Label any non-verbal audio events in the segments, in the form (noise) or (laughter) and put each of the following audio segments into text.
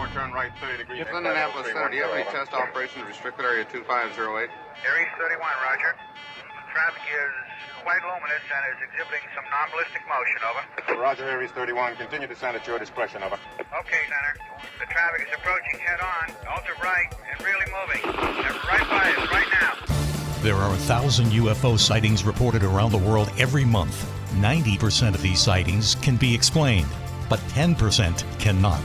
30 degrees. It's Indianapolis Center. Do you have any test operations restricted area 2508? Aries 31, Roger. Traffic is quite luminous and is exhibiting some non-ballistic motion, over. Roger, Aries 31. Continue to send at your discretion, over. Okay, Center. The traffic is approaching head-on, ultra bright, and really moving. They're right by us right now. There are a thousand UFO sightings reported around the world every month. 90% of these sightings can be explained, but 10% cannot.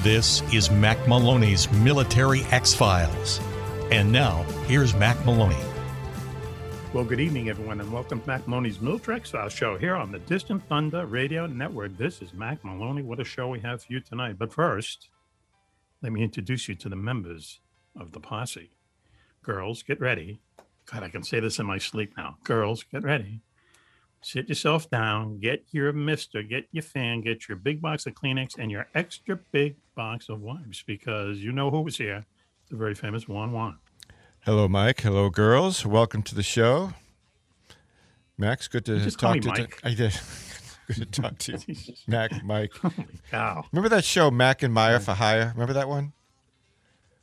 This is Mac Maloney's Military X Files. And now, here's Mac Maloney. Well, good evening, everyone, and welcome to Mac Maloney's Military Exile Show here on the Distant Thunder Radio Network. This is Mac Maloney. What a show we have for you tonight. But first, let me introduce you to the members of the posse. Girls, get ready. God, I can say this in my sleep now. Girls, get ready. Sit yourself down, get your mister, get your fan, get your big box of Kleenex and your extra big box of wipes because you know who was here. The very famous Juan Juan. Hello, Mike. Hello, girls. Welcome to the show. Max, good to just talk call me to you. Mike. I did. (laughs) good to talk to (laughs) you. Mac, Mike. Holy Oh, cow. Remember that show, Mac and Meyer for Hire? Remember that one?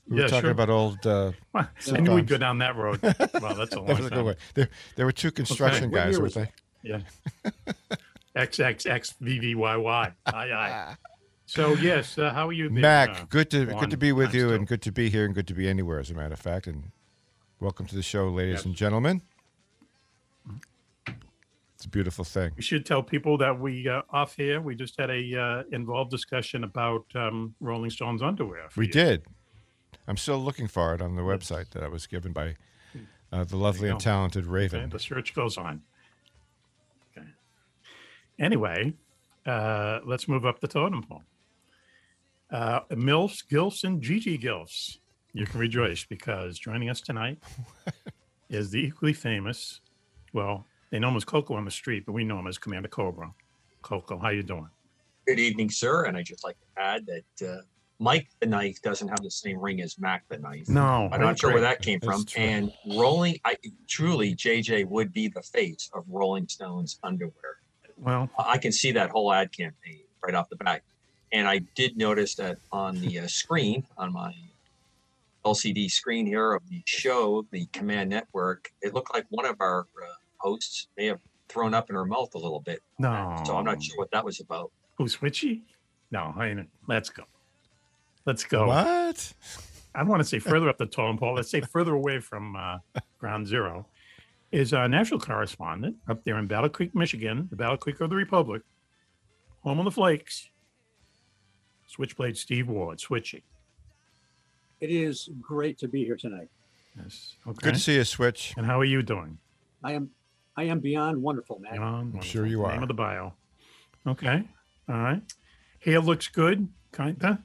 We Yeah, were talking sure. about old. Uh, (laughs) I knew we'd Sometimes. go down that road. Wow, that's a (laughs) long that was a time. good way. There, there were two construction What guys, year weren't was they? Yeah. (laughs) XXXVVYY. Aye, aye. So, yes, uh, how are you? there, uh, Ah. Mac, good to Juan? Uh, good to be with I'm you, still- and good to be here, and good to be anywhere, as a matter of fact. And welcome to the show, ladies Yep. and gentlemen. It's a beautiful thing. We should tell people that we uh, off here. We just had a uh, involved discussion about um, Rolling Stones underwear. for We you. did. I'm still looking for it on the website that I was given by uh, the lovely and go. talented Okay, Raven. the search goes on. Okay. Anyway, uh, let's move up the totem pole. Uh, MILFs, GILFs, and Gigi GILFs. You can rejoice because joining us tonight is the equally famous, well, they know him as Coco on the street, but we know him as Commander Cobra. Coco, how you doing? Good evening, sir. And I just like to add that uh, Mike the Knife doesn't have the same ring as Mac the Knife. No. I'm not sure where Correct. that came from. That's true. And rolling, I truly JJ would be the face of Rolling Stones underwear. Well, I can see that whole ad campaign right off the bat. And I did notice that on the uh, screen, on my LCD screen here of the show, the Command Network, it looked like one of our uh, hosts may have thrown up in her mouth a little bit. no. So I'm not sure what that was about. Who's Switchy? No, Oh, I ain't. Let's go. Let's go. What? I want to say further up the totem pole, let's say further away from uh, ground zero, is our national correspondent up there in Battle Creek, Michigan, the Battle Creek of the Republic, home on the flakes, Switchblade Steve Ward, Switchy. It is great to be here tonight. Yes. Okay. Good to see you, Switch. and how are you doing? I am I am beyond wonderful, man. I'm sure you Name are. of the bio. Okay. All right. Hair looks good, kinda.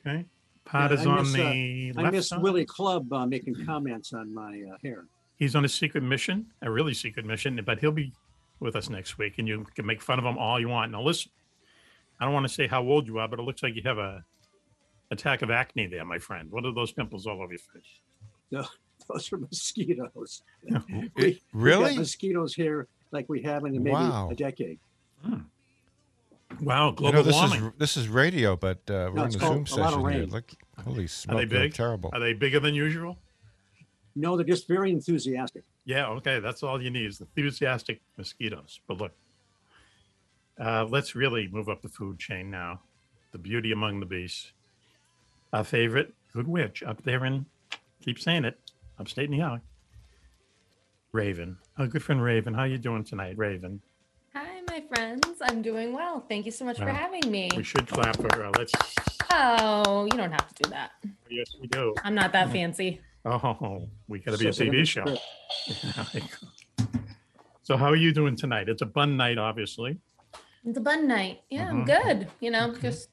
Okay. Pot Yeah, is I on miss, uh, the I left miss side. Willie Club uh, making comments on my uh, hair. (laughs) he's on a secret mission, a really secret mission, but he'll be with us next week and you can make fun of him all you want. Now listen, I don't want to say how old you are, but it looks like you have a attack of acne there, my friend. What are those pimples all over your face? Those are (laughs) mosquitoes. It- We got really? mosquitoes here like we haven't in maybe Wow. a decade. Wow, You global know, this warming. is this is radio, but uh, we're No, in it's a called Zoom A Lot of session here. Rain. Look, holy smoke! you look big? Terrible. are they bigger than usual? No, they're just very enthusiastic. Yeah, okay, that's all you need is enthusiastic mosquitoes. But look, uh, let's really move up the food chain now. The beauty among the beasts. Our favorite good witch up there in, keep saying it, upstate New York. Raven, our good friend Raven, how you doing tonight, Raven? Hi, my friends. I'm doing well. Thank you so much for Wow. having me. We should clap for her. Let's. Oh, you don't have to do that. Yes, we do. I'm not Mm-hmm. that fancy. Oh, we got to be a So they're TV show. (laughs) gonna- so, how are you doing tonight? It's a bun night, obviously. It's a bun night. Yeah, I'm Mhm. good. You know, Okay. just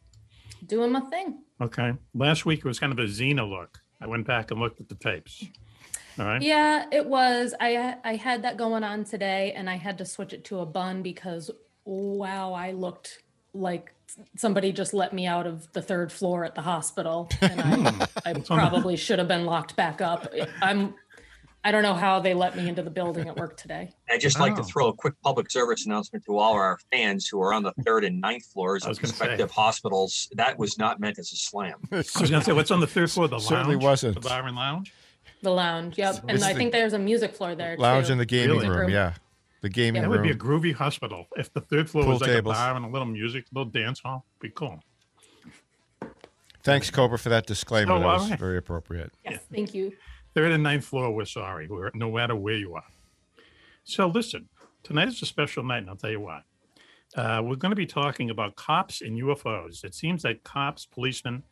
Doing my thing. Okay. Last week was kind of a Xena look. I went back and looked at the tapes. All right. Yeah, it was. I I had that going on today, and I had to switch it to a bun because wow, I looked like somebody just let me out of the third floor at the hospital, and Hmm. I, I probably should have been locked back up. I'm. I don't know how they let me into the building at work today. I'd just like to Wow. throw a quick public service announcement to all our fans who are on the third and ninth floors I was of gonna say. respective hospitals. That was not meant as a slam. I was going to say, what's on the third floor? The lounge? Certainly wasn't. The bar and lounge? The lounge. Yep. And It's I the think there's a music floor there. Lounge too. in the gaming Really? room. Yeah. The gaming That would be a room. groovy hospital. If the third floor Pool was like tables. a bar and a little music, a little dance hall, be cool. Thanks, Cobra, for that disclaimer. Oh, that all was right. very appropriate. Yes, thank you. Third and ninth floor, we're sorry, we're, no matter where you are. So listen, tonight is a special night, and I'll tell you why. Uh, we're going to be talking about cops and UFOs. It seems that cops, policemen,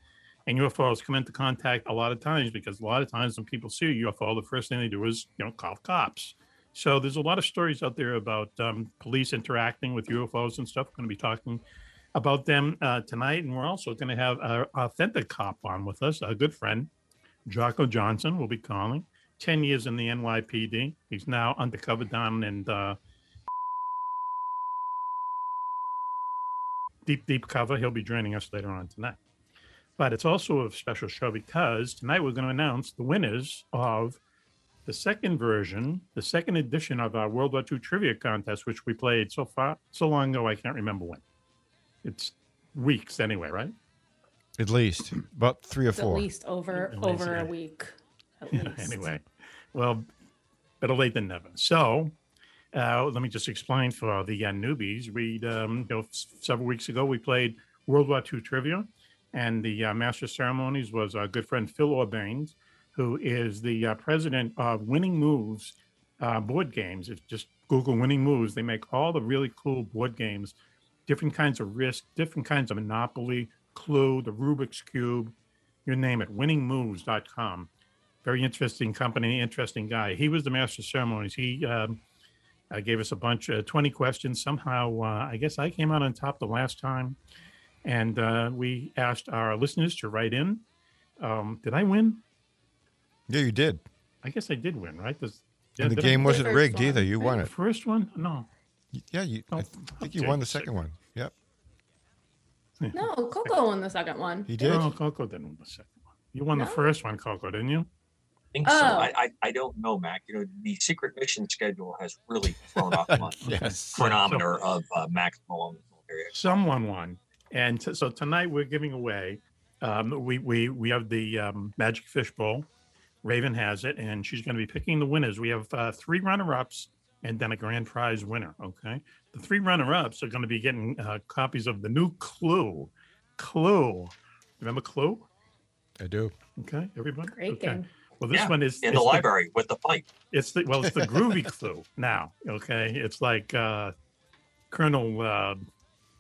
and UFOs come into contact a lot of times because a lot of times when people see a UFO, the first thing they do is you know call the cops. So there's a lot of stories out there about um, police interacting with UFOs and stuff. We're going to be talking about them uh, tonight, and we're also going to have our authentic cop on with us, a good friend, Jocko Johnson will be calling. 10 years in the NYPD. He's now undercover down in uh, deep, deep cover. He'll be joining us later on tonight. But it's also a special show because tonight we're going to announce the winners of the second version, the second edition of our World War II trivia contest, which we played so far, so long ago, I can't remember when. It's weeks anyway, right? At least about three or It's At four. least over At least, over a yeah. week. At Yeah, (laughs) least. anyway, well, better late than never. So, uh, let me just explain for the uh, newbies. We, um, you know, s- several weeks ago, we played World War II trivia, and the uh, master ceremonies was our good friend Phil Orbanes, who is the uh, president of Winning Moves uh, board games. If just Google Winning Moves, they make all the really cool board games, different kinds of risk, different kinds of Monopoly, Clue, the Rubik's Cube, you name it. Winningmoves.com very interesting company, interesting guy. He was the master of ceremonies. He um, uh, gave us a bunch, uh, 20 questions. Somehow, uh, I guess I came out on top the last time. And uh, we asked our listeners to write in. Um, did I win? Yeah, you did. I guess I did win, right? Does, And the did I- game wasn't first rigged one, either. You won it. First one? No. Yeah, you. I Oh, th- think you won the second one. Yep, No, Coco won the second one. he did. No, Coco didn't win the second one. You won the No? first one, Coco, didn't you? I think so. Oh. I, I, I don't know, Mac. You know, the secret mission schedule has really (laughs) thrown off my Yes. chronometer of uh, Max Malone. someone won. And t- so tonight we're giving away. Um, we we we have the um, Magic Fish Bowl. Raven has it, and she's going to be picking the winners. We have uh, three runner-ups and then a grand prize winner. Okay, the three runner-ups are going to be getting uh, copies of the new Clue. Clue, remember Clue? I do. Okay, everybody. Great okay. game. Well, this Yeah, one is In the is library with the pipe. it's the well, it's the groovy clue now. Okay, it's like uh, Colonel uh,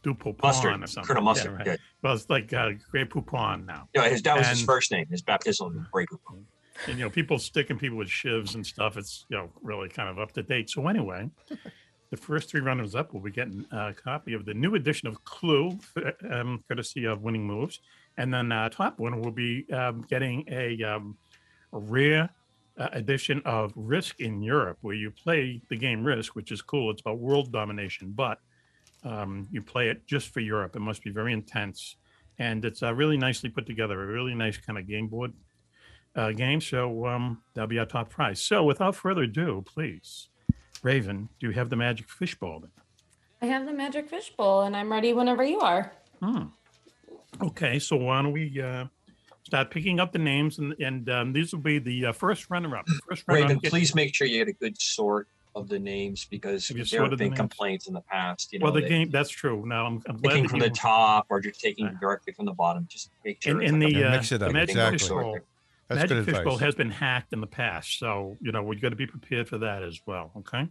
Dupont Mustard. or something. Colonel Yeah, Mustard. right. Yeah. Well, it's like uh, Grey Poupon now, No, his, that was his And- first name. His baptismal name, Grey Poupon. and you know people sticking people with shivs and stuff. It's you know really kind of up to date. So anyway, the first three runners up will be getting a copy of the new edition of Clue, f- um, courtesy of Winning Moves, and then uh, top winner will be um, getting a, um, a rare. Uh, edition of Risk in Europe, where you play the game Risk, which is cool. It's about world domination, but um, you play it just for Europe. It must be very intense, and it's uh, really nicely put together. A really nice kind of game board uh, game. So um, that'll be our top prize. So without further ado, please, Raven, do you have the magic fishbowl? Then? I have the magic fish bowl, and I'm ready whenever you are. Hmm. Okay, so why don't we uh, start picking up the names, and, and um, these will be the uh, first runner-up. First runner-up. Raven, gets- please make sure you get a good sort of the names because Have you there sorted have the been names? complaints in the past. You know, Well, the that game. That's true. Now I'm, I'm glad picking that from you- the top or just taking Right. directly from the bottom. Just make sure. in, it's in like a- the, Yeah, uh, mix it the up. magic Exactly. fishbowl. That's Magic good advice. Fishbowl has been hacked in the past, so you know we've got to be prepared for that as well. Okay,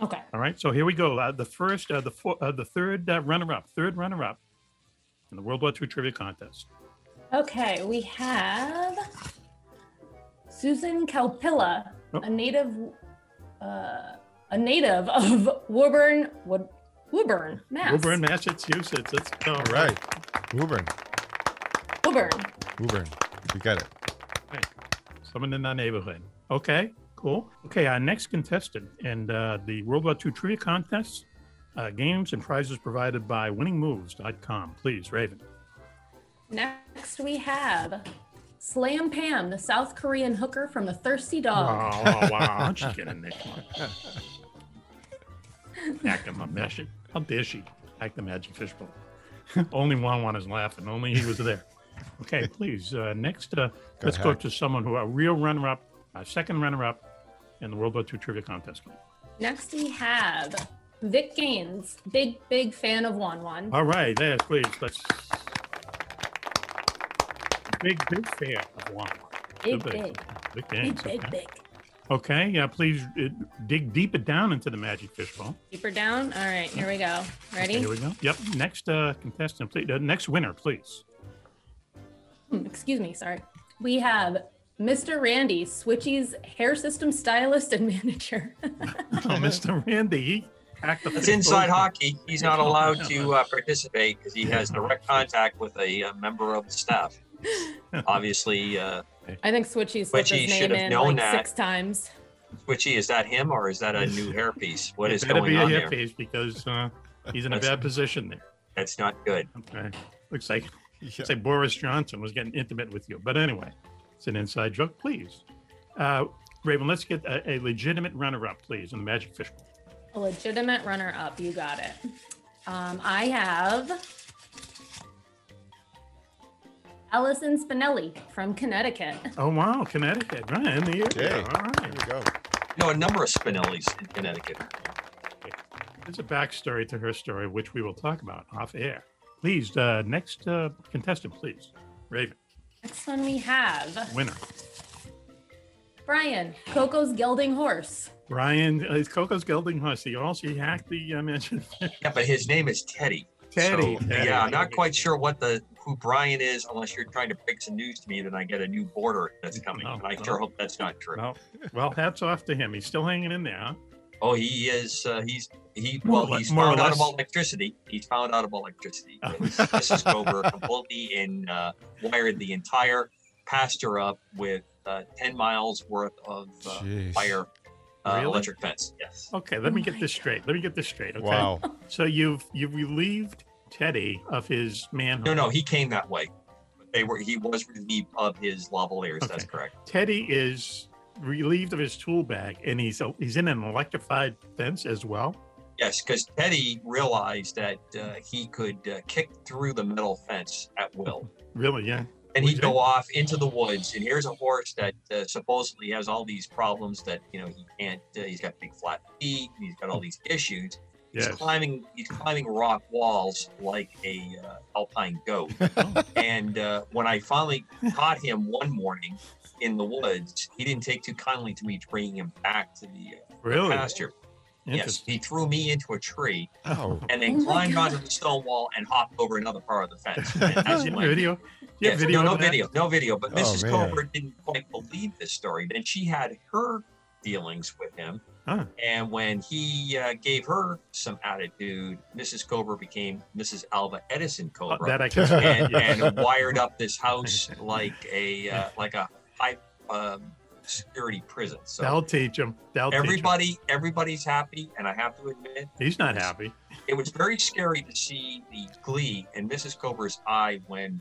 Okay. all right. So here we go. Uh, the first, uh, the four, uh, the third uh, runner-up, third runner-up in the World War II trivia contest. Okay, we have Susan Calpilla, Oh. a native, uh, a native of Woburn, Wood, Woburn, Mass. Woburn, Massachusetts. Let's go. All right, Woburn. Woburn. Woburn. We got it. Hey, Someone in that neighborhood. Okay, cool. Okay, our next contestant in uh, the World War II Trivia Contest, uh, games and prizes provided by winningmoves.com. Please, Raven. Next, we have Slam Pam, the South Korean hooker from the Thirsty Dog. Oh, Wow, wow, wow. How'd she get in this one? Act of a magic. How dare she? Act the magic fishbowl. (laughs) only one one is laughing. Only he was there. Okay, please. Uh, next, uh, let's go ahead. to someone who a real runner up, a second runner up in the World War II Trivia Contest. Next, we have Vic Gaines, big, big fan of Wan Wan. All right, there, please. Let's. Big, big fan of one. Big, the big- big, Big big, games. big, Okay. big. okay, yeah, please uh, dig deeper down into the magic fishbowl. Deeper down. All right, here we go. Okay, Ready? here we go. Yep. Next uh, contestant, please. Uh, next winner, please. Hmm, Excuse me, sorry. We have Mr. Randy, Switchy's hair system stylist and (laughs) manager. Oh, (laughs) Mr. Randy. he hacked the It's fishbowl. inside hockey. He's not allowed to uh, participate because he has direct contact with a, uh member of (laughs) the staff. Obviously, uh, I think Switchy slipped Switchy his should name have in known like that. six times. Switchy, is that him or is that (laughs) a new hairpiece? What is it better going be a on hit there? piece because uh, he's in a That's- bad position there. That's not good. Okay. Looks like looks like Boris Johnson was getting intimate with you. But anyway, it's an inside joke. Please, uh, Raven, let's get a, a legitimate runner-up, please, in the Magic Fishbowl. A legitimate runner up. You got it. Um, I have Allison Spinelli from Connecticut. Oh wow, Connecticut, right in the area. Yay. Here All right. we go. No, a number of Spinellis in Connecticut. There's a backstory to her story, which we will talk about off air. Please, uh, next uh, contestant, please, Raven, Next one we have winner. Brian, Coco's gelding horse. Brian uh, is Coco's gelding horse. He also he hacked the uh, (laughs) mansion. Yeah, but his name is Teddy. Teddy, So, Teddy. Yeah, I'm not quite sure what the who Brian is unless you're trying to break some news to me that I get a new border that's coming. No, and I no. sure hope that's not true. Oh, Well, Oh, well, hats off to him. He's still hanging in there. Huh? Oh, he is. Uh, he's he. More Well, or le- he's more or found out less. about electricity. He's found out about electricity. Oh. Mrs. (laughs) Gober completely and uh, wired the entire pasture up with uh, ten miles worth of uh, Jeez. wire uh, Really? electric fence. Yes. Okay, let me Oh get my this straight. Let me get this straight. Okay. Wow. So you've you've relieved Teddy of his manhunt. No, no, he came that way. But They were. He was relieved of his lavaliers. That's Okay. correct. Teddy is relieved of his tool bag, and he's he's in an electrified fence as well. Yes, because Teddy realized that uh, he could uh, kick through the metal fence at will. (laughs) Really? Yeah. and We he'd did. go off into the woods. And here's a horse that uh, supposedly has all these problems that you know he can't. Uh, he's got big flat feet. And he's got all these issues. He's Yes. climbing. He's climbing rock walls like a uh, alpine (laughs) goat. Oh. and uh, when I finally caught him one morning in the woods, he didn't take too kindly to me bringing him back to the uh, Really? pasture. Yes, Interesting. he threw me into a tree Oh, and Oh then my climbed God. onto the stone wall and hopped over another part of the (laughs) fence. And (laughs) that's Is there when- video? Do you yeah, have video no, no of that? video, no video. But Oh, Mrs. man. Colbert didn't quite believe this story. Then she had her dealings with him, Huh. and when he uh, gave her some attitude, Mrs. Cobra became Mrs. Alva Edison Oh, Cobra, that I can. see. and, Yeah. and wired (laughs) up this house like a uh, like a high um, security prison. So That'll teach him. That'll teach him. everybody, everybody's happy, and I have to admit, He's not happy. it was very scary to see the glee in Mrs. Cobra's eye when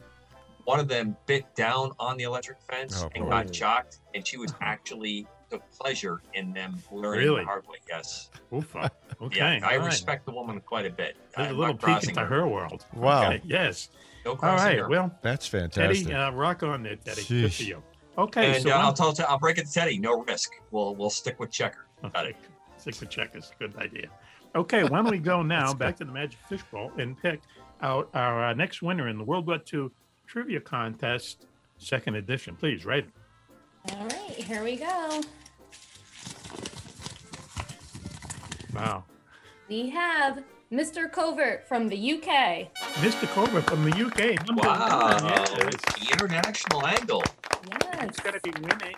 one of them bit down on the electric fence Oh, and boy. got shocked, and she was actually took pleasure in them learning Really? the hard way. Yes, Oofa. Okay. yeah, I all right. respect the woman quite a bit. There's a I'm little not peek crossing into her world. Wow. Okay, Yes. No All crossing right. her. Well, that's fantastic. Teddy, uh, rock on there, Teddy. Good for Sheesh. you. Okay. and so uh, one- I'll tell. Te- I'll break it to Teddy. No risk. We'll we'll stick with checker. Oh, Got it. Six of check is a good idea. (laughs) Okay, why don't we (laughs) go now That's back to the Magic Fishbowl and pick out our uh, next winner in the World War II Trivia Contest, second edition. Please, Raven. All right, here we go. Wow. We have Mr. Covert from the UK. Mr. Cobra from the UK. number Wow, one. Yes. the international angle. Yes. He's got to be winning.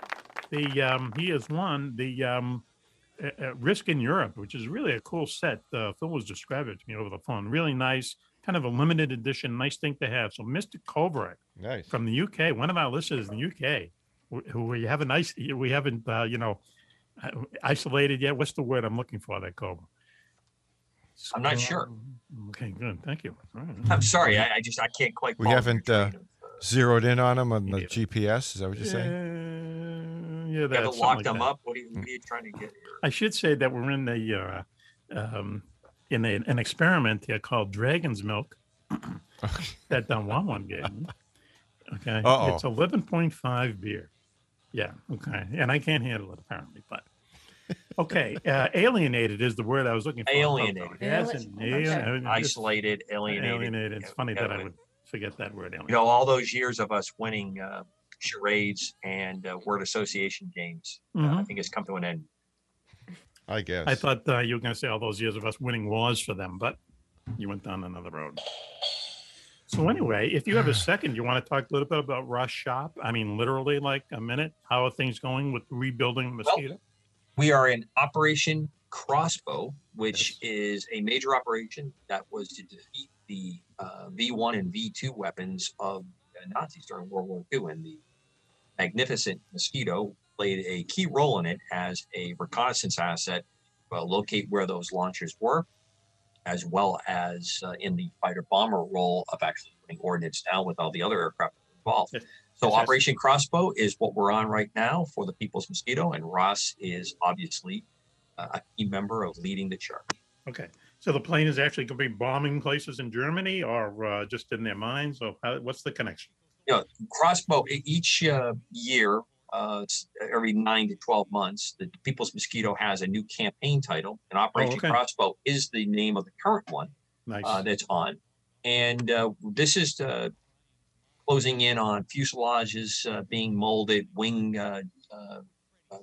The um, he has won the um, at, at Risk in Europe, which is really a cool set. Uh, Phil was describing it to me over the phone. Really nice, kind of a limited edition, nice thing to have. So, Mr. Kovac Nice. from the UK, one of our listeners in the UK, wh- who we haven't ice, we haven't uh, you know uh, isolated yet. What's the word I'm looking for? That Cobra. I'm not sure. Okay, good. Thank you. All right. I'm sorry, I, I just I can't quite. We follow haven't, the uh, train of, uh, Zeroed in on them on the Yeah. GPS. Is that what you're saying? Uh, yeah, you that, haven't something locked like them that. up. What are you, what are you trying to get here? I should say that we're in the uh, um, in a, an experiment here called Dragon's Milk that Don Juan gave me. Okay, Uh-oh. it's eleven point five beer. Yeah, okay, and I can't handle it apparently, but okay. Uh, alienated is the word I was looking for. Alienated. Yes, Alien- and alien- Isolated, alienated. alienated. It's Yeah, funny yeah, that I we- would forget that word. You Alienated. know, all those years of us winning uh, charades and uh, word association games, uh, I Mhm. think has come to an end. I guess. I thought uh, you were going to say all those years of us winning wars for them, but you went down another road. So anyway, if you (sighs) have a second, you want to talk a little bit about Rush Shop? I mean, literally, like a minute. How are things going with rebuilding mosquito? We are in Operation Crossbow, which is a major operation that was to defeat the uh, V1 and V2 weapons of the Nazis during World War II. And the magnificent Mosquito played a key role in it as a reconnaissance asset to uh, locate where those launchers were, as well as uh, in the fighter bomber role of actually putting ordnance down with all the other aircraft involved. So Fantastic. Operation Crossbow is what we're on right now for the People's Mosquito, and Ross is obviously uh, a key member of leading the charge. Okay, so the plane is actually going to be bombing places in Germany, or uh, just in their minds, or how, what's the connection? Crossbow e- each uh, year, uh, s- every nine to twelve months, the People's Mosquito has a new campaign title, and Operation okay. Crossbow is the name of the current one. Nice. uh, that's on. And uh, this is uh, closing in on fuselages uh, being molded, wing uh, uh, uh,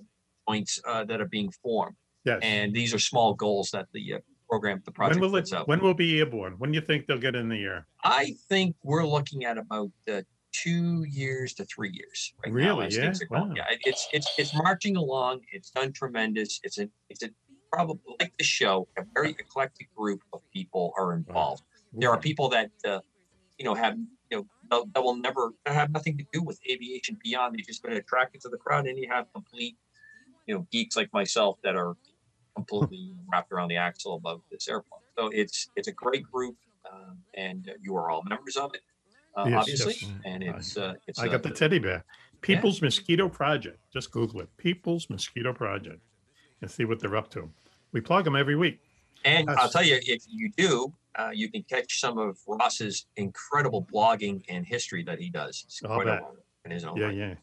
joints uh, that are being formed. yes. And these are small goals that the uh, program, the project when will it? puts out. When will it be airborne? When do you think they'll get in the air? I think we're looking at about uh, two years to three years. Right Now, Really? as things Yeah? are going. Wow. Yeah, it- It's it's it's marching along. It's done tremendous. It's a it's a probably like the show. A very eclectic group of people are involved. There are people that uh, you know have you know that- that will never have nothing to do with aviation beyond. They've just been attracted to the crowd, and you have complete you know geeks like myself that are completely wrapped around the axle above this airplane. So it's it's a great group, um, and uh, you are all members of it, uh, Yes, obviously. yes. And it's uh, it's I uh, got the teddy bear. People's Mosquito Project. Just Google it. People's Mosquito Project and see what they're up to. We plug them every week. And That's- I'll tell you, if you do, uh, you can catch some of Ross's incredible blogging and history that he does. It's I'll quite a bet. lot in his own Yeah, right. yeah.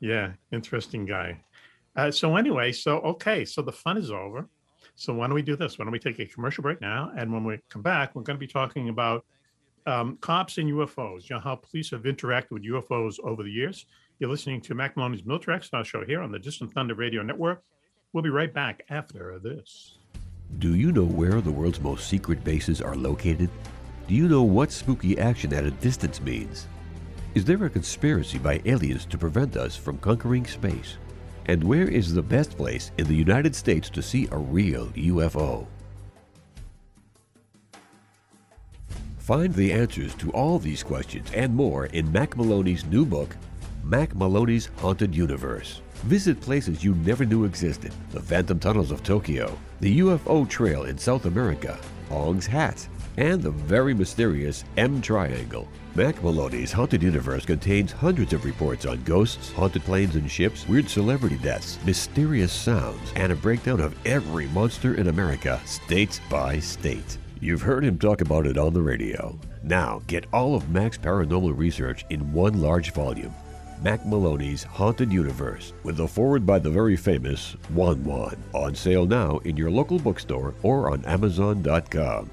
Yeah. Interesting guy. Uh, so, anyway, so, okay. So the fun is over. So, why don't we do this? Why don't we take a commercial break now? And when we come back, we're going to be talking about um, cops and UFOs, you know, how police have interacted with UFOs over the years. You're listening to Mac Maloney's Military Exile Show here on the Distant Thunder Radio Network. We'll be right back after this. Do you know where the world's most secret bases are located? Do you know what spooky action at a distance means? Is there a conspiracy by aliens to prevent us from conquering space? And where is the best place in the United States to see a real UFO? Find the answers to all these questions and more in Mac Maloney's new book, Mac Maloney's Haunted Universe. Visit places you never knew existed the Phantom Tunnels of Tokyo, the UFO Trail in South America, Ong's Hat, and the very mysterious M Triangle. Mac Maloney's Haunted Universe contains hundreds of reports on ghosts, haunted planes and ships, weird celebrity deaths, mysterious sounds, and a breakdown of every monster in America, state by state. You've heard him talk about it on the radio. Now, get all of Mac's paranormal research in one large volume Mac Maloney's Haunted Universe, with a forward by the very famous Juan Juan. On sale now in your local bookstore or on Amazon.com.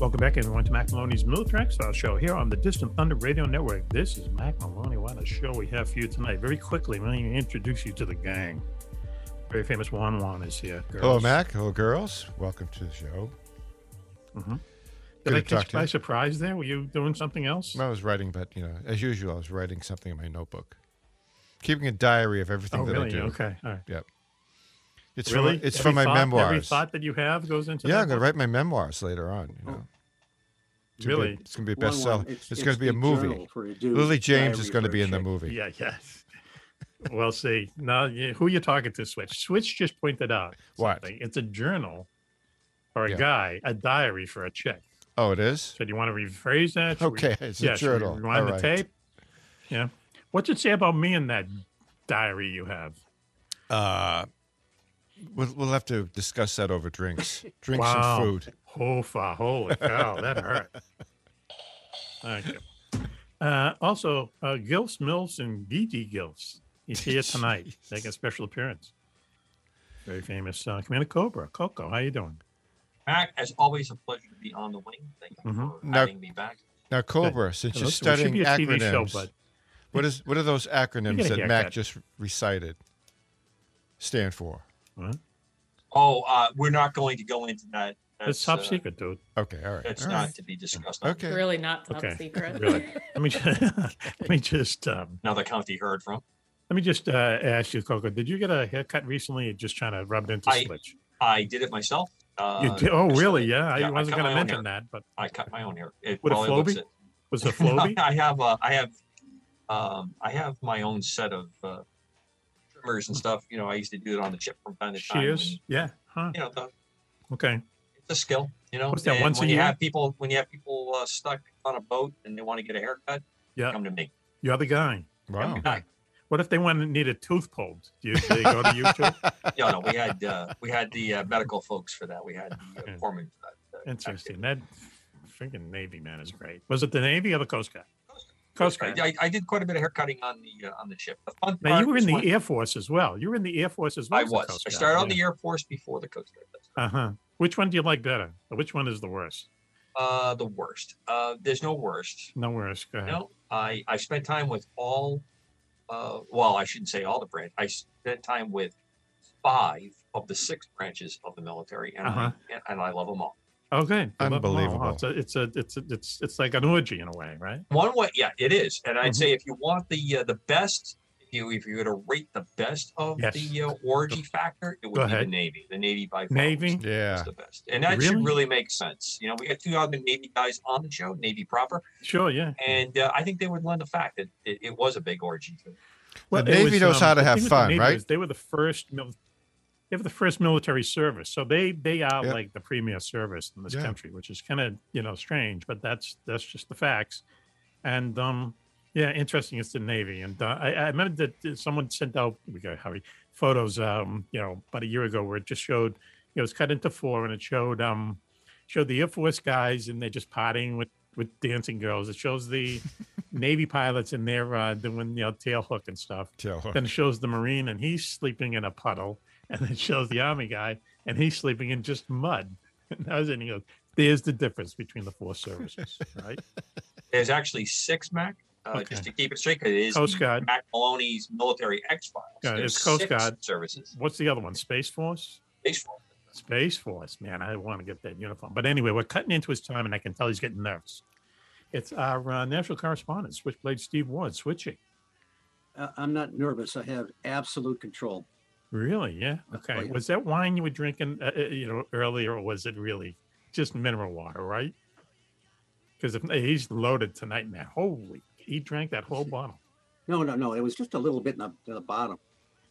Welcome back, everyone, to Mac Maloney's Military Exile Show here on the Distant Thunder Radio Network. This is Mac Maloney. What a show we have for you tonight. Very quickly, let me introduce you to the gang. Very famous Juan Juan is here. Hello, girls. Mac. Hello, girls. Welcome to the show. Mhm. Good Did I to talk catch to you by you. surprise there? Were you doing something else? I was writing, but you know, as usual, I was writing something in my notebook, keeping a diary of everything Oh, that really? I do. Okay. All right. Yep. It's really? from it's Every from my thought- Every memoirs. thought that you have goes into yeah, that I'm going book? to write my memoirs later on. You know, It's gonna be- Really? it's going to be a One, one, bestseller. it's- It's, it's going to be a the movie. journal for a dude, Lily James diary is going to for a be in the chick. movie. Yeah, yes. we'll see. Now, you- who you talking to, Switch? Switch just pointed out. What? something. It's a journal for a Yeah. guy, a diary for a chick. Oh, it is. So, do you want to rephrase that? Should we- Okay, it's a yeah, should we journal. Rewind All the right. tape. Yeah. What's it say about me in that diary you have? Uh, we'll, we'll have to discuss that over (laughs) drinks, drinks Wow. and food. Hofa, holy cow, that hurt. Thank you. Uh, also, uh, Gilfs, Mills, and Gigi Gilfs. He's (laughs) here tonight, making a special appearance. Very famous uh, Commander Cobra, Coco. How you doing? Mac, as always, a pleasure to be on the wing. Thank you Mhm. for Now- having me back. Now, Cobra, since Now, you're this- we should studying be a TV acronyms, show, bud. what is what are those acronyms a that Mac haircut. just recited stand for? Huh? Oh, uh, we're not going to go into that. It's top uh, secret, dude. Okay, all right. That's all not right. to be discussed. Okay. Really not top Okay. secret. Really. (laughs) Let me (laughs) let me just um, Another county heard from. let me just uh, ask you, Coco. Did you get a haircut recently? Or just trying to rub it into I- Switch? I did it myself. Uh, You did, oh, I really? started- Yeah, yeah, I I wasn't going cut my to own mention hair. that, but I cut my own hair. It With a probably looks Flowbee? it- was (laughs) it Floby? I have uh, I have um, I have my own set of uh, trimmers and stuff. You know, I used to do it on the chip from time to time. Shears? and, Yeah. Huh. you know, the, Okay. it's a skill. You know, What's that, And once a when you year? have people when you have people uh, stuck on a boat and they want to get a haircut, Yeah. come to me. You're the guy. Come Wow. to me. What if they want to need a tooth pulled? Do you, they go to YouTube? (laughs) No, no, we had uh, we had the uh, medical folks for that. We had the Okay. uh, foreman for that. uh, Interesting. That freaking Navy man is great. Was it the Navy or the Coast Guard? Coast Coast Guard. Guard. I, I did quite a bit of haircutting on the uh, on the ship. The fun Now part you were was in the when- Air Force as well. You were in the Air Force as well. I was. I started on the Air Force before the Coast Guard. That's Uh huh. Which one do you like better? Or Which one is the worst? uh, the worst. Uh, there's no worst. No worst. Go ahead. No, I I spent time with all. Uh, well, I shouldn't say all the branch. I spent time with five of the six branches of the military, and Uh-huh. I, and I love them all. Oh, good. You love them all. Unbelievable. It's a, it's a, it's a, it's it's like an orgy in a way, right? One way, yeah, it is. And I'd Mhm. say if you want the uh, the best, if you if you were to rate the best of Yes. the uh, orgy factor, it would Go be ahead. the Navy. The Navy by far Navy. was Yeah. the best, and that Really? should really make sense. You know, we got two other Navy guys on the show, Navy proper, Sure. Yeah. and uh, I think they would learn the fact that it, it was a big orgy. Well, The it um, Navy knows how to the have thing with the fun, Navy right? is They were the first mil- they were the first military service, so they they are Yeah. like the premier service in this Yeah. country, which is kind of you know strange, but that's that's just the facts. And um, yeah, interesting. It's the Navy, and uh, I, I remember that uh, someone sent out we got Howie photos, um, you know, about a year ago where it just showed it was cut into four, and it showed um showed the Air Force guys, and they're just partying with with dancing girls. It shows the Navy pilots and they're uh, doing you know tail hook and stuff. Tell- Then it shows the Marine and he's sleeping in a puddle, and it shows the Army guy and he's sleeping in just mud. (laughs) And that was it. And he goes, "There's the difference between the four (laughs) services, (laughs) right?" There's actually six Mac. Uh, Just Okay. to keep it straight, 'cause it is Coast the Guard. Mac Maloney's military X Files. Yeah, There's it's Coast six Guard. services. What's the other one? Space Force. Baseball. Space Force, man. I want to get that uniform. But anyway, we're cutting into his time, and I can tell he's getting nervous. It's our uh, national correspondent, Switchblade Steve Ward, switching. Uh, I'm not nervous. I have absolute control. Really? Yeah. Okay. yeah. Was that wine you were drinking, uh, uh, you know, earlier, or was it really just mineral water? Right? Because if he's loaded tonight, man, holy, he drank that whole bottle. No, no, no. It was just a little bit in the, in the bottom.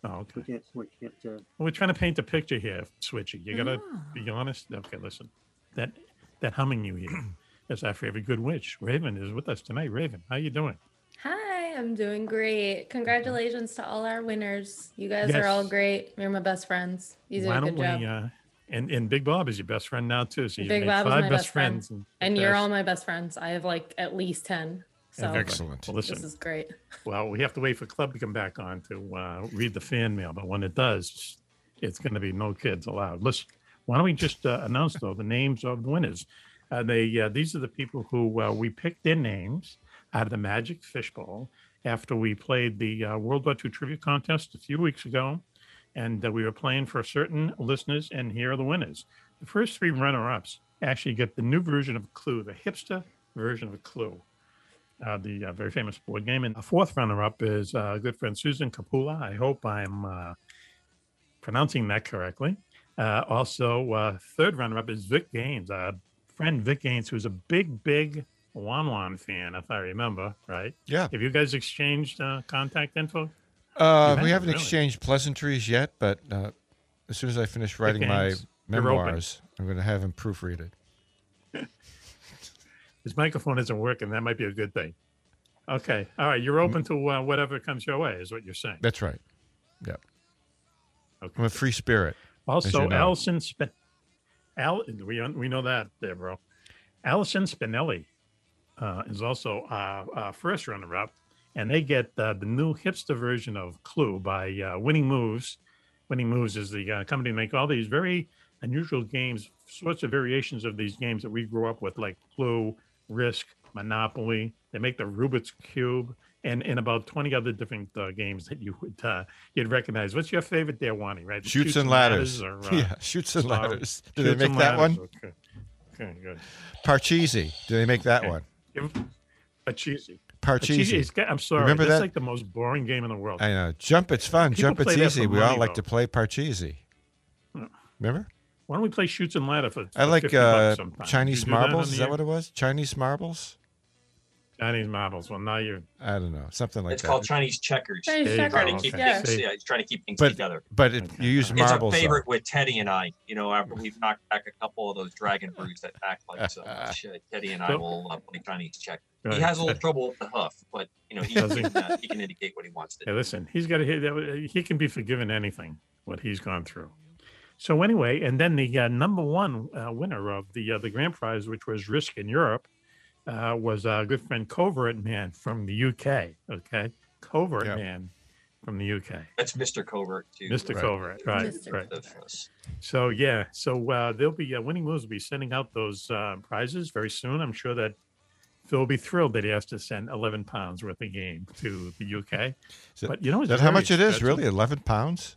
Oh, We okay. can't. We can't. Uh, We're trying to paint a picture here, Switchy. You gotta Ah. be honest. Okay, listen. That that humming (clears throat) you hear is after every good witch. Raven is with us tonight. Raven, how you doing? Hi, I'm doing great. Congratulations to all our winners. You guys are all Yes. great. You're my best friends. You did a good job. uh, and and Big Bob is your best friend now too. So you've Big made Bob is five my best best friend. friends. in the and you're past- all my best friends. I have like at least 10. So Excellent. Well, this listen, is great. Well, we have to wait for Club to come back on to uh, read the fan mail, but when it does, it's going to be no kids allowed. Listen, why don't we just uh, announce though the names of the winners? Uh, they uh, these are the people who uh, we picked their names out of the Magic Fishbowl after we played the uh, World War II trivia contest a few weeks ago, and uh, we were playing for certain listeners, and here are the winners. The first three runner-ups actually get the new version of Clue, the hipster version of Clue uh, the uh, very famous board game. And a fourth runner up is uh, good friend Susan Kapula. I hope I'm uh, pronouncing that correctly. Uh, also, uh, third runner up is Vic Gaines, uh, friend Vic Gaines, who's a big, big Wan Wan fan, if I remember right. Yeah. Have you guys exchanged uh, contact info? Uh, You we haven't, haven't really. exchanged pleasantries yet, but uh, as soon as I finish writing my Dickens, you're open. memoirs, I'm going to have him proofread it. His microphone isn't working. That might be a good thing. Okay. All right. You're Mm-hmm. open to uh, whatever comes your way, is what you're saying. That's right. Yeah. Okay. I'm a free spirit. as Also, you know. Allison Spin. Al, we we know that there, bro. Allison Spinelli uh, is also uh, uh, first runner-up, and they get uh, the new hipster version of Clue by uh, Winning Moves. Winning Moves is the uh, company that make all these very unusual games, sorts of variations of these games that we grew up with, like Clue, Risk, Monopoly. They make the Rubik's Cube and, and about 20 other different uh, games that you would uh, you'd recognize. What's your favorite there, Wani, right? The Chutes and ladders. or, uh, (laughs) Yeah, chutes and uh, ladders. Did they chutes and make that ladders, one? Okay. Okay, good. Parcheesi. Do they make that Okay. one? Give- Parcheesi. Parcheesi. is- I'm sorry. Remember that's that? like the most boring game in the world. I know. Jump, it's fun. People Jump, it's play that easy. for We all money, like though. to Hmm. play Parcheesi. Yeah. Remember? Why don't we play shoots and ladder for? I for like 50 bucks uh, sometime? Chinese You do that on marbles. the Is that air? what it was? Chinese marbles? Chinese marbles. Well, now you're I don't know. Something like it's that. called Chinese checkers. Chinese There you Trying to go, keep okay. things, See. yeah, he's trying to keep things But- together. but it, Okay. you use It's marbles. it's a though. favorite with Teddy and I. You know, after we've knocked back a couple of those dragon brews that act like so much, uh, Teddy and I So- will uh, play Chinese check. Right. He (laughs) has a little trouble with the hoof, but you know he, Does he? can, uh, he can indicate what he wants to. Hey, do. listen, he's got to hear that. He can be forgiven anything, what he's gone through. So anyway, and then the uh, number one uh, winner of the uh, the grand prize, which was Risk in Europe, uh, was our good friend Covert Man from the UK. Okay, Covert Yeah. Man from the UK, That's Mr. Covert too. Mr. Right. Covert, right, Mr. right. The fuss. So yeah, so uh, they'll be uh, winning moves. Will be sending out those uh, prizes very soon. I'm sure that Phil will be thrilled that he has to send 11 pounds worth of game to the UK. Is it- but you know, Is that it's how very much it is, expensive. really? 11 pounds?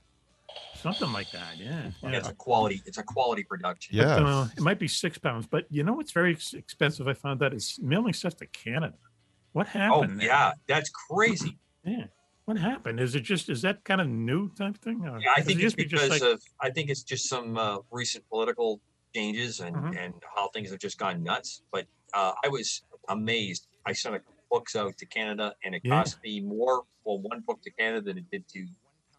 Something like that, yeah. Yeah, yeah. It's a quality. It's a quality production. Yeah. Uh, it might be six pounds, but you know what's very ex- expensive? I found that is mailing stuff to Canada. What Oh happened? there? yeah, that's crazy. yeah. What happened? Is it just is that kind of new type thing? Or Yeah, I does it think it's used to be because like- of I think it's just some uh, recent political changes and Mhm. and how things have just gone nuts. But uh, I was amazed. I sent a couple books out to Canada, and it Yeah. cost me more for one book to Canada than it did to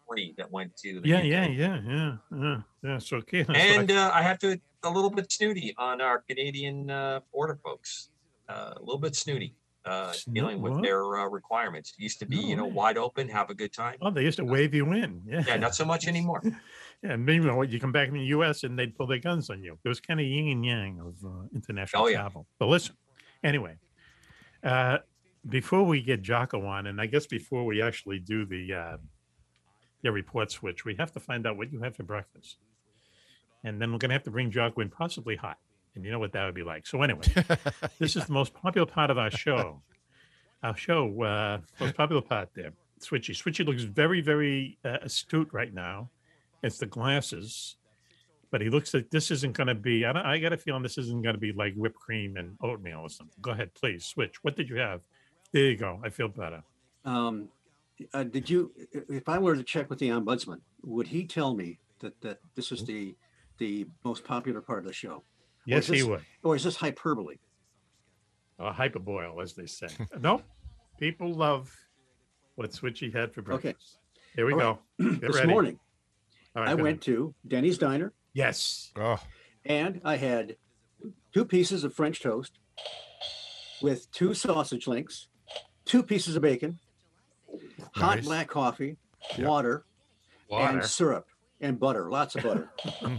three that went to. The yeah, (laughs) UK. yeah, yeah, yeah, yeah, yeah. So okay, that's what I- And uh, I have to a little bit snooty on our Canadian uh, border folks. Uh, a little bit snooty. Uh, Snoot dealing with what? their uh, requirements. It used to be, No you know, way. wide open, have a good time. oh, they used to wave you in. Yeah, Yeah, not so (laughs) much anymore. yeah. And meanwhile, you come back from the U.S. and they'd pull their guns on you. It was kind of yin and yang of uh, international Oh, yeah. travel. But listen, anyway, uh, before we get Jocko on, and I guess before we actually do the uh, the report switch, we have to find out what you had for breakfast, and then we're going to have to bring Jocko in, possibly hot. And you know what that would be like. So (laughs) anyway, this is the most popular part of our show. Our show, uh, most popular part there. Switchy. Switchy looks very, very uh, astute right now. It's the glasses, but he looks like this isn't going to be. I, don't, I got a feeling this isn't going to be like whipped cream and oatmeal or something. Go ahead, please switch. What did you have? There you go. I feel better. Um, uh, did you, i- if I were to check with the ombudsman, would he tell me that, that this is the, the most popular part of the show? Mm-hmm. Yes, he this- would. Or is this hyperbole? Or hyperboil, as they say. (laughs) no, people love what Switchy had for Okay. breakfast. Here we All go. right. (clears throat) Get this ready. morning, All right, I go ahead. went to Denny's Diner Yes. Oh, and I had two pieces of French toast with two sausage links, two pieces of bacon, hot Nice. black coffee, Yeah. water, Water. and syrup and butter, lots of (laughs) butter. Now,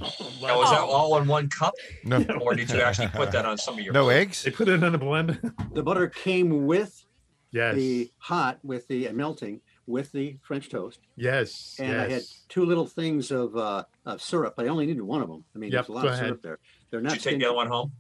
was that all in one cup, no. or did you (laughs) actually put that on some of your? No plates? eggs? They put it in (laughs) a blender. the butter came with yes. the hot with the melting with the French toast, yes. and yes. I had two little things of, uh, of syrup. but I only needed one of them. I mean, there's Yep, a lot go of ahead. syrup there. They're Did not. you take thin- the other one home?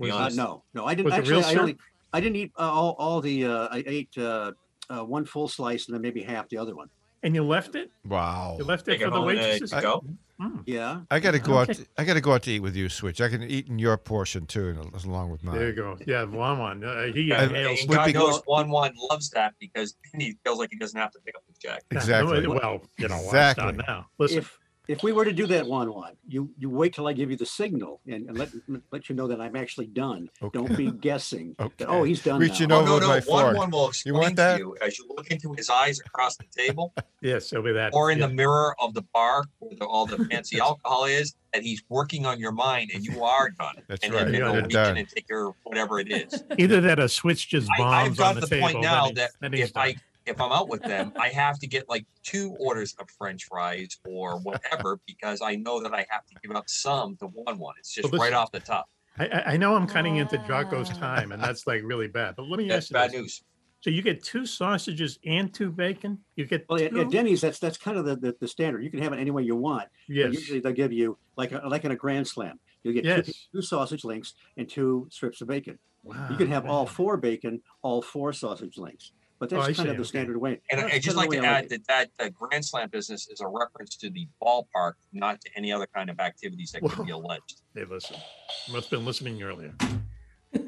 be Uh, honest. no, no, I didn't Was it actually. real I syrup? only, I didn't eat uh, all, all the. Uh, I ate uh, uh, one full slice and then maybe half the other one. And you left it? Wow. You left it Take for it the home and, uh, waitresses? I- go. Mm. Yeah. Oh. I got to go out. Okay. I got to go out to eat with you, Switch. I can eat in your portion too, and al- along with mine. There you go. Yeah, one one. Uh, he Yeah, And, inhales. and would be- God knows one one loves that because then he feels like he doesn't have to pick up the check. Exactly. Well, you know, Exactly. exactly. now. Listen, If if we were to do that one one, you you wait till I give you the signal and, and let let you know that I'm actually done. Don't be guessing. that, (laughs) Okay. oh, he's done. Reaching now. Oh, over no, with no, my one fork. one will You explain want that? to you as you look into his eyes across the table yes, it'll be that. or (laughs) in yeah. the mirror of the bar where the, (laughs) all the fancy alcohol is, and he's working on your mind, and you are done. That's and right. then Yeah, he'll you're reach done. in and take your whatever it is. Either that or switch just bombs I, I've on got the, to the table. point now then that he's- then he's if I done. if I'm out with them, I have to get like two orders of French fries or (laughs) whatever because I know that I have to give up some to one one. It's just Well, this- right off the top. I, I, I know I'm cutting into Jocko's Ah. time, and that's like really bad. But let me That's ask you bad this. news. So you get two sausages and two bacon? You get Well, at, two? at Denny's, that's that's kind of the, the, the standard. You can have it any way you want. but yes. Usually they'll give you like a, like in a grand slam, you'll get two, Yes. two sausage links and two strips of bacon. Wow. You can have all man. four bacon, all four sausage links. But Oh, that's I kind of see, the okay. standard way. And I- That's I'd just kinda like the to way I add that that the Grand Slam business is a reference to the ballpark, not to any other kind of activities that Whoa. could be alleged. Hey, listen, I must have been listening earlier.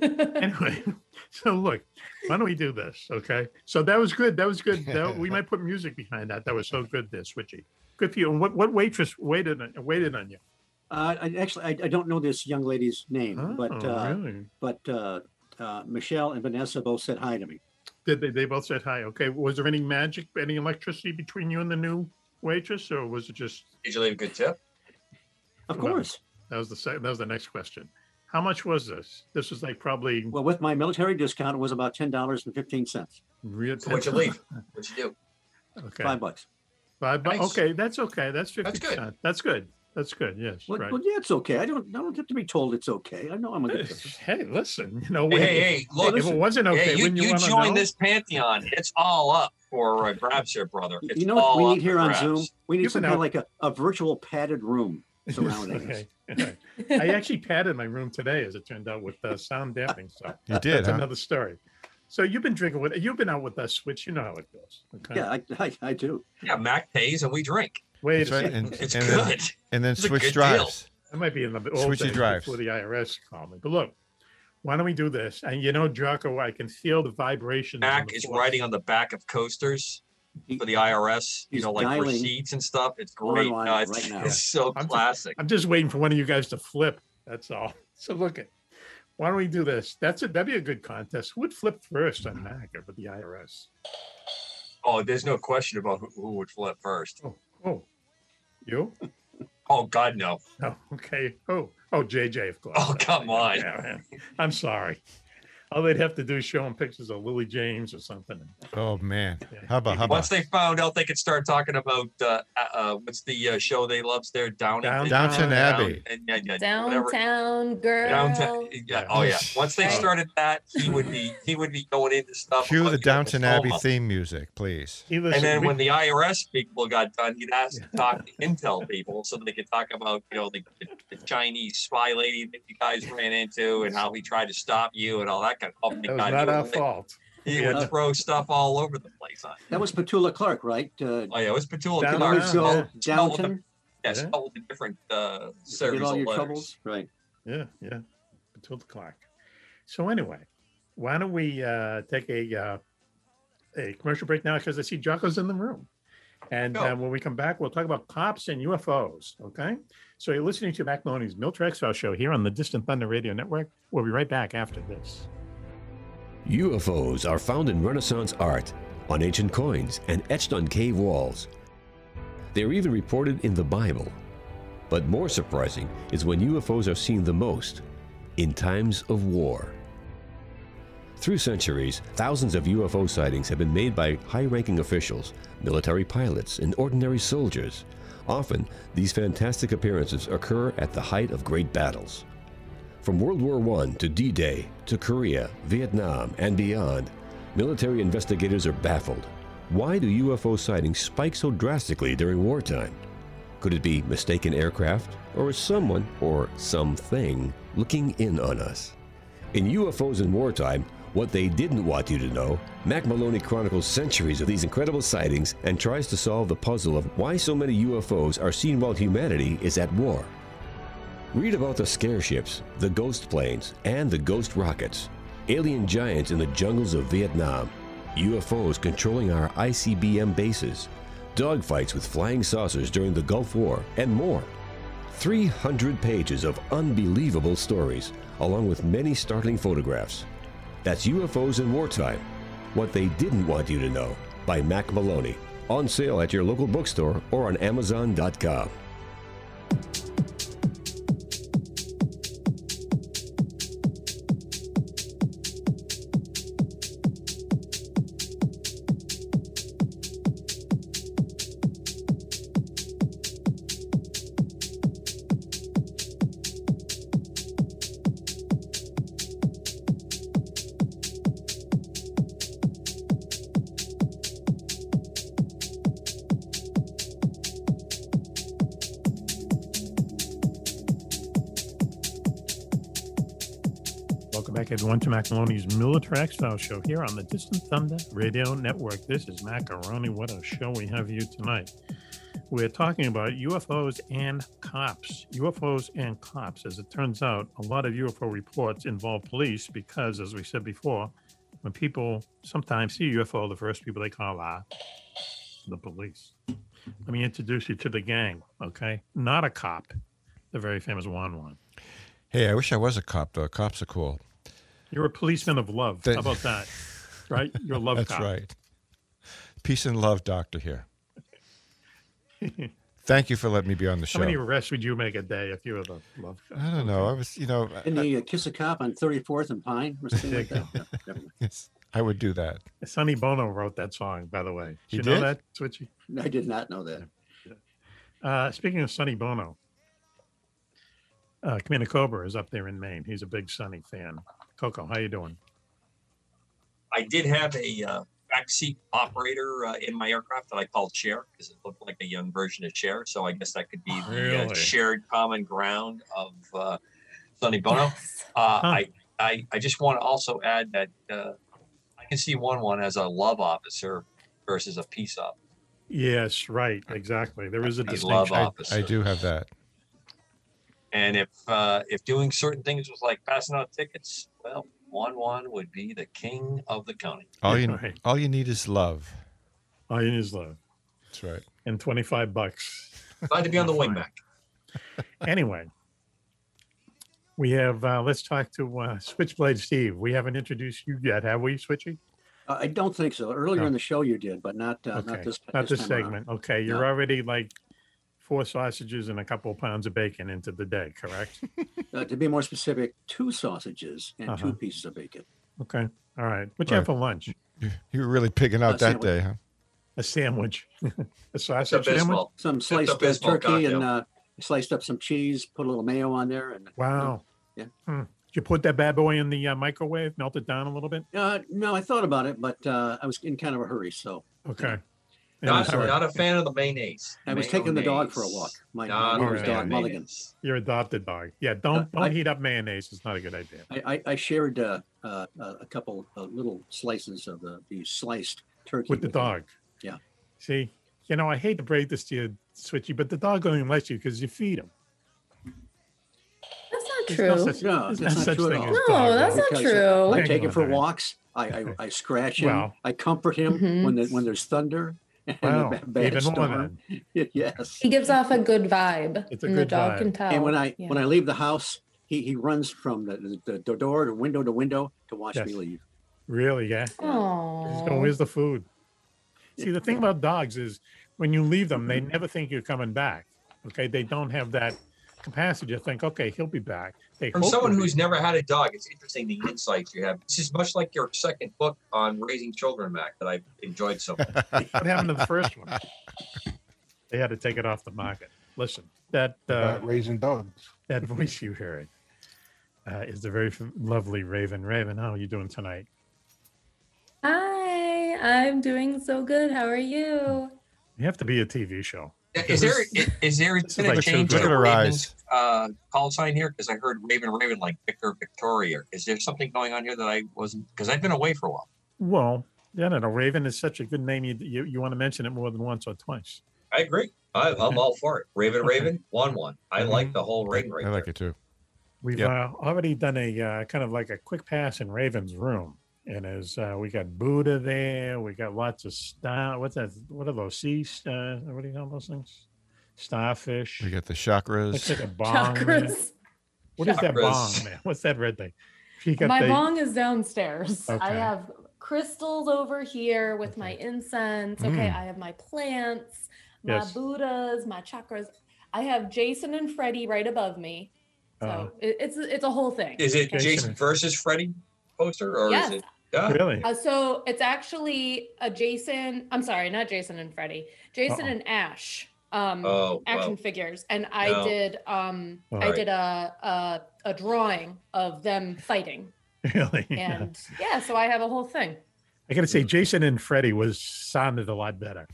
anyway, so look, why don't we do this? Okay. So that was good. That was good. That- we might put music behind that. That was so good there, Switchy. Good for you. And what, what waitress waited on, waited on you? Uh, I actually, I, I don't know this young lady's name, but Oh, uh, really? but uh, uh, Michelle and Vanessa both said hi to me. Did they, they both said hi? Okay. Was there any magic, any electricity between you and the new waitress, or was it just Did you leave a good tip? Of Wow. course. that was the second? That was the next question. How much was this? This was like probably Well, with my military discount, it was about ten dollars and fifteen cents, real. So what'd you leave? What'd you do? Okay. five bucks. Five bu- Nice. Okay, that's okay. That's fifty. That's good. That's good. That's good. Yes. Well, right. well, yeah, it's okay. I don't, I don't have to be told it's okay. I know I'm a good. cook. (laughs) hey, listen. You know, Hey, we- hey, hey, look, if it wasn't Yeah, okay, you, wouldn't you, you want to join know? this pantheon. It's all up for uh, grabs here, brother. Y- It's you know what all we up need for here on grabs. Zoom? We need You've some been kind of like out- a, a virtual padded (laughs) room surrounding us. Okay. okay. I actually padded my room today, as it turned out, with uh, sound damping. So (laughs) You did, that's huh? another story. So you've been drinking with you've been out with us, which you know how it goes. Okay. Yeah, I, (laughs) I, I do. Yeah, Mac pays and we drink. Wait That's a right. second. And, It's and then, good. and then It's a Switch good drives. I might be in the old Switchy days drives. before the IRS called me. But look, why don't we do this? And you know, Jocko, I can feel the vibrations. in Mac the is force. riding on the back of coasters He- for the IRS. You he's know, like dialing receipts and stuff. It's great. online No, it's, right now. (laughs) it's so I'm- classic. I'm just waiting for one of you guys to flip. That's all. (laughs) So look at why don't we do this? That's it. That'd be a good contest. Who would flip first on Mac over the IRS? oh, there's no question about who, who would flip first. Oh, oh, you? Oh God, no. Oh, (laughs) okay. Oh, oh, JJ, of course. Oh, come on. Yeah, yeah. I'm sorry. All they'd have to do is show him pictures of Lily James or something. Oh man, Yeah. hubba hubba. Once they found out, they could start talking about uh, uh, uh, what's the uh, show they loves there, Down Down- Downton Abbey. and, yeah, yeah, whatever. Downtown girl. Downtown, yeah, oh yeah. Once they Right. started that, he would be he would be going into stuff. Cue about, the you know, Downton Abbey diploma. theme music, please. He And listened, then we- when the IRS people got done, he'd ask to talk to Intel people so they could talk about you know the, the Chinese spy lady that you guys ran into and how he tried to stop you and all that kind of. Oh my that was not God, he our would- fault. He Yeah. would throw stuff all over the place on. you. That was Petula Clark, right? Uh, Oh yeah, it was Petula Down- Clark. Downtown, Always go yeah. Downton. Yes, Yeah. all the different uh, Get series all of your letters. troubles. Right. Yeah, yeah. Until the clock. So anyway, why don't we uh, take a uh, a commercial break now because I see Jocko's in the room. And Go. uh, when we come back, we'll talk about cops and UFOs. Okay. So you're listening to Mac Maloney's Milter Exile show here on the Distant Thunder Radio Network. We'll be right back after this. UFOs are found in Renaissance art, on ancient coins, and etched on cave walls. They are even reported in the Bible. But more surprising is when UFOs are seen the most in times of war. Through centuries, thousands of UFO sightings have been made by high ranking officials, military pilots, and ordinary soldiers. Often, these fantastic appearances occur at the height of great battles. From World War I to D Day to Korea, Vietnam, and beyond, military investigators are baffled. Why do UFO sightings spike so drastically during wartime? Could it be mistaken aircraft, or is someone, or something, looking in on us? In UFOs in Wartime, What They Didn't Want You to Know, Mac Maloney chronicles centuries of these incredible sightings and tries to solve the puzzle of why so many UFOs are seen while humanity is at war. Read about the scare ships, the ghost planes, and the ghost rockets, alien giants in the jungles of Vietnam, UFOs controlling our ICBM bases, dogfights with flying saucers during the Gulf War, and more. 300 pages of unbelievable stories, along with many startling photographs. That's UFOs in Wartime What They Didn't Want You to Know by Mac Maloney. On sale at your local bookstore or on Amazon.com. Welcome back, everyone, to Macaroni's Military Exile Show here on the Distant Thunder Radio Network. This is Macaroni. What a show we have you tonight. We're talking about UFOs and cops. UFOs and cops. As it turns out, a lot of UFO reports involve police because, as we said before, when people sometimes see a UFO, the first people they call are the police. Let me introduce you to the gang, okay? Not a cop, the very famous Juan Juan. Hey, I wish I was a cop though. Cops are cool. You're a policeman of love. That- How about (laughs) that? Right? You're a love That's cop. (laughs) right. Peace and love, doctor. Here. Thank you for letting me be on the How show. many arrests would you make a day if you were the love cop? I don't know. I was, you know, And I, the uh, kiss a cop on 34th and Pine or something like that. No, never mind. yes, I would do that. (laughs) Sonny Bono wrote that song, by the way. Did He you know did? that, Switchy? I did not know that. Uh, speaking of Sonny Bono, uh, Commander Cobra is up there in Maine. He's a big Sonny fan. Coco, how you doing? I did have a uh, backseat operator uh, in my aircraft that I called Chair because it looked like a young version of Chair. So I guess that could be the uh, Really? shared common ground of uh, Sonny Bono. Yes. Uh, I, I I just want to also add that uh, I can see one one as a love officer versus a peace officer. Yes, right. Exactly. There is a A love distinction. officer. I do have that. And if uh, if doing certain things was like passing out tickets, well, one one would be the king of the county. All you, Right. all you need is love. All you need is love That's right. and 25 bucks. Glad to be on the wing Fine. back. (laughs) anyway, we have, uh, let's talk to uh, Switchblade Steve. We haven't introduced you yet, have we, Switchy? Uh, I don't think so. Earlier No. in the show you did, but not uh, not this Not this time around. segment. Okay. You're No. already like four sausages and a couple of pounds of bacon into the day, correct? (laughs) Uh, to be more specific, two sausages and Uh-huh. two pieces of bacon. okay. All right. What you have for lunch? You, you were really picking Uh, out Oh, that sandwich. day, huh? A sandwich, (laughs) a It's a sausage sandwich. baseball. Some Just a sliced uh, baseball turkey cocktail. and uh, sliced up some cheese. Put a little mayo on there, and Wow. Yeah. Hmm. Did you put that bad boy in the uh, microwave, melt it down a little bit? uh, no, I thought about it, but uh, I was in kind of a hurry, so Okay. And Not, that's all right. not a fan of the mayonnaise. I was taking the dog for a Mayonnaise. walk. My Not neighbor's a neighbor's fan of dog, Mulligan. mayonnaise. Your adopted dog. Yeah. Don't Uh, don't I- heat up mayonnaise. It's not a good idea. I, I, I shared uh, uh, uh, a couple uh, little slices of the, the sliced turkey With the him. dog. Yeah. See, you know, I hate to break this to you, Switchy, but the dog only likes you because you feed him. That's not There's no true. such, No, there's no that's not such true at thing all. as No, dog. that's right? not Because, true. I Hang take him on for there. walks. I, I, I scratch him. Well. I comfort him Mhm. when the, when there's thunder (laughs) and Wow, a ba- bad even more storm. (laughs) yes. He gives off a good vibe. It's a and good the dog vibe. can tell. And when I Yeah. when I leave the house, he, he runs from the, the, the door to window to window to watch Yes. me leave. Really, Oh, yeah. He's going, Uh, Aw. where's the food? See, the thing about dogs is when you leave them, they Mm-hmm. never think you're coming back. Okay. They don't have that capacity to think, okay, he'll be back. They From hope someone he'll be who's never had a dog, it's interesting the insights you have. This is much like your second book on raising children, Mac, that I've enjoyed so much. (laughs) What happened to the first one? They had to take it off the market. Listen, that uh, raising dogs. (laughs) that voice you heard uh, is the very f- lovely Raven. Raven, how are you doing tonight? Hi, I'm doing so good. How are you? You have to be a TV show. Is there is, is there This is been a like change to Look at her Raven's uh, call sign here? Because I heard Raven Raven like Victor Victoria. Is there something going on here that I wasn't? Because I've been away for a while. Well, yeah, no, no. Raven is such a good name. You you, you want to mention it more than once or twice. I agree. I, I'm all for it. Raven, Raven, one, one. I like the whole ring right I like it too. We've Yep. uh, already done a uh, kind of like a quick pass in Raven's room, and as uh, we got Buddha there, we got lots of star. What's that? What are those? Sea? Uh, what do you call those things? Starfish. We got the chakras. Looks (laughs) like a bong. there. Chakras. What is that bong, Chakras. man? What's that red thing? You got my the- bong is downstairs. I Okay. have crystals over here with my incense. Okay, Mm. I have my plants, my Yes. Buddhas, my chakras. I have Jason and Freddie right above me. So Uh, it- it's it's a whole thing. Is it Okay, Jason versus Freddy poster or Yes. is it? Yeah. Really? Uh, so it's actually a Jason. I'm sorry, not Jason and Freddie. Jason Uh-oh. and Ash. Um, Oh, action wow. figures, and I No. did. Um, All I right. did a, a a drawing of them (laughs) fighting, Really? and yeah, so I have a whole thing. I gotta say, Jason and Freddie was sounded a lot better.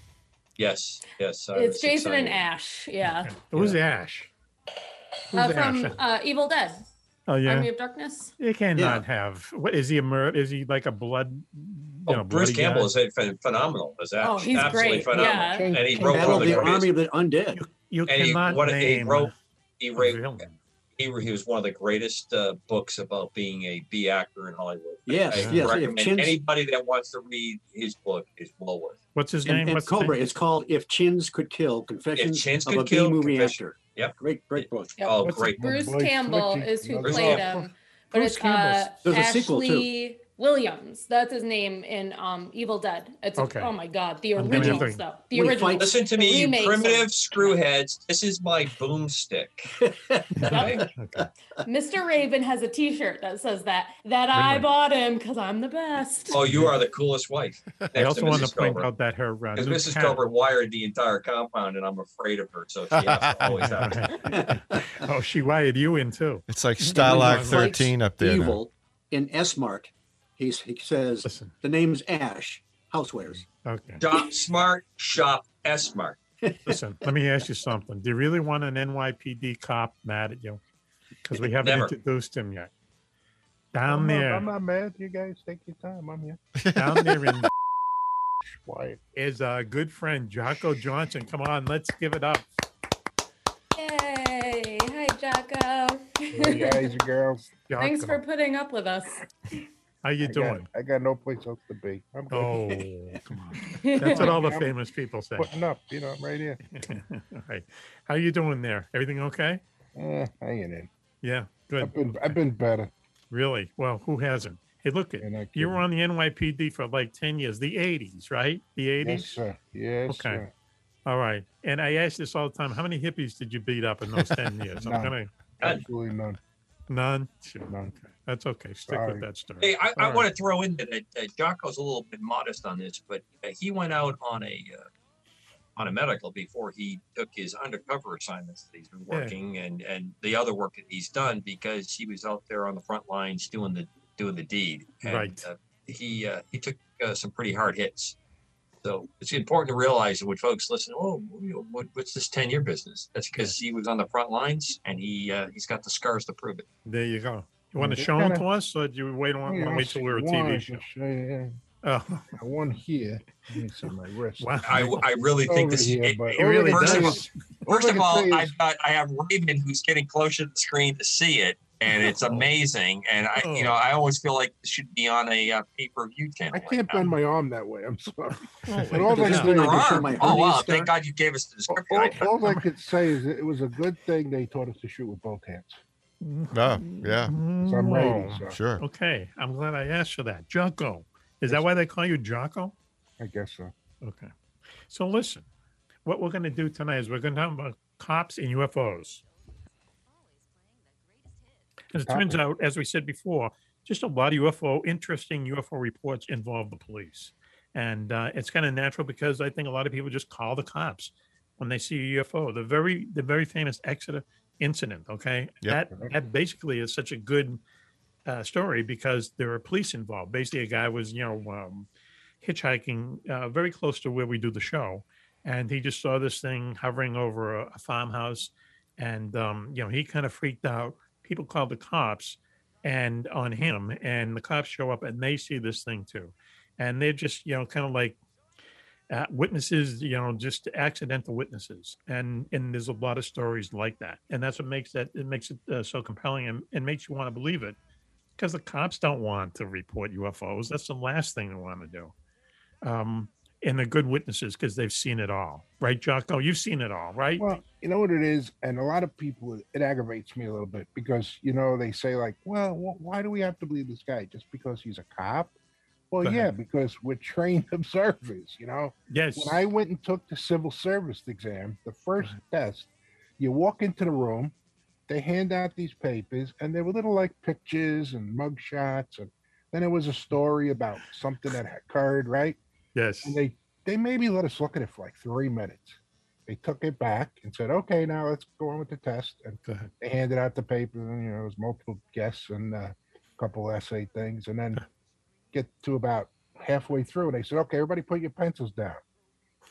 Yes. Yes. I it's was Jason and excited. Ash. Yeah, It was Ash. Who's uh, Ash? from uh, Evil Dead. oh yeah. Army of Darkness. It cannot have. What is he a mur- Is he like a blood? You Oh, know, Bruce bloody guy? Campbell is (laughs) a phen- phenomenal. Is that? Oh, he's absolutely great, phenomenal. yeah. And he Came wrote Battle one of of the the greatest. Army of the Undead. You And he, cannot what, he name. wrote. He a wrote. villain. He, he was one of the greatest uh, books about being a B actor in Hollywood. Yes, I yes, if recommend Chin's- anybody that wants to read his book is well worth. it. What's his And- name? and What's his Cobra. name? It's called If Chins Could Kill: Confessions Chins of Could a Kill, B-Movie Confession- Actor. Yep. Great, great book. Yep. Oh, What's it- great. Bruce boy, Campbell Twitchy. is who Bruce played Campbell. him, but Bruce it's uh, Campbell's- There's a sequel, too. Ashley Williams. That's his name in um, Evil Dead. It's Okay. a, oh my god, the I'm gonna have original to- stuff. The When he original. fights- Listen to me, you Remakes of- primitive screwheads. This is my boomstick. Okay? Mr. Raven has a T-shirt that says that that I Really? bought him because I'm the best. oh, you are the coolest (laughs) wife. I Next also to want to Mrs. point Cobra. out that her uh, Because new Mrs. cat- Cobra wired the entire compound, and I'm afraid of her, so she has (laughs) to always have it. oh, she wired you in too. It's like And when he Stylock fights 13 up there. now. Evil in S Mart. He's he says Listen. the name's Ash Housewares. Okay. Shop smart, shop S smart. Listen, let me ask you something. Do you really want an NYPD cop mad at you? Because we haven't Never. introduced him yet. Down there, I'm not mad. You guys take your time. I'm here. (laughs) down there in Why? is our good friend Jocko Johnson. Come on, let's give it up. Yay! Hi, Jocko. Hey, guys, (laughs) you girls. Thanks for Oh, Jocko, putting up with us. how you I got, doing? I got no place else to be. I'm good. Oh, (laughs) come on. That's what all the famous people say. putting up. You know, I'm right here. all right. How you doing there? Everything okay? Eh, hanging in. Yeah, good. I've been, I've been better. Really? Well, who hasn't? Hey, look, You're not you were kidding. on the NYPD for like 10 years, the 80s, right? The 80s? Yes, sir. Yes, Okay. sir. All right. And I ask this all the time how many hippies did you beat up in (laughs) those 10 years? I'm None. going to. Absolutely none. None? Sure. None. Okay. That's okay. Stick Sorry. with that story. Hey, I, I All want to throw in that uh, Jocko's a little bit modest on this, but uh, he went out on a uh, on a medical before he took his undercover assignments that he's been Yeah. working and and the other work that he's done because he was out there on the front lines doing the doing the deed. And, Right. Uh, he uh, he took uh, some pretty hard hits. So it's important to realize that when folks listen, oh, you know, what, what's this ten year business? That's because he was on the front lines and he uh, he's got the scars to prove it. There you go. You want to They show them Mm-hmm. kinda- to us or do you wait, on, Yeah, wanna I wait till see we're a one, TV I show? can show you. Oh, I won here. Let me see my wrist. wow. I, I really think Over this here, it- but- It really first of all- does. All First I of can say all, is- I've got I have Raven who's getting closer to the screen to see it, (laughs) and it's amazing. And I, you Oh. know, I always feel like this should be on a uh, pay per view channel. I like can't that. bend my arm that way. I'm sorry. Holy And all Does I this can mean do I Your can show arm. my Oh hernia wow! scar? Thank God you gave us the All, description. I- all I could say is it was a good thing they taught us to shoot with both hands. (laughs) Mm. Oh, yeah, So I'm ready. Whoa. So sure. Okay. I'm glad I asked for that. Jocko. Is that why they call you Jocko? I guess so. Okay. So listen, what we're going to do tonight is we're going to talk about cops and UFOs. As it turns out, as we said before, just a lot of UFO, interesting UFO reports involve the police. And uh, it's kind of natural because I think a lot of people just call the cops when they see a UFO. The very, the very famous Exeter incident. Okay, Yep. that that basically is such a good uh, story because there were police involved. Basically, a guy was you know um, hitchhiking uh, very close to where we do the show, and he just saw this thing hovering over a, a farmhouse, and um, you know he kind of freaked out. People called the cops, and on him, and the cops show up and they see this thing too, and they're just you know kind of like uh, witnesses, you know, just accidental witnesses, and and there's a lot of stories like that, and that's what makes that it makes it uh, so compelling and, and makes you want to believe it, because the cops don't want to report UFOs. That's the last thing they want to do, um, and they're good witnesses because they've seen it all, right, Jocko? You've seen it all, right? Well, you know what it is, and a lot of people it aggravates me a little bit because you know they say like, well, wh- why do we have to believe this guy just because he's a cop? Well, Go ahead. yeah, because we're trained (laughs) observers, you know? Yes. When I went and took the civil service exam, the first test, you walk into the room, they hand out these papers, and they were little like pictures and mug shots, and then it was a story about something that occurred, right? Yes. And they they maybe let us look at it for like three minutes. They took it back and said, "Okay, now let's go on with the test." And they handed out the paper, and you know, it was multiple guests and uh, a couple essay things, and then get to about halfway through, and they said, "Okay, everybody, put your pencils down."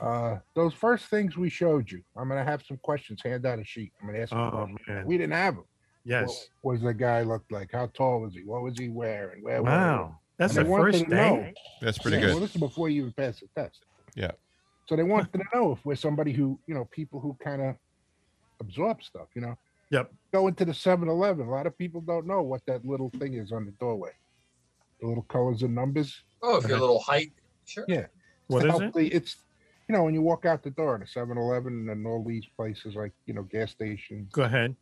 Uh, those first things we showed you, I'm gonna have some questions. Hand out a sheet. I'm gonna ask. you Oh, questions." man. We didn't have them. Yes. What was the guy looked like? How tall was he? What was he wearing? Where were Wow. they? That's And the they wanted first to know- thing. That's pretty Yeah, good. Well, this is before you even pass the test. Yeah. So they (laughs) wanted to know if we're somebody who, you know, people who kind of absorb stuff, you know. Yep. (clears throat) Go into the 7 Eleven. A lot of people don't know what that little thing is on the doorway. The little colors and numbers. Oh, if you're a little height, sure. Yeah. What It's is the it? healthy- It's, you know, when you walk out the door at a 7 Eleven and all these places like, you know, gas stations, Go ahead.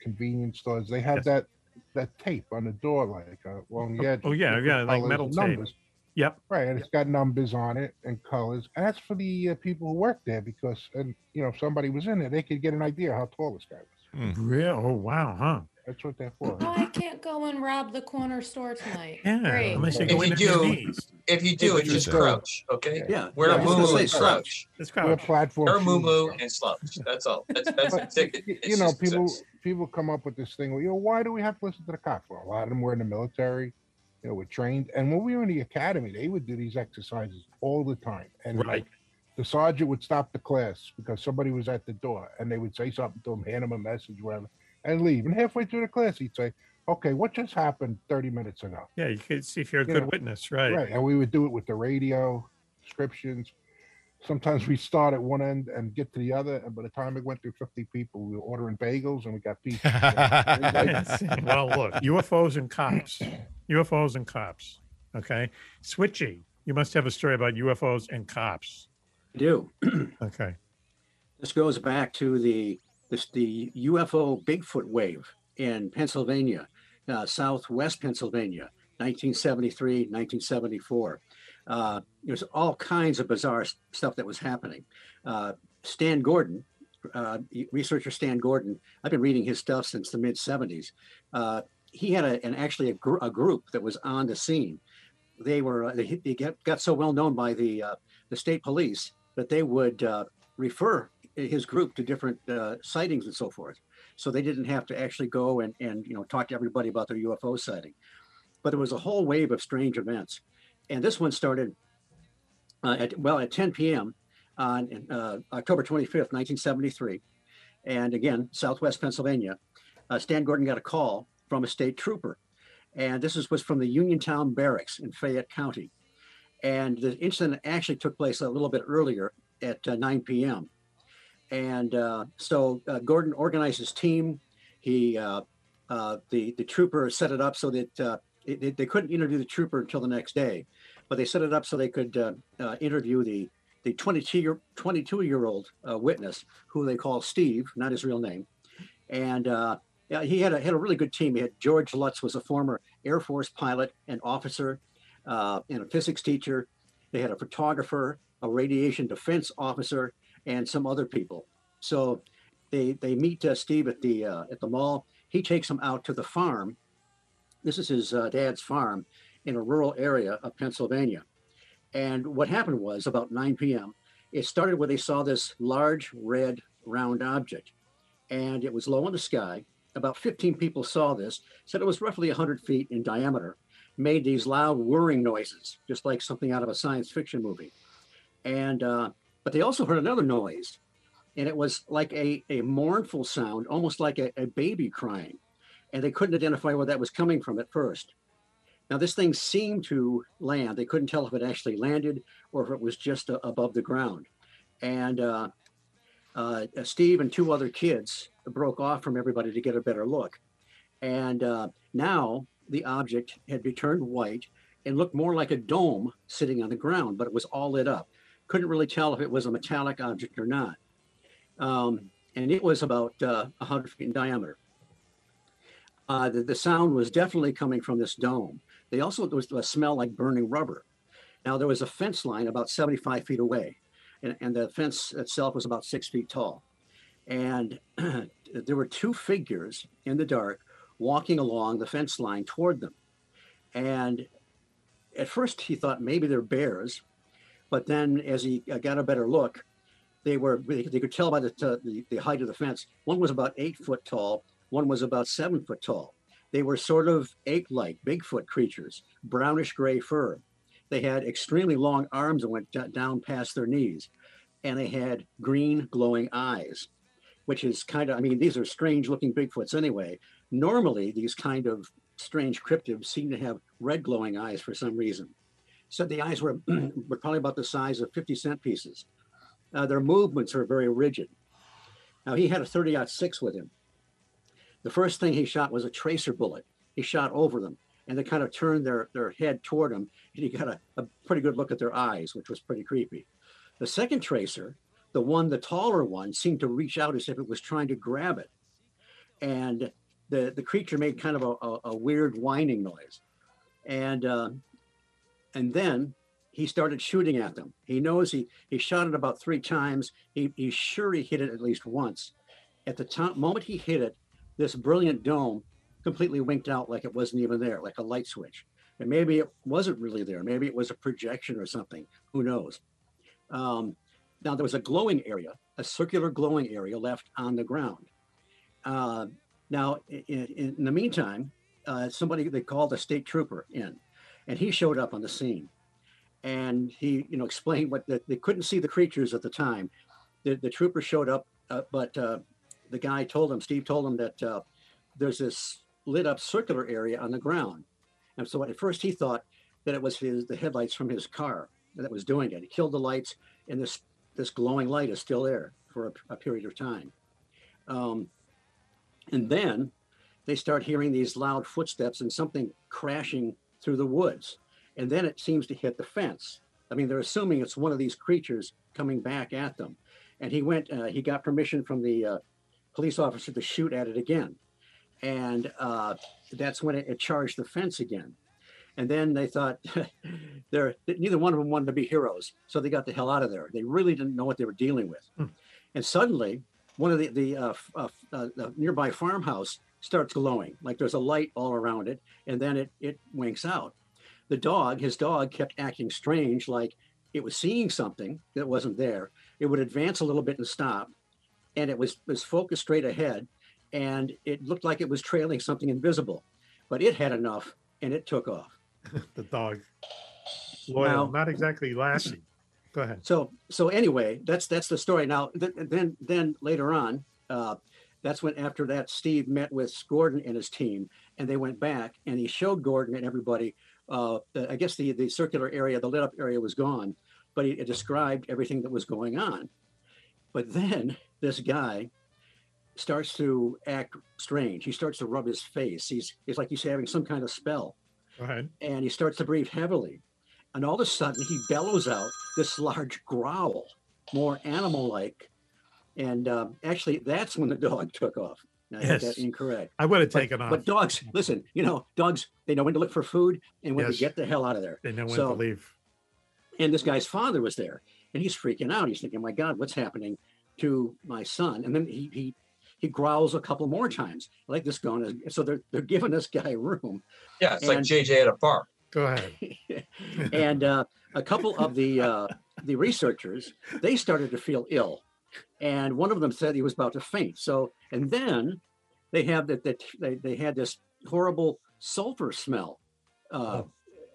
convenience stores, they have that that tape on the door, like uh, along the edge. Oh with yeah, different yeah, like colors metal and tape. numbers. Yep. Right, and it's got numbers on it and colors. And that's for the uh, people who work there because, and you know, if somebody was in there, they could get an idea how tall this guy was. Real. Oh wow, huh? That's what they're for. Oh, I can't go and rob the corner store tonight. Yeah, Great. unless you go If you in at your do, knees. if you do, it just Interesting. crouch. Okay. Yeah, Wear yeah, a I was gonna moo say and crouch. It's Wear platform Wear a moo shoes. moo and slouch. That's all. That's that's But, it. y- It's you know, just- people people come up with this thing. Well, you know, why do we have to listen to the cops? Well, a lot of them were in the military. You know, were trained, and when we were in the academy, they would do these exercises all the time. And Right. like, the sergeant would stop the class because somebody was at the door, and they would say something to him, hand him a message, whatever, and leave. And halfway through the class, he'd say, "Okay, what just happened 30 minutes ago?" Yeah, you could see if you're a You good know, witness, right? Right. And we would do it with the radio descriptions. Sometimes we start at one end and get to the other. And by the time it went through 50 people, we were ordering bagels and we got (laughs) pizza. So it was like- Yes. (laughs) well, look, UFOs and cops. UFOs and cops. Okay. Switchy, you must have a story about UFOs and cops. I do. (clears throat) Okay. This goes back to the this the UFO Bigfoot wave in Pennsylvania, uh, Southwest Pennsylvania, 1973, 1974. Uh, there's all kinds of bizarre s- stuff that was happening. Uh, Stan Gordon, uh, y- researcher Stan Gordon, I've been reading his stuff since the mid 70s. Uh, he had a, an actually a, gr- a group that was on the scene they were uh, they, they get, got so well known by the uh, the state police that they would uh, refer his group to different uh, sightings and so forth. So they didn't have to actually go and and you know talk to everybody about their UFO sighting. But there was a whole wave of strange events, and this one started uh, at well at 10 p.m. on uh, October 25th, 1973, and again Southwest Pennsylvania. Uh, Stan Gordon got a call from a state trooper and this is, was from the Uniontown Barracks in Fayette County. And the incident actually took place a little bit earlier at uh, 9 p.m. And uh, so uh, Gordon organized his team. He, uh, uh, the the trooper set it up so that uh, it, it- they couldn't interview the trooper until the next day, but they set it up so they could uh, uh, interview the the 22 year 22 year old uh, witness who they call Steve, not his real name and uh, yeah, he had a had a really good team. He had George Lutz was a former Air Force pilot and officer, uh, and a physics teacher. They had a photographer, a radiation defense officer, and some other people. So they they meet uh, Steve at the uh, at the mall. He takes him out to the farm. This is his uh, dad's farm in a rural area of Pennsylvania. And what happened was about 9 p.m. It started where they saw this large red round object and it was low in the sky. About 15 people saw this, said it was roughly 100 feet in diameter, made these loud whirring noises, just like something out of a science fiction movie. And uh, But they also heard another noise, and it was like a, a mournful sound, almost like a, a baby crying. And they couldn't identify where that was coming from at first. Now, this thing seemed to land. They couldn't tell if it actually landed or if it was just uh, above the ground. And uh, uh, Steve and two other kids broke off from everybody to get a better look. And uh, now the object had returned white and looked more like a dome sitting on the ground, but it was all lit up. Couldn't really tell if it was a metallic object or not. Um, and it was about uh, 100 feet in diameter. Uh, the, the sound was definitely coming from this dome. They also, there was a smell like burning rubber. Now, there was a fence line about 75 feet away, and, and the fence itself was about six feet tall. And (clears throat) there were two figures in the dark walking along the fence line toward them. And at first he thought maybe they're bears, but then as he uh, got a better look, they were they, they could tell by the, t- the the height of the fence. One was about eight foot tall. One was about seven foot tall. They were sort of ape-like, Bigfoot creatures, brownish gray fur. They had extremely long arms that went d- down past their knees, and they had green glowing eyes, which is kind of I mean these are strange looking Bigfoots anyway. Normally these kind of strange cryptids seem to have red glowing eyes for some reason. So the eyes were, (clears throat) were probably about the size of 50 cent pieces. Uh, their movements are very rigid. Now he had a 30 6 with him. The first thing he shot was a tracer bullet. He shot over them and they kind of turned their, their head toward him and he got a, a pretty good look at their eyes, which was pretty creepy. The second tracer, the one, the taller one, seemed to reach out as if it was trying to grab it. And the, the creature made kind of a, a, a weird whining noise. And uh, and then he started shooting at them. He knows he he shot it about three times. He, he's sure he hit it at least once. At the time, moment he hit it, this brilliant dome completely winked out like it wasn't even there, like a light switch. And maybe it wasn't really there. Maybe it was a projection or something. Who knows? Um, now there was a glowing area, a circular glowing area left on the ground. Uh, now, i- i- in, the meantime, uh, somebody they called a state trooper in, and he showed up on the scene, and he you know explained what that they couldn't see the creatures at the time. The, the trooper showed up, uh, but uh, the guy told him, Steve told him that uh, there's this lit up circular area on the ground, and so at first he thought that it was his the headlights from his car that was doing it. He killed the lights, and this this glowing light is still there for a, a period of time. Um, and then they start hearing these loud footsteps and something crashing through the woods. And then it seems to hit the fence. I mean, they're assuming it's one of these creatures coming back at them. And he went, uh, he got permission from the uh, police officer to shoot at it again. And uh, that's when it, it charged the fence again. And then they thought (laughs) they're neither one of them wanted to be heroes. So they got the hell out of there. They really didn't know what they were dealing with. And suddenly, one of the the, uh, f- uh, f- uh, the nearby farmhouse starts glowing like there's a light all around it and then it it winks out the dog his dog kept acting strange like it was seeing something that wasn't there it would advance a little bit and stop and it was was focused straight ahead and it looked like it was trailing something invisible but it had enough and it took off (laughs) the dog loyal, Now- not exactly Lassie. Go ahead. So so anyway, that's that's the story. Now th- then then later on, uh, that's when after that Steve met with Gordon and his team, and they went back and he showed Gordon and everybody. Uh, the- I guess the the circular area, the lit up area, was gone, but he, it described everything that was going on. But then this guy starts to act strange. He starts to rub his face. He's it's like he's having some kind of spell Go ahead. and he starts to breathe heavily. And all of a sudden, he bellows out this large growl, more animal like. And um, actually, that's when the dog (laughs) took off. Now, I think that's Yes. incorrect. I would have But- taken off. But dogs, listen, you know, dogs, they know when to look for food and when Yes. to get the hell out of there. They know when So- to leave. And this guy's father was there and he's freaking out. He's thinking, my God, what's happening to my son? And then he, he, he growls a couple more times like this going. So they're, they're giving this guy (laughs) room. Yeah, it's like And- JJ at a bar. Go ahead. (laughs) and uh, a couple of the uh, the researchers they started to feel ill, and one of them said he was about to faint. So, and then they have that that Oh. they, they had this horrible sulfur smell uh,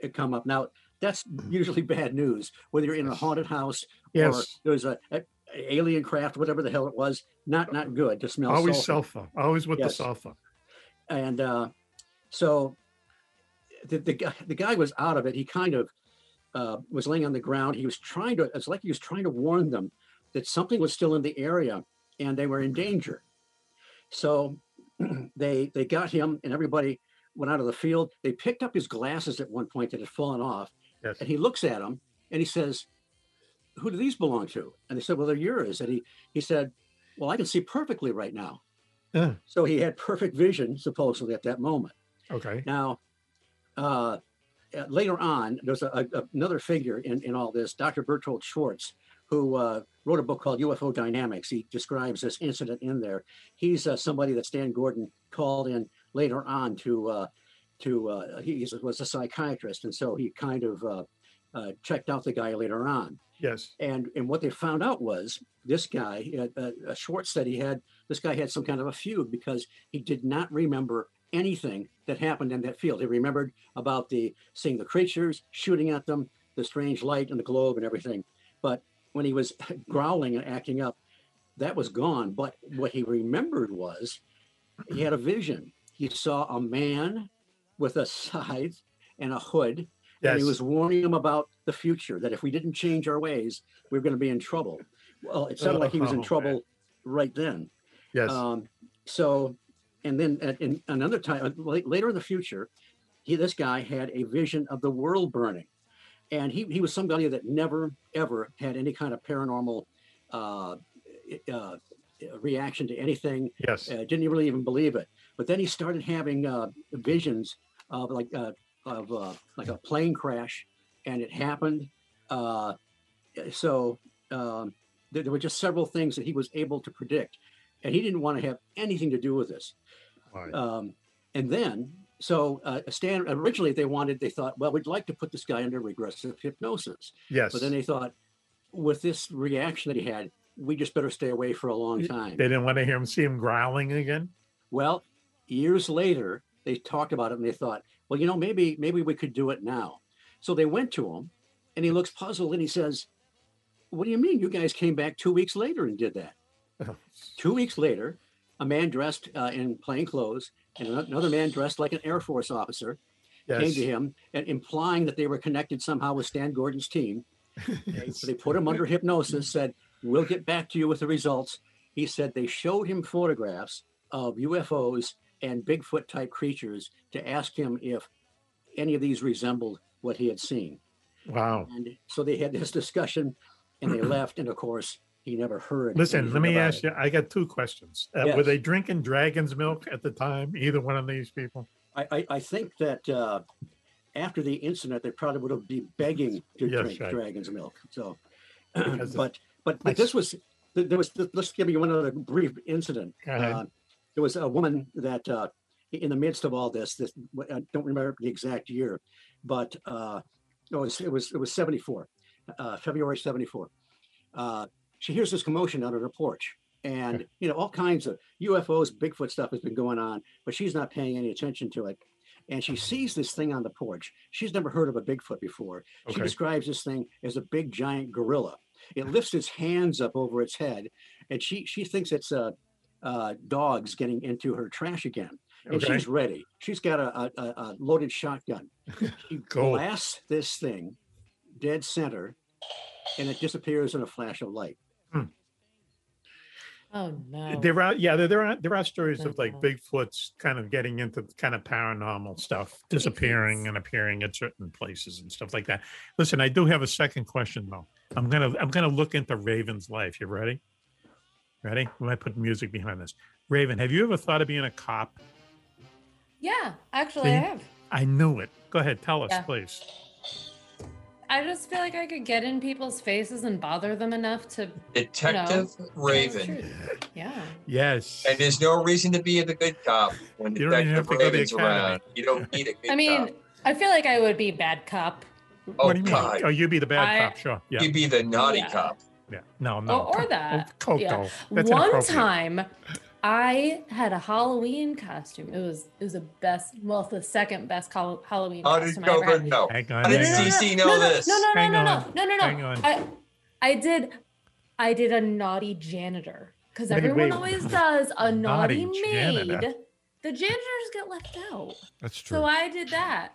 it come up. Now that's usually bad news, whether you're in a haunted house or Yes. there's a, a- a alien craft, whatever the hell it was. Not not good to smell. Always sulfur. sulfur. Always with Yes. the sulfur. And uh, so the, the guy the guy was out of it. He kind of uh, was laying on the ground. He was trying to. It's like he was trying to warn them that something was still in the area and they were in danger. So (clears throat) they they got him and everybody went out of the field. They picked up his glasses at one point that had fallen off, and he looks at them and he says, "Who do these belong to?" And they said, "Well, they're yours." And he he said, "Well, I can see perfectly right now." Yeah. So he had perfect vision supposedly at that moment. Okay. Now, uh, uh, later on, there's a, a, another figure in, in all this, Dr. Bertolt Schwartz, who uh, wrote a book called UFO Dynamics. He describes this incident in there. He's uh, somebody that Stan Gordon called in later on to uh, to uh, he he's- was a psychiatrist, and so he kind of uh, uh, checked out the guy later on. Yes. And and what they found out was this guy, uh, uh, uh, Schwartz said he had this guy had some kind of a feud because he did not remember anything that happened in that field. He remembered about the seeing the creatures, shooting at them, the strange light and the globe and everything. But when he was (laughs) growling and acting up, that was gone. But what he remembered was he had a vision. He saw a man with a scythe and a hood. And he Yes. was warning him about the future that if we didn't change our ways, we were going to be in trouble. Well, it sounded like he was Oh, in man. trouble right then. Yes. Um, so, and then at, in another time, uh, la- later in the future, he this guy had a vision of the world burning, and he he was somebody that never ever had any kind of paranormal uh, i- uh, reaction to anything. Yes. uh, didn't really even believe it. But then he started having uh, visions of like uh, of uh, like a plane crash, and it happened. Uh, so um, there, there were just several things that he was able to predict, and he didn't want to have anything to do with this. Um, and then, so uh, Stan originally they wanted they thought, well, we'd like to put this guy under regressive hypnosis. Yes. But then they thought, with this reaction that he had, we just better stay away for a long time. They didn't want to hear him see him growling again. Well, years later, they talked about it and they thought, well, you know, maybe maybe we could do it now. So they went to him, and he looks puzzled and he says, "What do you mean? You guys came back two weeks later and did that?" two weeks later, a man dressed uh, in plain clothes and ano- another man dressed like an Air Force officer came Yes. to him, and implying that they were connected somehow with Stan Gordon's team. They, they put him under hypnosis, said, We'll get back to you with the results. He said they showed him photographs of UFOs and Bigfoot type creatures to ask him if any of these resembled what he had seen. Wow. And so they had this discussion and they left. And of course, he never heard. Listen, anything let me about ask it. you. I got two questions. Uh, Were Yes. they drinking dragon's milk at the time? Either one of these people? I, I, I think that uh, after the incident, they probably would have been begging to Yes, drink right. dragon's milk. So, Because but, the- but but this was th- there was th- let's give you one other brief incident. Go ahead. Uh, there was a woman that uh, in the midst of all this, this I don't remember the exact year, but uh, it was it was it was seventy four, uh, February seventy four. Uh, she hears this commotion out on her porch, and you know all kinds of UFOs, Bigfoot stuff has been going on, but she's not paying any attention to it. And she sees this thing on the porch. She's never heard of a Bigfoot before. She Okay. describes this thing as a big giant gorilla. It lifts its hands up over its head, and she she thinks it's uh, uh, dogs getting into her trash again. And Okay. she's ready. She's got a, a, a- a loaded (laughs) shotgun. She Cool. blasts this thing dead center, and it disappears in a flash of light. Oh no. There are yeah, there, there are there are stories of Mm-hmm. like Bigfoot's kind of getting into kind of paranormal stuff, disappearing and appearing at certain places and stuff like that. Listen, I do have a second question though. I'm gonna I'm gonna look into Raven's life. You ready? Ready? We might put music behind this. Raven, have you ever thought of being a cop? Yeah, actually, I See? have. I knew it. Go ahead, tell us, Yeah. please. I just feel like I could get in people's faces and bother them enough to. Detective you know, Raven. tell the truth. Yeah. Yes. And there's no reason to be a good cop when You don't even Detective have to go to the Raven's academy. around. You don't (laughs) need a good I mean, cop. I feel like I would be bad cop. Oh, what do you mean? God. Oh, you'd be the bad I- cop, sure. Yeah. You'd be the naughty Yeah. Oh, cop. Yeah. No, no. Or, or co- that. Coco. yeah. Oh, That's One inappropriate. time, I had a Halloween costume. It was it was the best, well, it's the second best col- Halloween How did costume I ever had. Cobra know? Hang How did CC know this? No, no, no, Hang no, no, on. no, no, Hang no. on. I, I did, I did a naughty janitor because Wait, everyone wait. always does a Naughty naughty, janitor. maid. The janitors get left out, That's so I did that.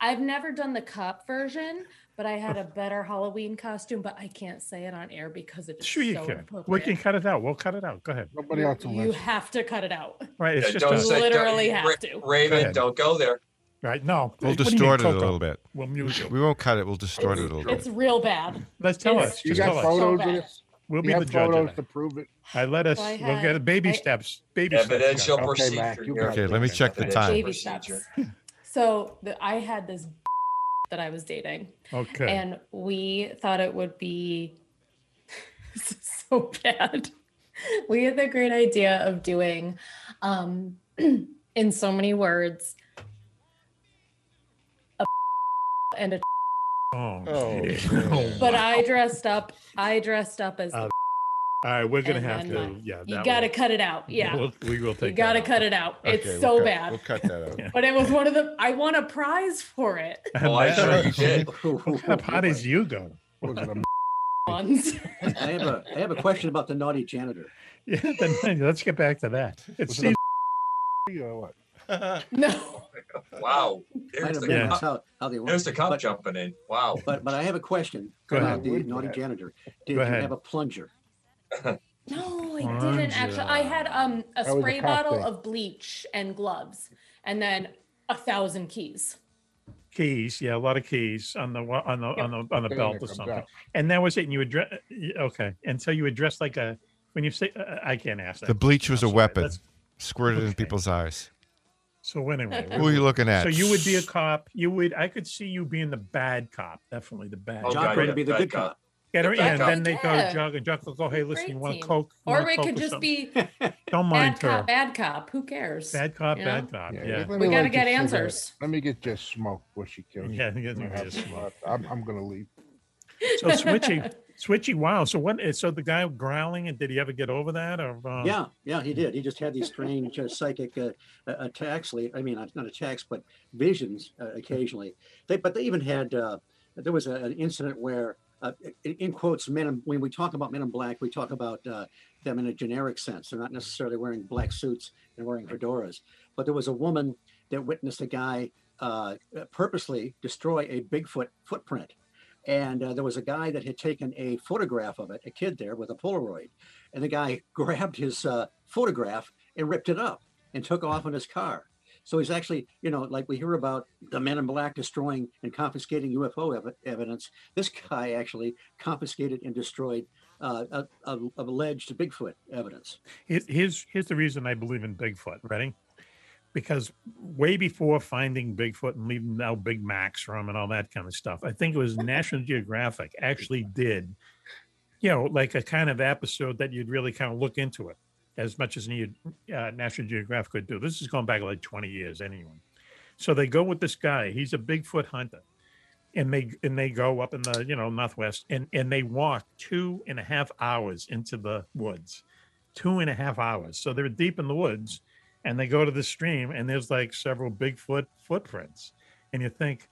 I've never done the cop version, but I had a better Halloween costume, but I can't say it on air because it's Sure, you so can. We inappropriate. can cut it out. We'll cut it out. Go ahead. Nobody You- You have to cut it out. Right. It's Yeah, just don't us. say- Literally have to. Go Raven, ahead. don't go there. Right. No. We'll What do you mean, distort it a Coco? little bit. We'll mute you. We won't cut it. We'll distort it a little It's bit. real bad. Let's tell It's us. You got Just tell us. photos bad. of this? We'll You be have the judge of photos that. to prove it. I let us. I We'll get a had- baby I- steps. Baby steps. Evidential Scott. procedure. here. Okay, let me check the time. Baby steps. (laughs) So the, I had this (laughs) that I was dating, Okay. and we thought it would be (laughs) this is so bad. We had the great idea of doing, um, (clears throat) in so many words, a (laughs) and a. (laughs) Oh. (laughs) Oh, gee. But I dressed up. I dressed up as. Uh, (laughs) all right, we're gonna and then have to. my- Yeah, (laughs) you that gotta will- cut it out. Yeah, (laughs) we'll- we you will take. that gotta out. cut it out. It's Okay, we'll so cut- bad. We'll cut that out. But it was one of the. I won a prize for (laughs) it. Oh, I sure you did. What kind of parties you go? (laughs) to? Ones. I have a I have a question about the naughty janitor. (laughs) yeah, then, (laughs) let's get back to that. It's Was it a Steve. Or what? (laughs) No. (laughs) Wow. Might There's have the, been that's cop, how, how they work. there's the cop But- jumping in. Wow. But but I have a question Go about ahead. the naughty janitor. Did you ahead. have (laughs) a plunger? No, I didn't actually. I had um a That was a spray cop bottle thing. of bleach and gloves, and then a thousand keys. keys. Yeah, a lot of keys on the wa- on the on the on the Thing belt that or comes something. out. And that was it. And you address okay. And so you address like a when you say uh, I can't ask that. The bleach was a That's right. weapon That's- squirted in Okay. people's eyes. So anyway, (laughs) (laughs) Who are you looking at? so you would be a cop. You would. I could see you being the bad cop. Definitely the bad. Oh, cop. John God, Gray to yeah, be the that good guy. cop. Get her in, bad and cop. then they go. Yeah. Jog and Jock will go. Hey, listen, Great you want a team. coke? You Or want a it Coke could just something? (laughs) be Don't mind bad her. cop, bad cop. Who cares? Bad cop, you know? bad cop. Yeah. let We me gotta light this get cigarette. answers. Let me get just smoke before she kills me. Yeah, you I'm, get gonna have just- some left. I'm, I'm gonna leave. (laughs) So switchy, switchy. Wow. So what? So the guy growling, and did he ever get over that? Or um, Yeah, yeah, he did. He just had these strange uh, psychic uh, uh, attacks. la- I mean, not not attacks, but visions uh, occasionally. They, but they even had. Uh, there was a, an incident where, uh, in, in quotes, men. in- When we talk about men in black, we talk about uh, them in a generic sense. They're not necessarily wearing black suits and wearing fedoras. But there was a woman that witnessed a guy uh, purposely destroy a Bigfoot footprint. And uh, there was a guy that had taken a photograph of it, a kid there with a Polaroid and the guy (laughs) grabbed his uh, photograph and ripped it up and took off in his car. So he's actually, you know, like we hear about the men in black destroying and confiscating UFO ev- evidence. This guy actually confiscated and destroyed uh, a, a, alleged Bigfoot evidence. Here- Here's here's the reason I believe in Bigfoot. Ready? Because way before finding Bigfoot and leaving out Big Macs from and all that kind of stuff, I think it was National Geographic actually did, you know, like a kind of episode that you'd really kind of look into it as much as needed, uh, National Geographic could do. This is going back like 20 years anyway. So they go with this guy. He's a Bigfoot hunter. and they and they go up in the you know northwest and and they walk two and a half hours into the woods two and a half hours so they're deep in the woods and they go to the stream and there's like several bigfoot footprints and you think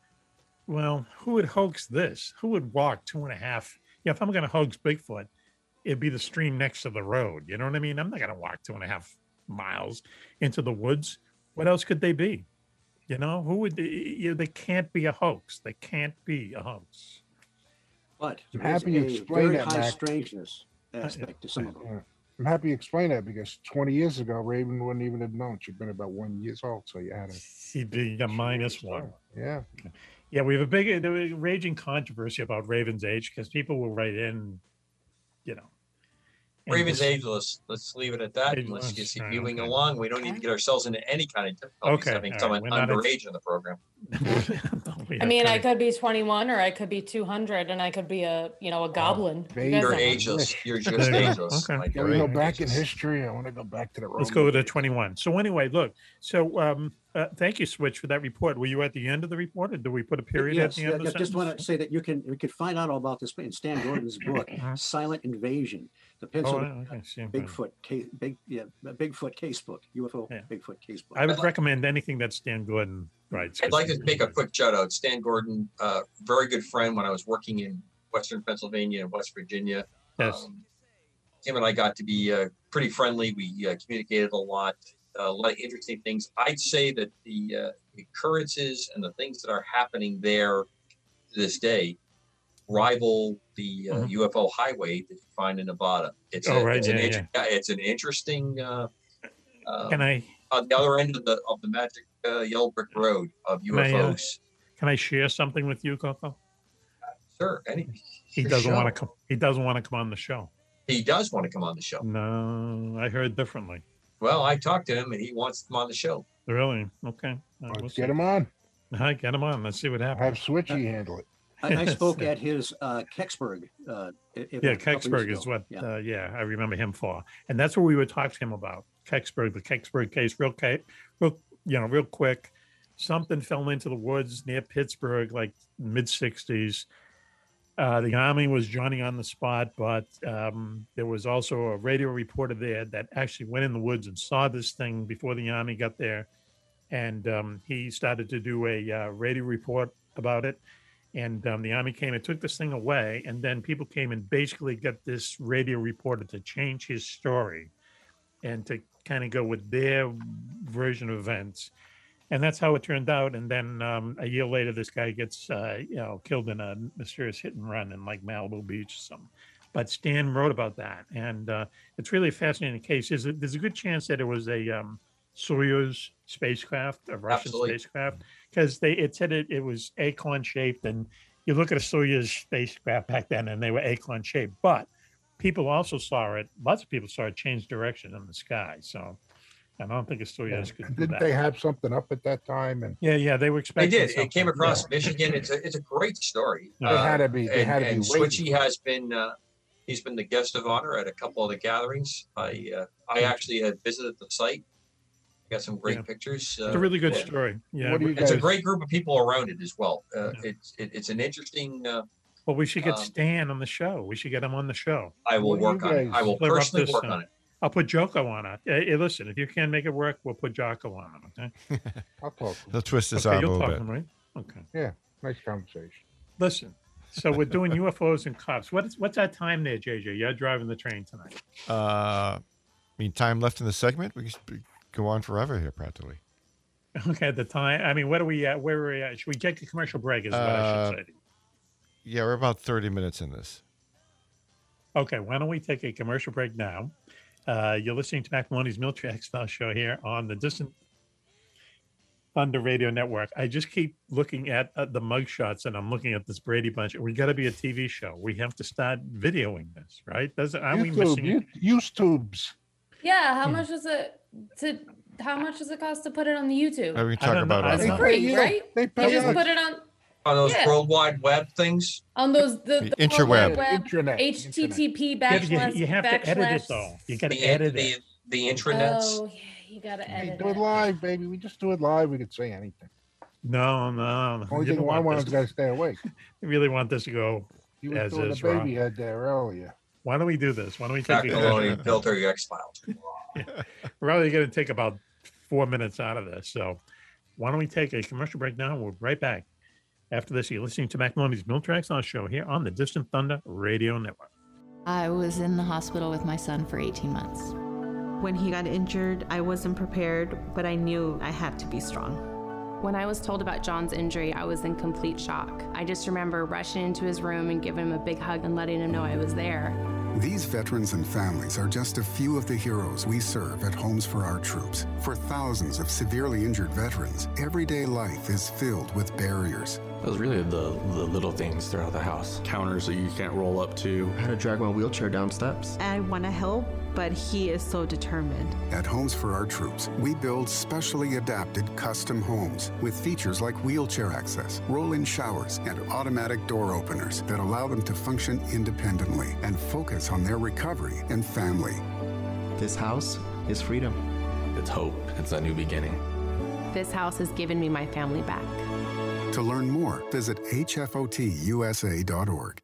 well who would hoax this who would walk two and a half yeah if i'm going to hoax bigfoot it'd be the stream next to the road you know what i mean i'm not going to walk two and a half miles into the woods what else could they be you know, who would you know, they can't be a hoax. They can't be a hoax. But I'm there's happy you a explained very that, high Mac. Uh, strangeness aspect to some of them. Yeah. I'm happy you explained that because 20 years ago, Raven wouldn't even have known. She'd been about one years old, so you had to. He'd be a minus one. Yeah. Yeah, we have a big there was a raging controversy about Raven's age because people will write in, you know. and Raven's just- ageless. Let's leave it at that. and Let's Ageless, just keep right, moving okay. along. We don't need to get ourselves into any kind of difficulties Okay, having all right, someone we're not underage ex- in the program. Yeah, I mean, I kinda- could be 21 or I could be 200 and I could be a, you Oh, know, a goblin. You baby. guys You're don't- ageless. (laughs) You're just There you go. ageless. Okay. Like, Can you're we go ageless. back in history? I want to go back to the Roman Let's go to days. 21. So anyway, look. So um Uh, thank you, Switch, for that report. Were you at the end of the report, or do we put a period at Yes, the end I of the I just want sentence? to say that you can, you can find out all about this in Stan (laughs) Gordon's book, Uh-huh. Silent Invasion, the wow, Pennsylvania Oh, okay, Stan Gordon. Bigfoot case, big, yeah, Bigfoot casebook, UFO Bigfoot casebook. I would recommend anything that Stan Gordon writes. I'd like to make a quick shout out. Stan Gordon, uh, very good friend when I was working in Western Pennsylvania and West Virginia. Yes. Um, him and I got to be uh, pretty friendly. We uh, communicated a lot, uh, a lot of interesting things. I'd say that the uh, occurrences and the things that are happening there to this day rival the uh, Mhm. UFO highway that you find in Nevada. It's, Mm-hmm. Oh, a, right, it's, an, yeah, inter- it's an interesting. Uh, uh, Can I- on the other end of the of the magic uh, yellow brick road of Can I, uh, UFOs? Can I share something with you, Coco? Sure. Any, He Sure, doesn't sure. want to come. He doesn't want to come on the show. he does want to come on the show. No, I heard differently. Well, I talked to him and he wants to come on the show. Really? Okay. Let's get him on. I get him on. Let's see what happens. Have Switchy handle it. I, I (laughs) spoke at his uh, Kecksburg. Uh, e- event Yeah, a couple years Kecksburg is ago. what. Yeah. Uh, yeah, I remember him for, and that's what we were talking to him about. Kecksburg, the Kecksburg case, real, ca- real, you know, real quick. Something fell into the woods near Pittsburgh, like mid '60s. Uh, the army was Johnny on the spot, but um, there was also a radio reporter there that actually went in the woods and saw this thing before the army got there, and um, he started to do a uh, radio report about it. And um, the army came and took this thing away, and then people came and basically got this radio reporter to change his story and to kind of go with their version of events. And that's how it turned out. And then um, a year later, this guy gets uh, you know killed in a mysterious hit and run in like Malibu Beach or something. But Stan wrote about that, and uh, it's really a fascinating case. Is it, there's a good chance that it was a um, Soyuz spacecraft, a Russian Absolutely. spacecraft, because they it said it, it was acorn shaped, and you look at a Soyuz spacecraft back then, and they were acorn shaped. But people also saw it. Lots of people saw it change direction in the sky. So, and I don't think a Soyuz could do Didn't that. they have something up at that time? And Yeah, yeah, they were They expecting. did. It something. came across Michigan. It's a, it's a great story. Uh, They had to be- they and, had to be and waiting Switchy has been. Uh, he's been the guest of honor at a couple of the gatherings. I uh, I actually had visited the site. Got some great Yeah. pictures. uh, It's a really good story. Yeah, What do you it's a guys- great group of people around it as well. Uh, It's it, it's an interesting. Uh, Well, we should get um, Stan on the show. We should get him on the show. I will What do you work on it. I will Clear up personally this work thing. on it. I'll put Joko on it. Hey, hey, listen, if you can make it work, we'll put Joko on it. Okay. (laughs) I'll talk. He'll twist his Okay, arm a you'll little talk bit. to him, right? Okay. Yeah, nice conversation. Listen, so (laughs) we're doing UFOs and cops. What's what's our time there, JJ? You're driving the train tonight. (laughs) Uh, I mean, time left in the segment. We could go on forever here, practically. Okay, the time. I mean, what are we at? Where are we at? Should we take a commercial break? Is what I should Uh, say. Yeah, we're about 30 minutes in this. Okay, why don't we take a commercial break now? Uh, you're listening to Mac Maloney's Military Exile Show here on the Distant Thunder Radio Network. I just keep looking at uh, the mug shots, and I'm looking at this Brady Bunch. We got to be a TV show. We have to start videoing this, right? Doesn't are we YouTube, missing? you, YouTube's. Yeah, how Hmm. much does it to? How much does it cost to put it on the YouTube? Are we I talking don't know. about I it? don't It's know. free, Yeah, right? they You pay just us. put it on on those Yeah. World Wide Web things. on those the, The the World Wide interweb. Web, Internet, HTTP Yeah, but you- backslash you have to edit it, backslash- though. You gotta the, edit the, the intranets. Oh yeah, you gotta Hey, edit. do it it. live, baby. We just do it live. We could say anything. No, no. no. Only you thing don't I want want this is to- gotta stay awake. (laughs) You really want this to go You were as doing is, the baby Rob? head there earlier. Why don't we do this? Why don't we take Mac a Maloney, Filter X Files. We're only going to take about four minutes out of this. So why don't we take a commercial break now? We'll be right back. After this, you're listening to Mac Maloney's Mill Tracks on show here on the Distant Thunder Radio Network. I was in the hospital with my son for 18 months. When he got injured, I wasn't prepared, but I knew I had to be strong. When I was told about John's injury, I was in complete shock. I just remember rushing into his room and giving him a big hug and letting him know I was there. These veterans and families are just a few of the heroes we serve at Homes for Our Troops. For thousands of severely injured veterans, everyday life is filled with barriers. It was really the, the little things throughout the house. Counters that you can't roll up to. I had to drag my wheelchair down steps. I want to help, but he is so determined. At Homes for Our Troops, we build specially adapted custom homes with features like wheelchair access, roll in showers, and automatic door openers that allow them to function independently and focus on their recovery and family. This house is freedom. It's hope. It's a new beginning. this house has given me my family back. To learn more, visit hfotusa.org.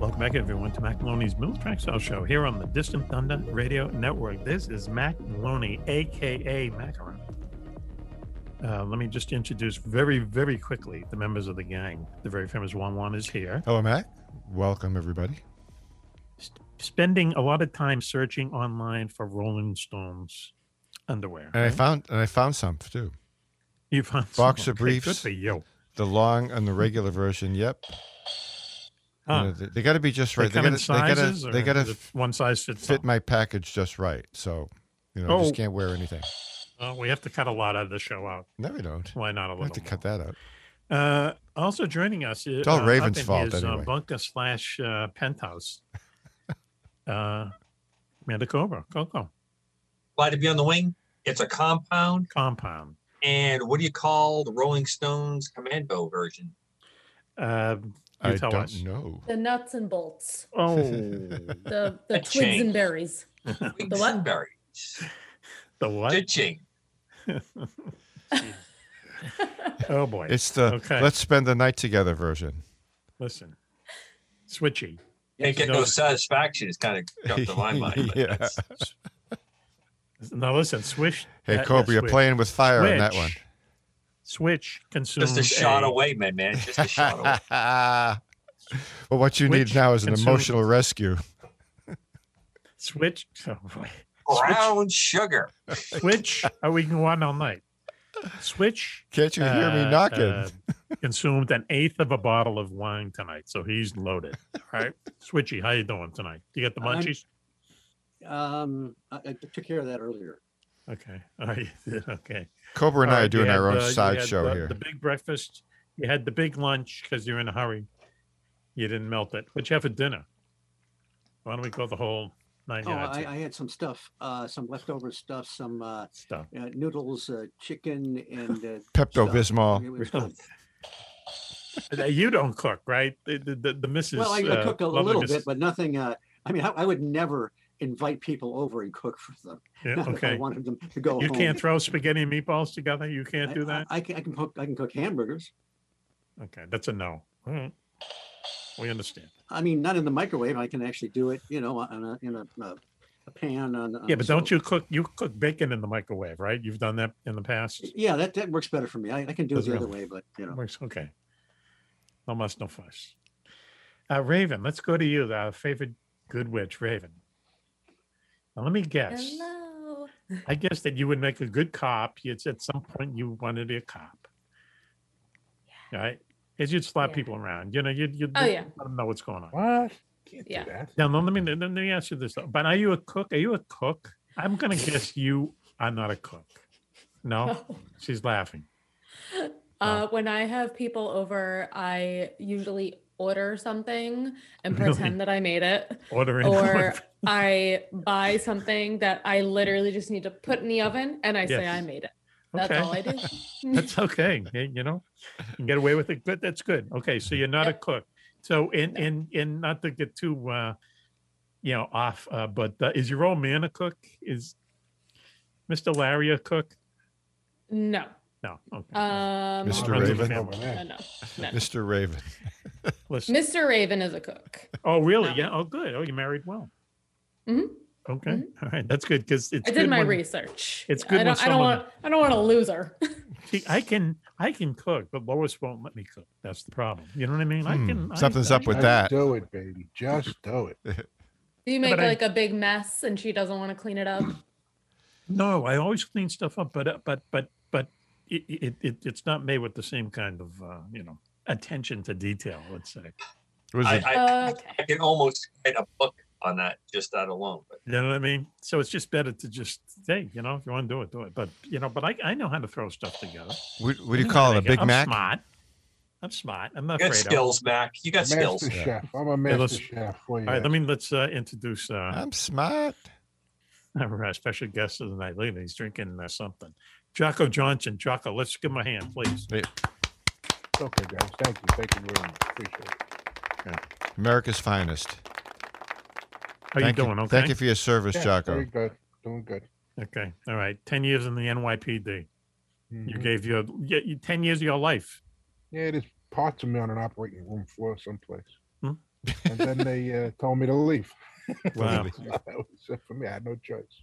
Welcome back, everyone, to Mac Maloney's Mill Track South Show here on the Distant Thunder Radio Network. This is Mac Maloney, aka Macaron. Uh, let me just introduce very, very quickly the members of the gang. The very famous Juan Juan is here. Hello, Mac. Welcome, everybody. spending a lot of time searching online for Rolling Stones underwear. And I right? found and I found some too. Mm-hmm. You found some, boxer okay, briefs. good for you. The long and the regular version. Yep. Huh. You know, they got to be just They right. come in gotta- sizes, They or got is to. it one size fits Fit my package just right. So, you know, I Oh. just can't wear anything. Uh, we have to cut a lot out of the show out. No, we don't. Why not a I have little? to cut that out. Uh, also joining us, uh, it's all Raven's fault is, anyway. Uh, Bunker slash uh, (laughs) penthouse. uh, Amanda Cobra, Coco. Fly to be on the wing. It's a compound. Compound. And what do you call the Rolling Stones commando version? Uh, you I tell don't us. know. The nuts and bolts. (laughs) (laughs) Oh, The the twigs change. and berries. The what? berries. The what? Ditching. (laughs) oh boy. It's the okay. let's spend the night together version. listen. Switchy. Can't get No- no satisfaction. It's kind of jumped to (laughs) my mind. But yeah. Now listen, swish. Hey, uh, yeah, Cobra, you're switch. playing with fire on that one. Switch. Switch consumes Just a shot a- away, my man. Just a shot away. (laughs) Well, what you need Switch now is an consumed- emotional rescue. Switch. (laughs) Oh boy. Brown sugar. (laughs) Switch. Oh, we can go on all night. Switch. Uh, Can't you hear me knocking? consumed an eighth of a bottle of wine tonight, so he's (laughs) loaded. All right, Switchy, how you doing tonight? You got the I'm- munchies? (laughs) Um, I, I took care of that earlier. okay. (laughs) Oh, All right. okay. Cobra and All I right, are doing you our had own the- you had sideshow the- here. The big breakfast. You had the big lunch because you're in a hurry. You didn't melt it. What you have for dinner? Why don't we go the whole nine Oh, yards? I, I had some stuff, uh, some leftover stuff, some uh, Stuff. Uh, noodles, uh, chicken, and uh, Pepto stuff. It was Really? Uh, you don't cook, right? The the, the, the missus. Well, I, I uh, cook a lovely little missus- bit, but nothing. Uh, I mean, I, I would never invite people over and cook for them. (laughs) Yeah, not if I okay. wanted them to go You home. can't throw spaghetti and meatballs together. You can't Oh. I- do that. I, I can, I can cook. I can cook hamburgers. Okay, that's a no. All right. We understand. I mean, not in the microwave. I can actually do it. You know, on a, in a, a, a pan on. on Yeah, the but don't stove. you cook? You cook bacon in the microwave, right? You've done that in the past. Yeah, that, that works better for me. I, I can do it Doesn't the other really- way, but you know. Works okay. No muss, no fuss. Uh, Raven, let's go to you, our favorite good witch, Raven. Now, let me guess. Hello. I guess that you would make a good cop. It's at some point you wanted to be a cop, right? Because you'd slap people around. You know, you'd, you'd Oh, let- yeah. let them know what's going on. What? Yeah. Now, let me let me ask you this. Though. But are you a cook? Are you a cook? I'm gonna guess you are not a cook. No, she's laughing. Uh, when I have people over, I usually order something and Really? pretend that I made it. Ordering. (laughs) Or I buy something that I literally just need to put in the oven and I say Yes. I made it. That's Okay. all I do. (laughs) that's okay. You you know, you can get away with it. Good. That's good. Okay, so you're not a cook. So in in in not to get too uh, you know off, uh, but uh, is your old man a cook? Is Mr. Larry a cook? No. No. Okay. Um, Mr. Runs in the Raven. family. No, no, no. Mr. Raven. Listen. Mr. Raven is a cook. Oh, really? Yeah. Oh, good. Oh, you married well. Mhm. Okay. All right. That's good because it's. I did good my when- research. It's Yeah, good I when don't, I don't someone- want. I don't want to lose her. See, I can I can cook, but Lois won't let me cook. That's the problem. You know what I mean? I Hmm. can. I- Something's I- up with I- that. Do it, baby. (laughs) Just do (laughs) it. Do (laughs) you make but I- like a big mess and she doesn't want to clean (clears throat) it up? No, I always clean stuff up, but uh, but but but it, it, it it's not made with the same kind of uh, you know attention to detail. Let's say. was I, it? I, I can almost write a book on that just that alone. But You know what I mean? So it's just better to just hey, you know, if you want to do it, do it. But you know, but I, I know how to throw stuff together. What- what do I you know call how it, to a make Big I'm Mac? Smart. I'm smart. I'm not You got afraid of- skills, Mac. You got Master skills. chef. I'm a Hey, master let's- chef. All What do you right, got? let me let's uh, introduce. Uh, I'm (laughs) smart. Our uh, special guest of the night. Look at him, he's drinking uh, something. Jocko Johnson. Jocko, let's give him a hand, please. Okay, guys. Thank you. Thank you very much. Appreciate it. America's finest. How you Thank doing? Okay? Thank you for your service, Jocko. Very good. Doing good. Okay. All right. Ten years in the NYPD. Mm-hmm. You gave your yeah, you, ten years of your life. Yeah, there's parts of me on an operating room floor someplace. Hmm? And then (laughs) they uh, told me to leave. (laughs) Wow. that was it for me. I had no choice.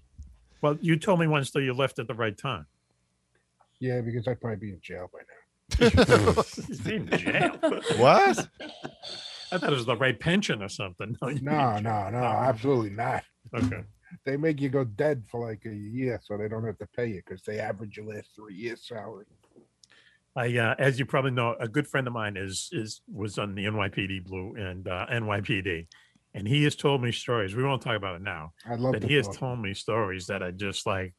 Well, you told me once that you left at the right time. Yeah, because I'd probably be in jail by (laughs) He's in jail. What? I thought it was the right pension or something. (laughs) No, you- Um, now. No, no, (laughs) no, absolutely not. Oh. Okay. They make you go dead for like a year so they don't have to pay you because they average your last three years' salary. I, uh, as you probably know, a good friend of mine is is was on the NYPD Blue and uh, NYPD, and he has told me stories. We won't talk about it now. I'd love But to he has talk. told me stories that are just like,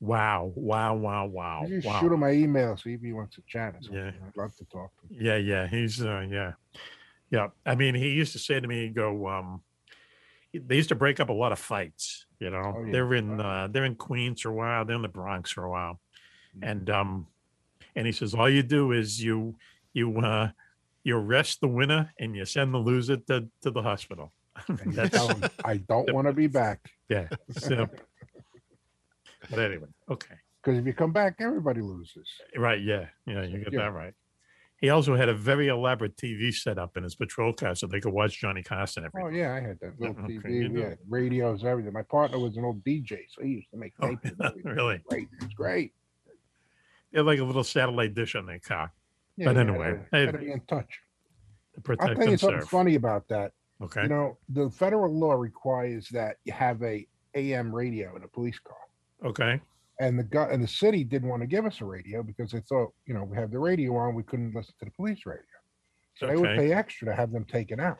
wow, wow, wow, wow, I just Oh, wow. shoot him my email, see if he wants to chat. Or something. Yeah. I'd love to talk to him. Yeah, yeah, he's uh, yeah, yeah. I mean, he used to say to me, he'd "Go." Um, they used to break up a lot of fights. You know, Oh, yeah. they're in uh, they're in Queens for a while. They're in the Bronx for a while, Mm-hmm. and um, and he says, "All you do is you you uh, you arrest the winner and you send the loser to to the hospital." And you That's- tell him, I (laughs) don't want to be back. yeah. So, (laughs) (laughs) but anyway, okay. Because if you come back, everybody loses. Right. Yeah. Yeah. You get yeah. that right. He also had a very elaborate TV set up in his patrol car so they could watch Johnny Carson every. Oh yeah, I had that little (laughs) Okay, you TV, do. yeah, radios, everything. My partner was an old DJ, so he used to make Oh, tape. (laughs) really? Great, it's great. They had like a little satellite dish on their car. Yeah, you but gotta- anyway, hey, gotta be in touch. I'll protect tell you and something serve. funny about that. Okay. You know, the federal law requires that you have a AM radio in a police car. okay. And the guy and the city didn't want to give us a radio because they thought, you know, we have the radio on, we couldn't listen to the police radio. So they would Okay. pay extra to have them taken out.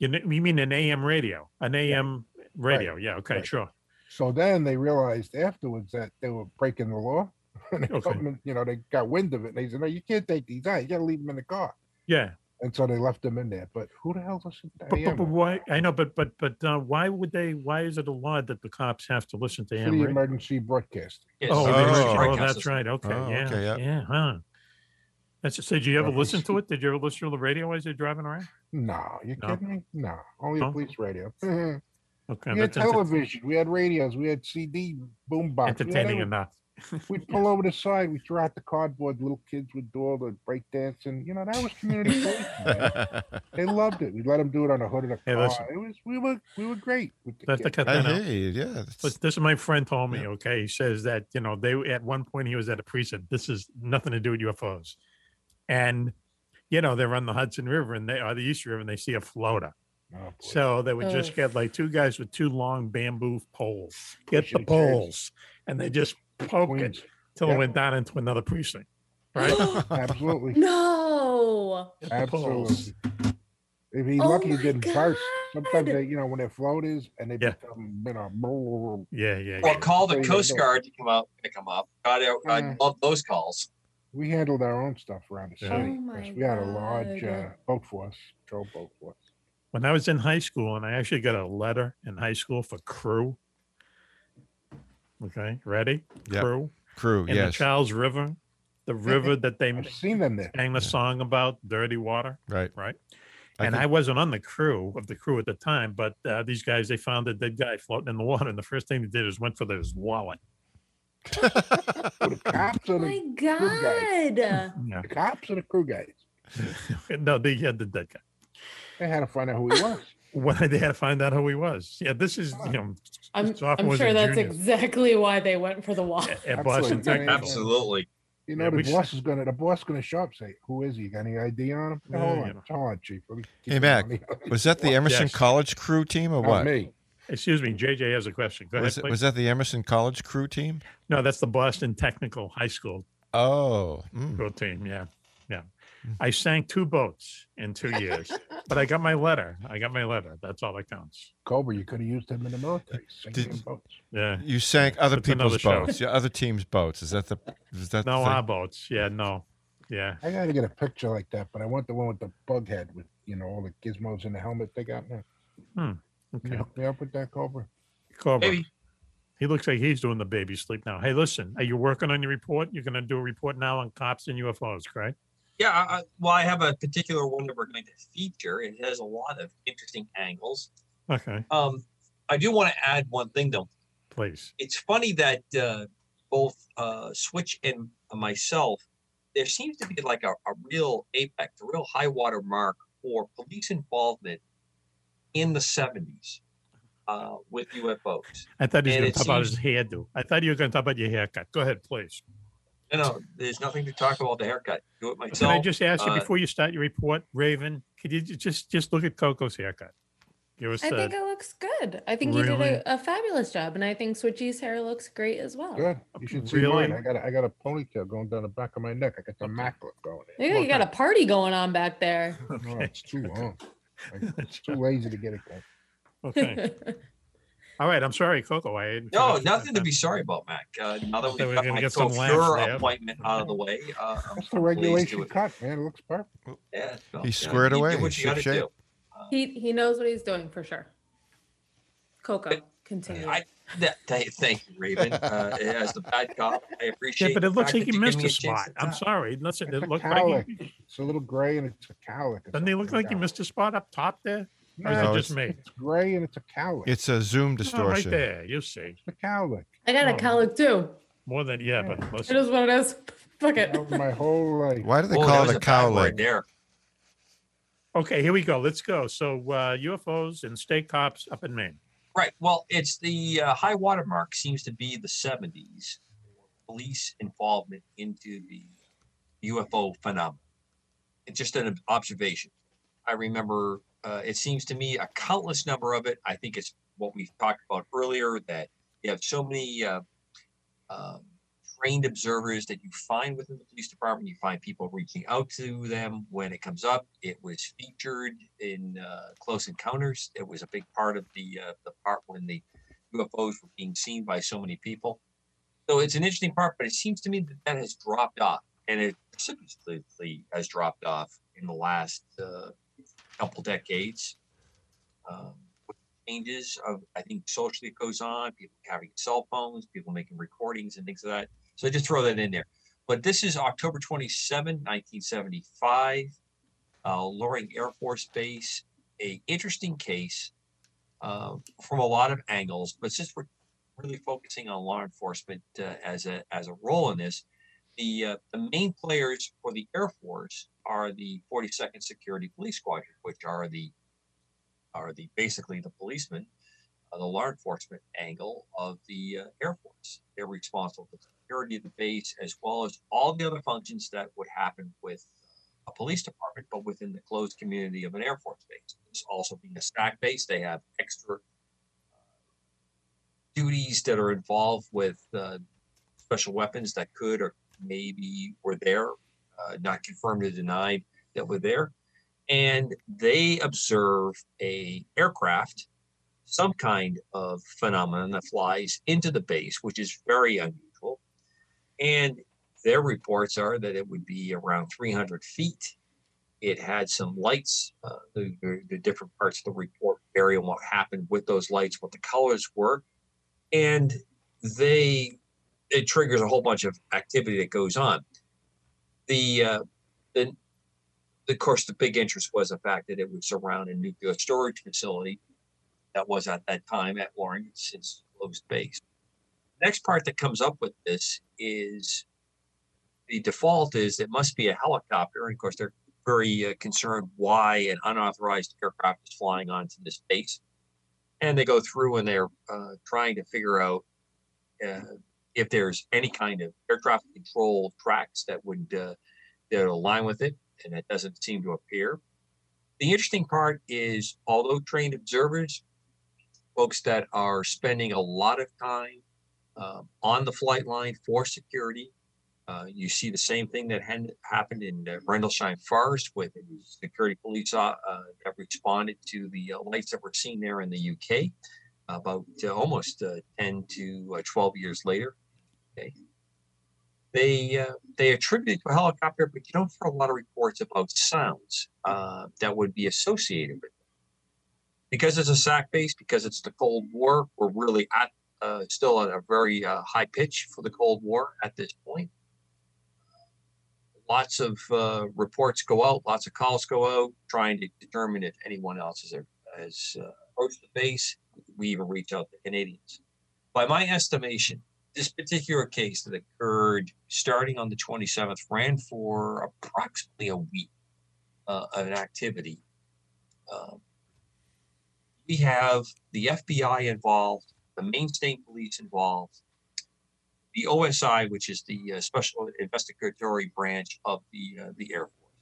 You, kn- you mean an AM radio? An AM radio. Yeah. Okay. Sure. So then they realized afterwards that they were breaking the law. (laughs) And the government, you know, they got wind of it. And they said, no, you can't take these out. You got to leave them in the car. Yeah. And so they left them in there. But who the hell listened to But, but, AM? but why? I know, but but but uh, why would they? Why is it a law that the cops have to listen to For AM the radio? emergency broadcast. Oh, Oh, emergency okay. broadcast Oh, that's system. right. Okay. Oh, yeah. okay, yeah. Yeah. Huh. That's so. Did you ever Right. listen to it? Did you ever listen to the radio as you're driving around? No, you No? kidding me? No, only Oh. No? a police radio. we Okay. had that's enter- television. We had radios. We had CD boom box. entertaining enough. We'd pull over the side. We throw out the cardboard. Little kids would do all the break dancing. You know, that was community. policing, man. they loved it. We let them do it on the hood of the Hey, car. listen. It was we were we were (gasps) great. With the That's the kids. cut that out. yeah. But this is my friend told me. Okay, he says that you know they at one point he was at a precinct. This is nothing to do with UFOs, and you know they're on the Hudson River and they are the East River and they see a floater. so they would just Oof. get like two guys with two long bamboo poles, get the Pushing kids. poles, and they just poke it till it Yep. went down into another precinct. Right? Absolutely. No. Get the poles. Absolutely. If he's Oh lucky, he my didn't burst. Sometimes God. they, you know, when they're floaters and they Yeah. become, you know, Yeah, yeah. Well, call Pretty the good Coast book. Guard to come out pick them up. God, I, I Yeah. love those calls. we handled our own stuff around the Yeah. city. Oh 'cause my we had a large God. uh, boat force, patrol boat force. when I was in high school, and I actually got a letter in high school for crew. Okay, ready? Yep. Crew. Crew, In the yes. Charles River, the river that they Seen them there. sang the song about, "Dirty Water." Right. Right. I and think- I wasn't on the crew of the crew at the time, but uh, these guys they found a dead guy floating in the water, and the first thing they did is went for his wallet. Cops are the, Oh God. Yeah. the cops are the crew guys. (laughs) no, they had the dead guy. They had to find out who he was. (laughs) When they had to find out who he was. Yeah, this is you know. I'm, I'm sophomores sure and that's juniors exactly why they went for the wall. At Boston Absolutely. Technical. Absolutely. You know, Yeah, we the s- boss is gonna the boss is gonna show up and say, Who is he? Got any ID on him? No, Yeah, hold you on, hold on, chief. Let me (laughs) keep Hey, an eye Mac, on the- was that the Emerson Yes. College crew team or Not Oh, what? me. Excuse me, JJ has a question. Go Was, ahead. it- please. was that the Emerson College crew team? No, that's the Boston Technical High School Oh, mm. Pro team. Yeah, yeah. I sank two boats in two years, but I got my letter. I got my letter. That's all that counts. Cobra, you could have used him in the military. sinking Did- boats. Yeah. You sank other That's another people's show. boats, yeah, other teams' boats. Is that the? Is that No, the thing? our boats. Yeah, no. Yeah. I gotta get a picture like that, but I want the one with the bug head with you know all the gizmos in the helmet they got now. Hmm. Can you help me up with that Cobra? Cobra. He looks like he's doing the baby sleep now. Hey, listen, are you working on your report? You're going to do a report now on cops and UFOs, correct? Yeah, I, I- well, I have a particular one that we're going to feature. It has a lot of interesting angles. Okay, Um, I do want to add one thing though. please. It's funny that uh, both uh, Switch and myself, there seems to be like a, a real apex, a real high water mark for police involvement in the 70s uh, with UFOs. I thought he was going And it to talk about his seems- hairdo. I thought you were going to talk about your haircut. Go ahead, please. No, no, there's nothing to talk about the haircut. Do it Can myself. I just ask you Uh, before you start your report, Raven? Could you ju- just just look at Coco's haircut? Give us I uh, think it looks good. I think you really? did a, a fabulous job, and I think Switchy's hair looks great as well. Good. You should see mine. Really? I got a, I got a ponytail going down the back of my neck. I got the maclet going. in. Yeah, you got a party going on back (laughs) there. No, it's too long. Like, it's too lazy to get it cut. Okay. All right, I'm sorry, Coco. I didn't No, finish. nothing to be sorry about, Mac. Uh, now that So we've we're got gonna my get some laughs coiffure there. appointment out of the way, uh, (laughs) I'm That's the pleased regulation with it. cut, man. It looks perfect. Yeah, well, He you know, squared you away, Do what he's you got to shipshape. do. He he knows what he's doing for sure. Coco, continue. I, that, th- thank you, Raven. Uh, as the bad cop, I Yeah, appreciate. but it the looks fact like he that you give missed me a chance spot. to I'm talk. sorry. Listen, it It's a looked like cowlick. he, It's a little gray and it's a cowlick. or doesn't he look something like he down. missed a spot up top there? Or is No, it it's- just me? It's gray and it's a cowlick. It's a zoom Oh, right distortion. there, you see. It's a cowlick. I got a Oh. colic too. More than yeah, but It listen. is what it is. (laughs) Fuck it. My whole life. Why do they Whoa, that call was it a a bad cowlick? word there. Okay, here we go. Let's go. So uh, UFOs and state cops up in Maine. Right. Well, it's the uh, high watermark seems to be the 70s police involvement into the UFO phenomenon. It's just an observation. I remember uh, it seems to me a countless number of it. I think it's what we talked about earlier that you have so many uh, uh, trained observers that you find within the police department. You find people reaching out to them when it comes up. It was featured in uh, Close Encounters. It was a big part of the uh, the part when the UFOs were being seen by so many people. So it's an interesting part, but it seems to me that that has dropped off, and it precipitously has dropped off in the last uh, couple decades. Um, with changes of I think socially it goes on, people having cell phones, people making recordings and things of that. So I just throw that in there. But this is October 27, 1975, uh, Loring Air Force Base. A interesting case uh, from a lot of angles, but since we're really focusing on law enforcement uh, as a as a role in this, the uh, the main players for the Air Force are the 42nd Security Police Squadron, which are the are the basically the policemen, uh, the law enforcement angle of the uh, Air Force. They're responsible for the security of the base as well as all the other functions that would happen with a police department, but within the closed community of an Air Force base. It's also being a stack base, they have extra uh, duties that are involved with uh, special weapons that could or maybe were there, uh, not confirmed or denied that were there, and they observe a aircraft, some kind of phenomenon that flies into the base, which is very unusual, and their reports are that it would be around 300 feet. It had some lights. Uh, the, the- the different parts of the report vary on what happened with those lights, what the colors were, and they it triggers a whole bunch of activity that goes on. The uh, the of course the big interest was the fact that it would surround a nuclear storage facility that was at that time at Warren since closed base. Next part that comes up with this is the default is it must be a helicopter, and of course they're very uh, concerned why an unauthorized aircraft is flying onto this base and they go through and they're uh, trying to figure out uh, if there's any kind of air traffic control tracks that would uh, that align with it, and it doesn't seem to appear. The interesting part is, although trained observers, folks that are spending a lot of time um, on the flight line for security, Uh, you see the same thing that had happened in uh, Rendlesham Forest with it. security police uh, uh, that responded to the uh, lights that were seen there in the UK about uh, almost uh, 10 to uh, 12 years later. Okay. They, uh, they attributed it to a helicopter, but you don't hear a lot of reports about sounds uh, that would be associated with it. Because it's a SAC base, because it's the Cold War, we're really at uh, still at a very uh, high pitch for the Cold War at this point. Lots of uh, reports go out, lots of calls go out, trying to determine if anyone else has, has uh, approached the base. We even reach out to Canadians. By my estimation, this particular case that occurred starting on the 27th ran for approximately a week uh, of an activity. Um, we have the FBI involved, the Maine State Police involved, the OSI, which is the uh, Special Investigatory Branch of the uh, the Air Force.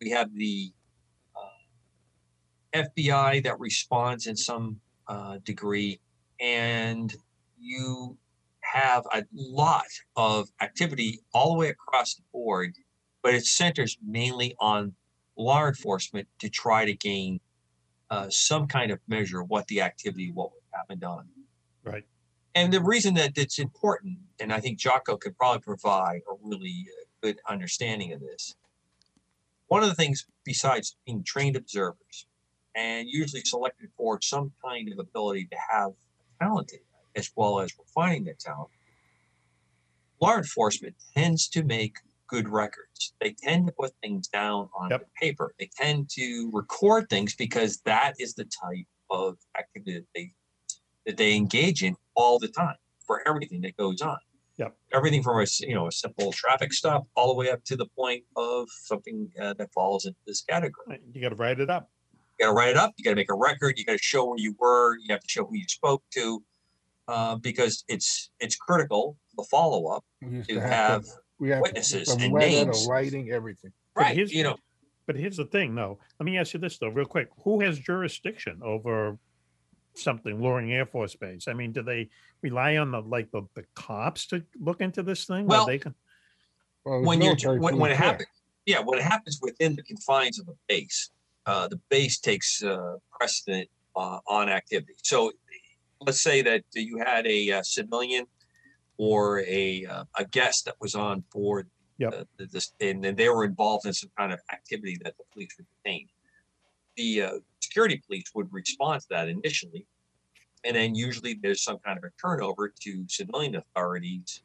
We have the uh, FBI that responds in some uh, degree, and you have a lot of activity all the way across the board, but it centers mainly on law enforcement to try to gain uh, some kind of measure of what the activity, what happened on. Right. And the reason that it's important, and I think Jocko could probably provide a really uh, good understanding of this. One of the things, besides being trained observers and usually selected for some kind of ability to have talented, as well as refining that talent, law enforcement tends to make good records. They tend to put things down on Yep. paper. They tend to record things because that is the type of activity that they that they engage in all the time for everything that goes on. Yep. Everything from a s- you know a simple traffic stop all the way up to the point of something uh, that falls into this category. You got to write it up. You got to write it up. You got to make a record. You got to show where you were. You have to show who you spoke to, uh, because it's it's critical the follow up We used to to have have to- we have witnesses the and weather, names. the lighting, everything. Right, you know. But here's the thing, though. Let me ask you this, though, real quick. Who has jurisdiction over something, Loring Air Force Base? I mean, do they rely on the like the, the cops to look into this thing? Or Well, they can. when you're when, when it happens, yeah, when it happens within the confines of the base, uh, the base takes uh, precedent uh, on activity. So, let's say that you had a uh, civilian or a uh, a guest that was on board, Yep. uh, th- this, and then they were involved in some kind of activity that the police would detain. The uh, security police would respond to that initially, and then usually there's some kind of a turnover to civilian authorities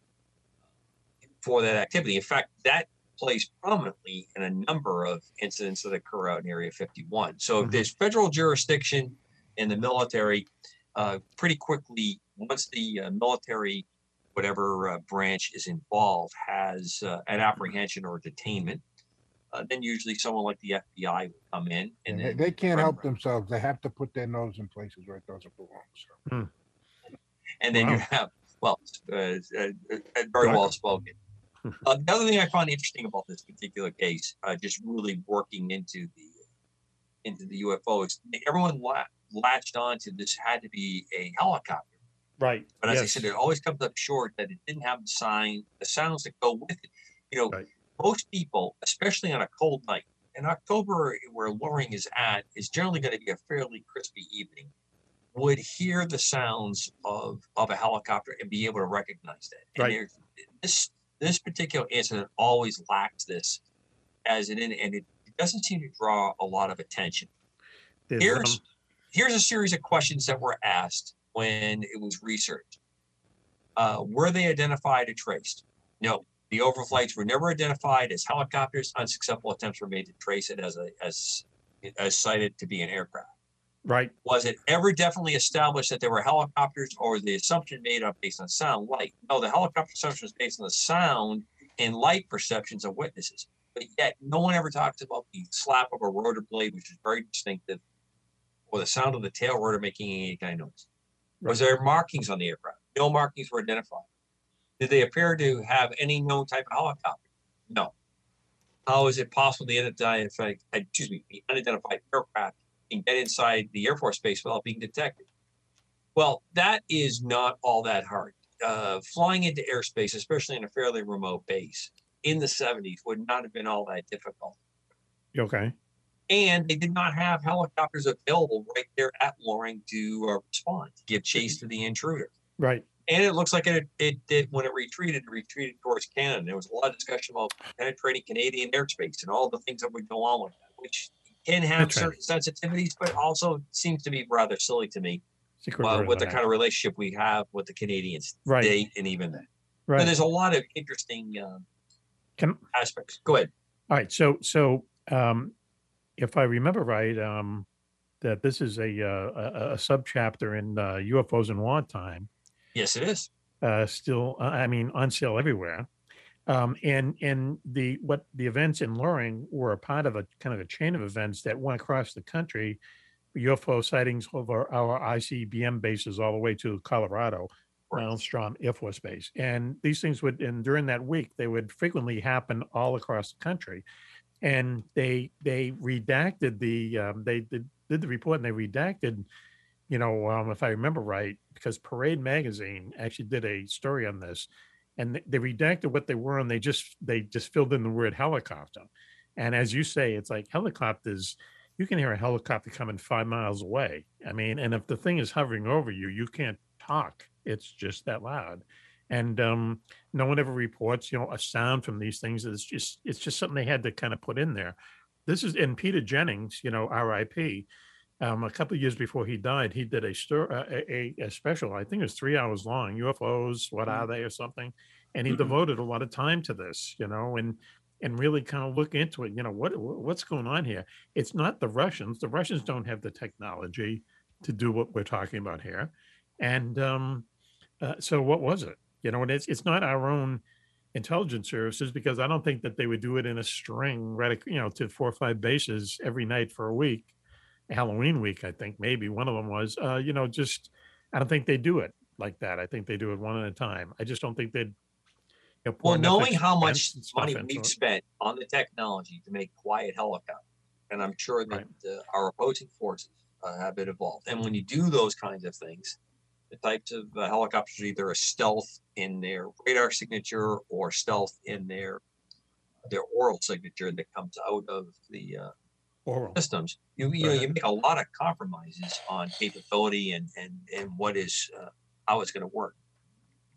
for that activity. In fact, that plays prominently in a number of incidents that occur out in Area 51. So if there's federal jurisdiction in the military, uh, pretty quickly, once the uh, military, whatever uh, branch is involved, has uh, an apprehension or detainment, uh, then usually someone like the FBI will come in and They, then they can't help themselves. They have to put their nose in places where it doesn't belong. So. Hmm. and then you have well, uh, uh, uh, very well spoken. Uh, the other thing I found interesting about this particular case, uh, just really working into the into the UFO, is everyone la- latched on to this had to be a helicopter. Right. But as I yes. said, it always comes up short that it didn't have the sign, the sounds that go with it. You know, most people, especially on a cold night, in October where Loring is at, is generally going to be a fairly crispy evening, would hear the sounds of of a helicopter and be able to recognize that. And Right. there's- this this particular incident always lacks this as an in and it doesn't seem to draw a lot of attention. There's, Here's um, here's a series of questions that were asked when it was researched. Uh, were they identified or traced? No. The overflights were never identified as helicopters. Unsuccessful attempts were made to trace it as a as as cited to be an aircraft. right. Was it ever definitely established that there were helicopters, or was the assumption made up based on sound, light? No, the helicopter assumption was based on the sound and light perceptions of witnesses. But yet, no one ever talks about the slap of a rotor blade, which is very distinctive, or the sound of the tail rotor making any kind of noise. Was there markings on the aircraft? No markings were identified. Did they appear to have any known type of helicopter? No. How is it possible the unidentified, excuse me, the unidentified aircraft can get inside the Air Force base without being detected? Well, that is not all that hard. uh, flying into airspace, especially in a fairly remote base in the 70s, would not have been all that difficult. Okay. And they did not have helicopters available right there at Loring to uh, respond, to give chase to the intruder. Right. And it looks like it, it did when it retreated, it retreated towards Canada. There was a lot of discussion about penetrating Canadian airspace and all the things that would go on with that, which can have That's right. certain sensitivities, but also seems to be rather silly to me Secret uh, word with the on kind that. of relationship we have with the Canadians Right. today and even then. So Right. there's a lot of interesting uh, Can- aspects. Go ahead. All right. So, so um, if I remember right, um, that this is a uh, a, a subchapter in uh, UFOs in wartime. Yes, it is. Uh, still, uh, I mean, on sale everywhere. Um, and and the what the events in Loring were a part of a kind of a chain of events that went across the country. UFO sightings over our ICBM bases all the way to Colorado, Malmstrom Air Force Base, and these things would and during that week they would frequently happen all across the country and they they redacted the um, they did, did the report and they redacted you know um, if i remember right because parade magazine actually did a story on this and th- they redacted what they were and they just they just filled in the word helicopter and as you say it's like helicopters you can hear a helicopter coming five miles away i mean and if the thing is hovering over you you can't talk it's just that loud and um, no one ever reports you know a sound from these things it's just it's just something they had to kind of put in there this is and peter jennings you know rip um, a couple of years before he died he did a, stor- uh, a, a a special i think it was three hours long ufos what are they or something and he devoted a lot of time to this you know and and really kind of look into it you know what wha- what's going on here it's not the russians the russians don't have the technology to do what we're talking about here and um, uh, so what was it? You know, and it's it's not our own intelligence services because I don't think that they would do it in a string, right? ac- You know, to four or five bases every night for a week, Halloween week. I think maybe one of them was. Uh, you know, just I don't think they do it like that. I think they do it one at a time. I just don't think they'd. You know, pour Well, enough knowing how expense much and stuff money into we've it. spent on the technology to make quiet helicopters, and I'm sure that uh, our opposing forces uh, have been involved. And when you do those kinds of things, the types of uh, helicopters are either a stealth in their radar signature or stealth in their their oral signature that comes out of the uh, Oral. systems. You you, know, you make a lot of compromises on capability and and and what is uh, how it's going to work.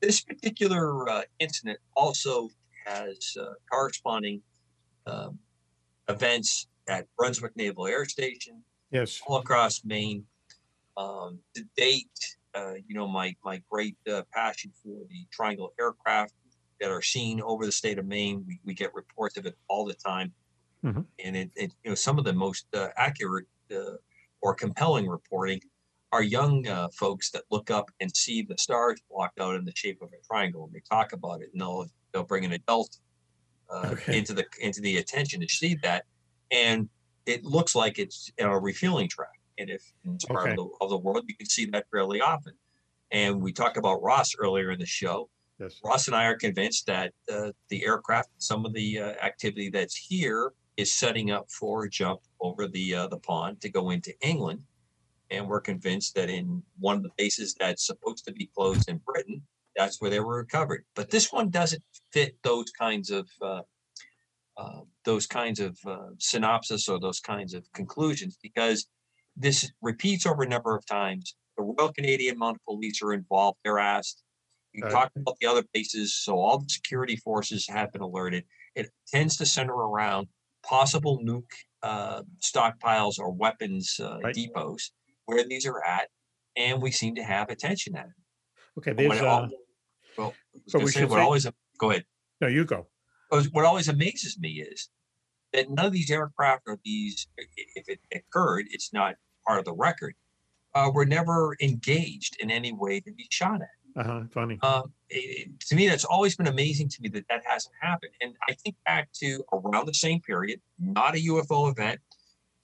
This particular uh, incident also has uh, corresponding um, events at Brunswick Naval Air Station, Yes. all across Maine. Um, to date, uh, you know, my my great uh, passion for the triangle aircraft that are seen over the state of Maine. We, we get reports of it all the time Mhm. and it, it you know some of the most uh, accurate uh, or compelling reporting are young uh, folks that look up and see the stars blocked out in the shape of a triangle, and they talk about it, and they'll they'll bring an adult uh, into the into the attention to see that, and it looks like it's a refueling track, and if it's part of Okay. the, of the world, you can see that fairly often. And we talked about Ross earlier in the show. Yes. Ross and I are convinced that uh, the aircraft, some of the uh, activity that's here, is setting up for a jump over the uh, the pond to go into England, and we're convinced that in one of the bases that's supposed to be closed in Britain, that's where they were recovered. But this one doesn't fit those kinds of uh, uh, those kinds of uh, synopsis or those kinds of conclusions because this repeats over a number of times. The Royal Canadian Mounted Police are involved. They're asked. You Right. talked about the other bases, so all the security forces have been alerted. It tends to center around possible nuke uh, stockpiles or weapons uh, depots where these are at, and we seem to have attention at it. Okay, But there's what uh, al- well, I was so gonna we say, should what say- always go ahead. no. You go. Because What always amazes me is that none of these aircraft or these, i- if it occurred, it's not part of the record, uh, were never engaged in any way to be shot at. Uh huh. Funny. Um, it, it- to me, that's always been amazing to me that that hasn't happened. And I think back to around the same period, not a UFO event,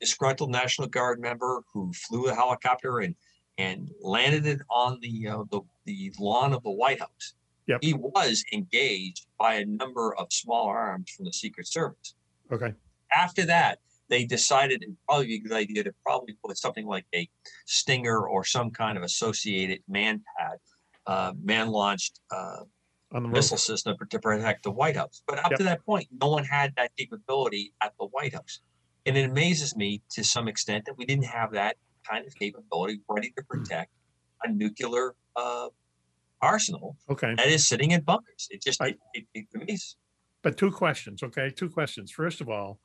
disgruntled National Guard member who flew a helicopter and and landed it on the uh, the, the lawn of the White House. Yep. He was engaged by a number of small arms from the Secret Service Okay. after that, they decided it would probably be a good idea to probably put something like a stinger or some kind of associated man pad uh, man launched uh, On the road. missile system to protect the White House. But up to that point, no one had that capability at the White House. And it amazes me to some extent that we didn't have that kind of capability ready to protect a nuclear uh, arsenal Okay. that is sitting in bunkers. It just it, it, it amazes. But two questions, okay? Two questions. First of all,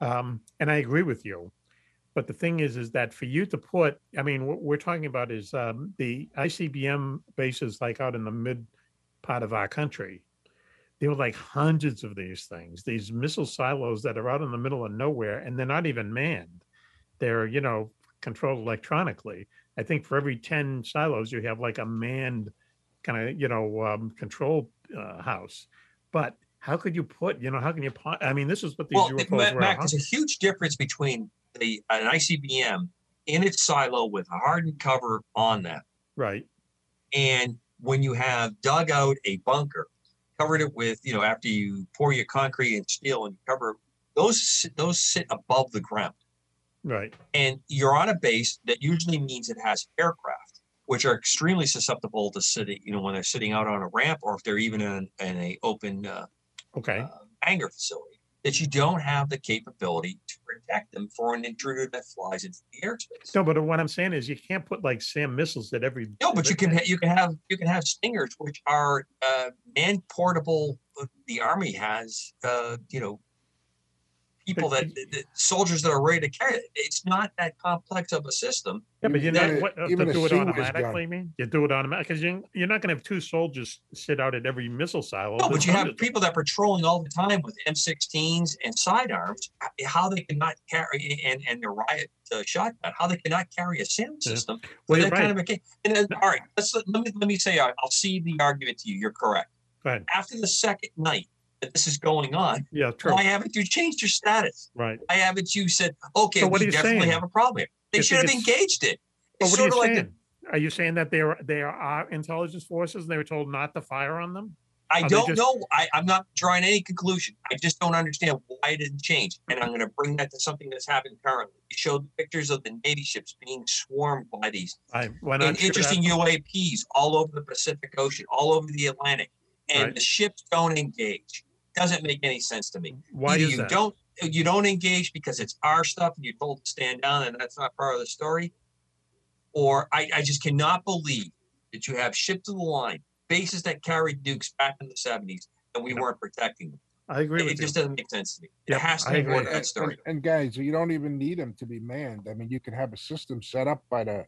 um, and I agree with you, but the thing is, is that for you to put, I mean, what we're talking about is um, the ICBM bases like out in the mid part of our country. There were like hundreds of these things, these missile silos that are out in the middle of nowhere, and they're not even manned. They're, you know, controlled electronically. I think for every 10 silos, you have like a manned kind of, you know, um, control uh, house. But how could you put, you know, how can you? Po- I mean, this is what these Well, UFOs Ma- Mac, were. huh? there's a huge difference between the an ICBM in its silo with a hardened cover on that, Right. and when you have dug out a bunker, covered it with you know after you pour your concrete and steel and cover it, those sit- those sit above the ground, Right. and you're on a base that usually means it has aircraft, which are extremely susceptible to sitting you know when they're sitting out on a ramp or if they're even in, in a open uh, Okay. hangar facility that you don't have the capability to protect them for an intruder that flies into the airspace. no, but what I'm saying is you can't put like SAM missiles at every. No, but you can ha- you can have you can have stingers, which are uh, man portable. uh, The army has uh, you know people that, that that- soldiers that are ready to carry it. It's not that complex of a system. Yeah, but you know that- what? uh, To do it automatically, mean? You do it automatically because you, you're not going to have two soldiers sit out at every missile silo. No, but There's you have hundreds. people that are patrolling all the time with M16s and sidearms. h- How they cannot carry and and the riot uh, shotgun. How they cannot carry a SAM Yeah. system. Well, Well, you're that kind right. of a, ca- and then, all right, let's let me let me say I- I'll see the argument to you. You're correct. Go ahead. After the second night that this is going on, Yeah, true. why haven't you changed your status? Right. Why haven't you said, okay, So what are we you definitely saying? have a problem? here? They You should think have it's- engaged it. But It's what are you sort of like saying? the- are you saying that they are they are our intelligence forces and they were told not to fire on them? Are I they don't just- know. I, I'm not drawing any conclusion. I just don't understand why it didn't change. And I'm going to bring that to something that's happened currently. You showed pictures of the Navy ships being swarmed by these I, why not and shoot at- interesting UAPs all over the Pacific Ocean, all over the Atlantic, and Right. the ships don't engage. Doesn't make any sense to me. Why Either is you that? don't you don't engage because it's our stuff and you're told to stand down and that's not part of the story? Or I, I just cannot believe that you have ships of the line, bases that carried Dukes back in the seventies, and we weren't protecting them. I agree It, with it just doesn't make sense to me. Yep, it has to I be agree. more to that story. And, and guys, you don't even need them to be manned. I mean, you can have a system set up by the,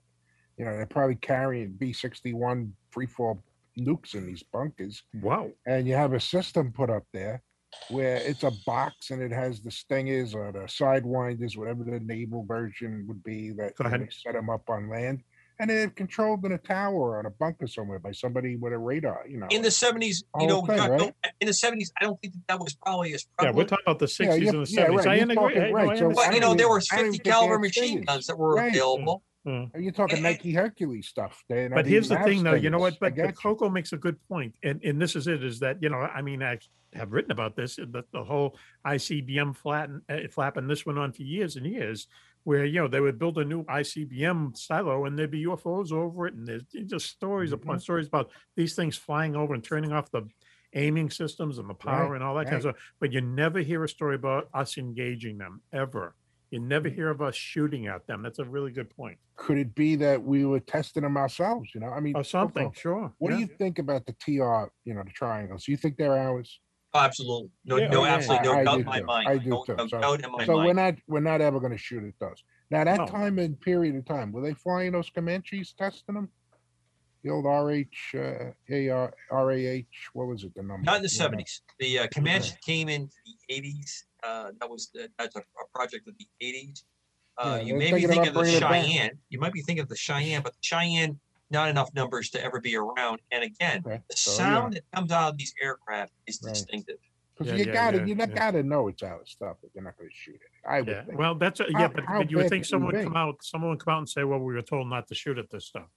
you know, they're probably carrying B sixty one freefall nukes in these bunkers. Wow. And you have a system put up there where it's a box and it has the stingers or the sidewinders, whatever the naval version would be that Go ahead. they set them up on land. And they're controlled in a tower or on a bunker somewhere by somebody with a radar, you know. In the seventies, Whole you know, thing, God, right? don't- in the seventies, I don't think that, that was probably as Yeah, prevalent. we're talking about the Yeah, 60s yeah, and the yeah, 70s. right. I You're ain't Mm, agree. talking- hey, no, right, I so understand. But you know, there I were don't even 50 think they caliber have machine stingers. guns that were Right. available. Are you talking Nike Hercules stuff? They mm. But here's the thing, though. You know what? But, but Coco makes a good point, and and this is it: is that you know, I mean, I have written about this, the, the whole ICBM flatten uh, flap, and this went on for years and years, where you know they would build a new ICBM silo, and there'd be UFOs over it, and there's just stories Mm-hmm. upon stories about these things flying over and turning off the aiming systems and the power Right, and all that kind of right. stuff. But you never hear a story about us engaging them ever. You Mm. never hear of us shooting at them. That's a really good point. could it be that we were testing them ourselves? You know, I mean, Or something, Coco, sure. What yeah. do you think about the TR? You know, the triangles. You think they're ours? Absolutely. No, Yeah, oh, no, I- absolutely. I- No I doubt do in my too. mind. I do No too. no So- doubt in my So we're mind. not we're not ever going to shoot at those. Now that No. time and period of time, were they flying those Comanches testing them? The old RH, uh, AR, RAH, what was it? The number? Not in the You know? seventies. The uh, Comanche came in the eighties. Uh, that was, the- that's a, a project of the eighties. Uh, Yeah, you they're may be thinking about thinking of the bringing it back. Cheyenne. You might be thinking of the Cheyenne, but the Cheyenne, not enough numbers to ever be around. And again, the so, yeah. sound that comes out of these aircraft is Right. distinctive. Because Yeah, you yeah, gotta, yeah, you not yeah. gotta know it's our stuff if they're not gonna shoot it. I would. Yeah, think. well, that's, a- How- yeah, but, how but you would bad think could it someone would be? come out, someone would come out and say, well, we were told not to shoot at this stuff.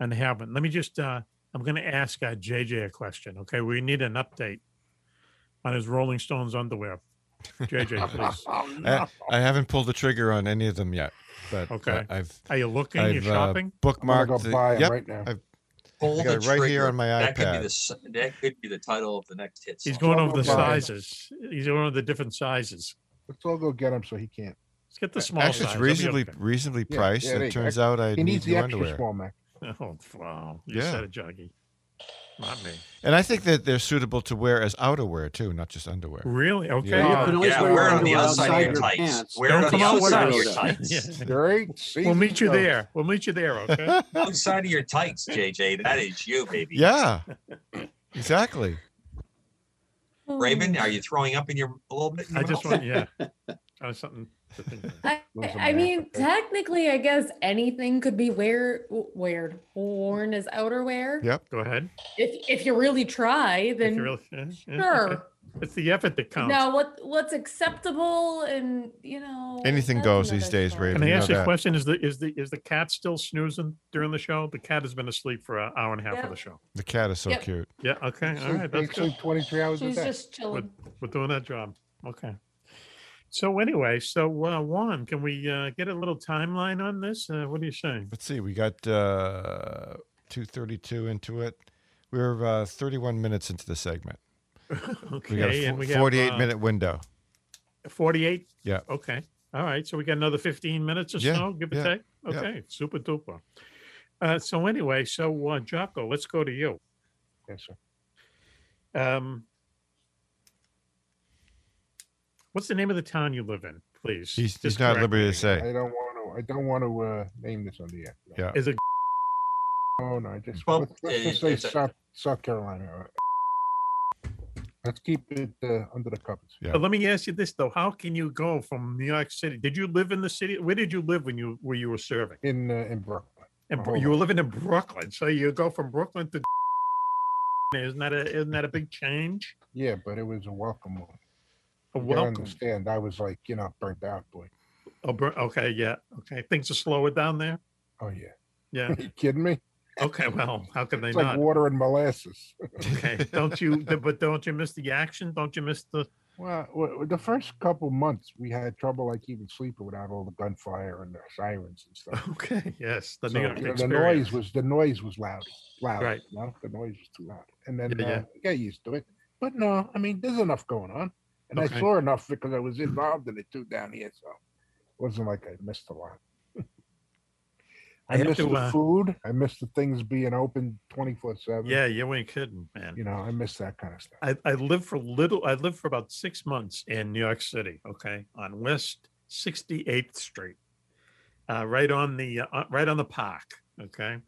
And they haven't. Let me just, uh, I'm going to ask uh, JJ a question. Okay. We need an update on his Rolling Stones underwear. (laughs) JJ, please. Oh, I, I haven't pulled the trigger on any of them yet, but uh, Okay. I've. Are you looking? You I've, uh, shopping? I'm gonna go bookmarked. the- buy 'em yep, right now. I've- I pull got the it right trigger. here on my That could be iPad. the s- that could be the title of the next hit. He's song. going over the sizes. He's going over the different sizes. Let's all go get him so he can't. Let's get the small Actually, it's size. That'll be reasonably okay. reasonably priced. yeah, there it you go. turns out I He need needs new the extra underwear. small Mac. (laughs) Oh wow! You Yeah. said it, Joggy. Not me. And I think that they're suitable to wear as outerwear too, not just underwear. Really? Okay. Yeah. Don't on come the out outside without of it. your tights. Yeah. (laughs) Great. (laughs) We'll meet you there. We'll meet you there. (laughs) Okay. Outside of your tights, JJ. That is you, baby. (laughs) Yeah. Exactly. Raven, are you throwing up in your a little bit? in Mm. your I just mouth? want, (laughs) yeah, that was something. To think about. I, I mean, technically, I guess anything could be wear, weird, worn as outerwear. Yep. Go ahead. If if you really try, If then you really, yeah, yeah, sure. okay. It's the effort that counts. now what what's acceptable and you know Anything goes these days, Raven. Can I you know ask you a that. question? Is the is the is the cat still snoozing during the show? The cat has been asleep for an hour and a half Yeah. of the show. The cat is so Yep. cute. Yeah. Okay. All Sleep- right. That's they good. sleep 23 hours a She's day. just We're, chilling. we're doing that job. Okay. So anyway, so uh, Juan, can we uh, get a little timeline on this? Uh, what are you saying? Let's see. We got uh, two thirty-two into it. We're uh, thirty-one minutes into the (laughs) segment. we got a Okay, and fo- we have, forty-eight uh, minute window. Forty-eight. Yeah. Okay. All right. So we got another fifteen minutes or Yeah, so, give or yeah, take. yeah. Okay. Super duper. Uh, so anyway, so uh, Jocko, let's go to you. Yes, sir. Um, what's the name of the town you live in, please? He's, he's Just not at correct liberty me. to say. I don't want to. I don't want to uh, name this on the air. Yeah. Is it? Oh no, I just Well, (laughs) let's, let's it- just say it's a- South, South Carolina. or- Let's keep it uh, under the covers. But let me ask you this though: How can you go from New York City? Did you live in the city? Where did you live when you where you were serving? In uh, in Brooklyn. And my whole you were life. living in Brooklyn, so you go from Brooklyn to. (laughs) Isn't that a isn't that a big change? Yeah, but it was a welcome one. A You gotta welcome. Understand? I was like, you know, burnt out, boy. Oh, Br- okay, yeah, okay. Things are slower down there. Oh yeah. Yeah. Are (laughs) you kidding me? Okay. Well, (laughs) how can they It's not? like water and molasses. Okay. (laughs) Don't you? But don't you miss the action? Don't you miss the? Well, w- the first couple months we had trouble like even sleeping without all the gunfire and the sirens and stuff. (laughs) Okay. Yes. The So, New you York know, the noise experience. was the noise was loud, loud. Right. You know? the noise was too loud, and then Yeah, uh, yeah. I got used to it. But no, I mean, there's enough going on, and Okay. I saw enough because I was involved in it too down here, so it wasn't like I missed a lot. I I, have missed to, the uh, food. I missed the things being open twenty four seven. Yeah, you ain't kidding, man. you know, I miss that kind of stuff. I, I lived for little. I lived for about six months in New York City. Okay, on West 68th Street, uh, right on the uh, uh, right on the park. Okay,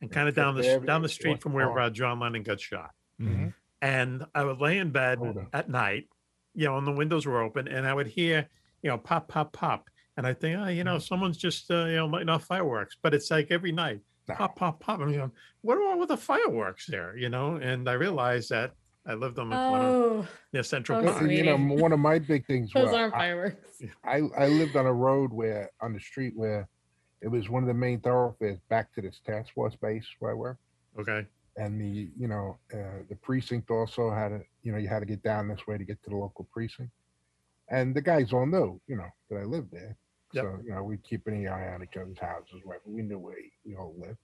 and kind of Fifth down the s- down Avenue, the street West from where Park. uh, John Lennon got shot. Mm-hmm. Mhm. And I would lay in bed at night, you know, and the windows were open, and I would hear, you know, pop, pop, pop, and I think, oh, you Mm-hmm. know, someone's just uh, you know lighting off fireworks. But it's like every night, pop, pop, pop. I'm going, what are all with the fireworks there? You know, and I realized that I lived on the corner oh near Central Oh, Park. And, you know, sweetie. one of my big things those was aren't fireworks I, I lived on a road where on the street where it was one of the main thoroughfares back to this task force base where I work. Okay. And the you know uh, the precinct also had a you know you had to get down this way to get to the local precinct, and the guys all knew you know that I lived there, Yep. so you know we'd keep an eye on each other's houses, whatever. We knew where we all lived.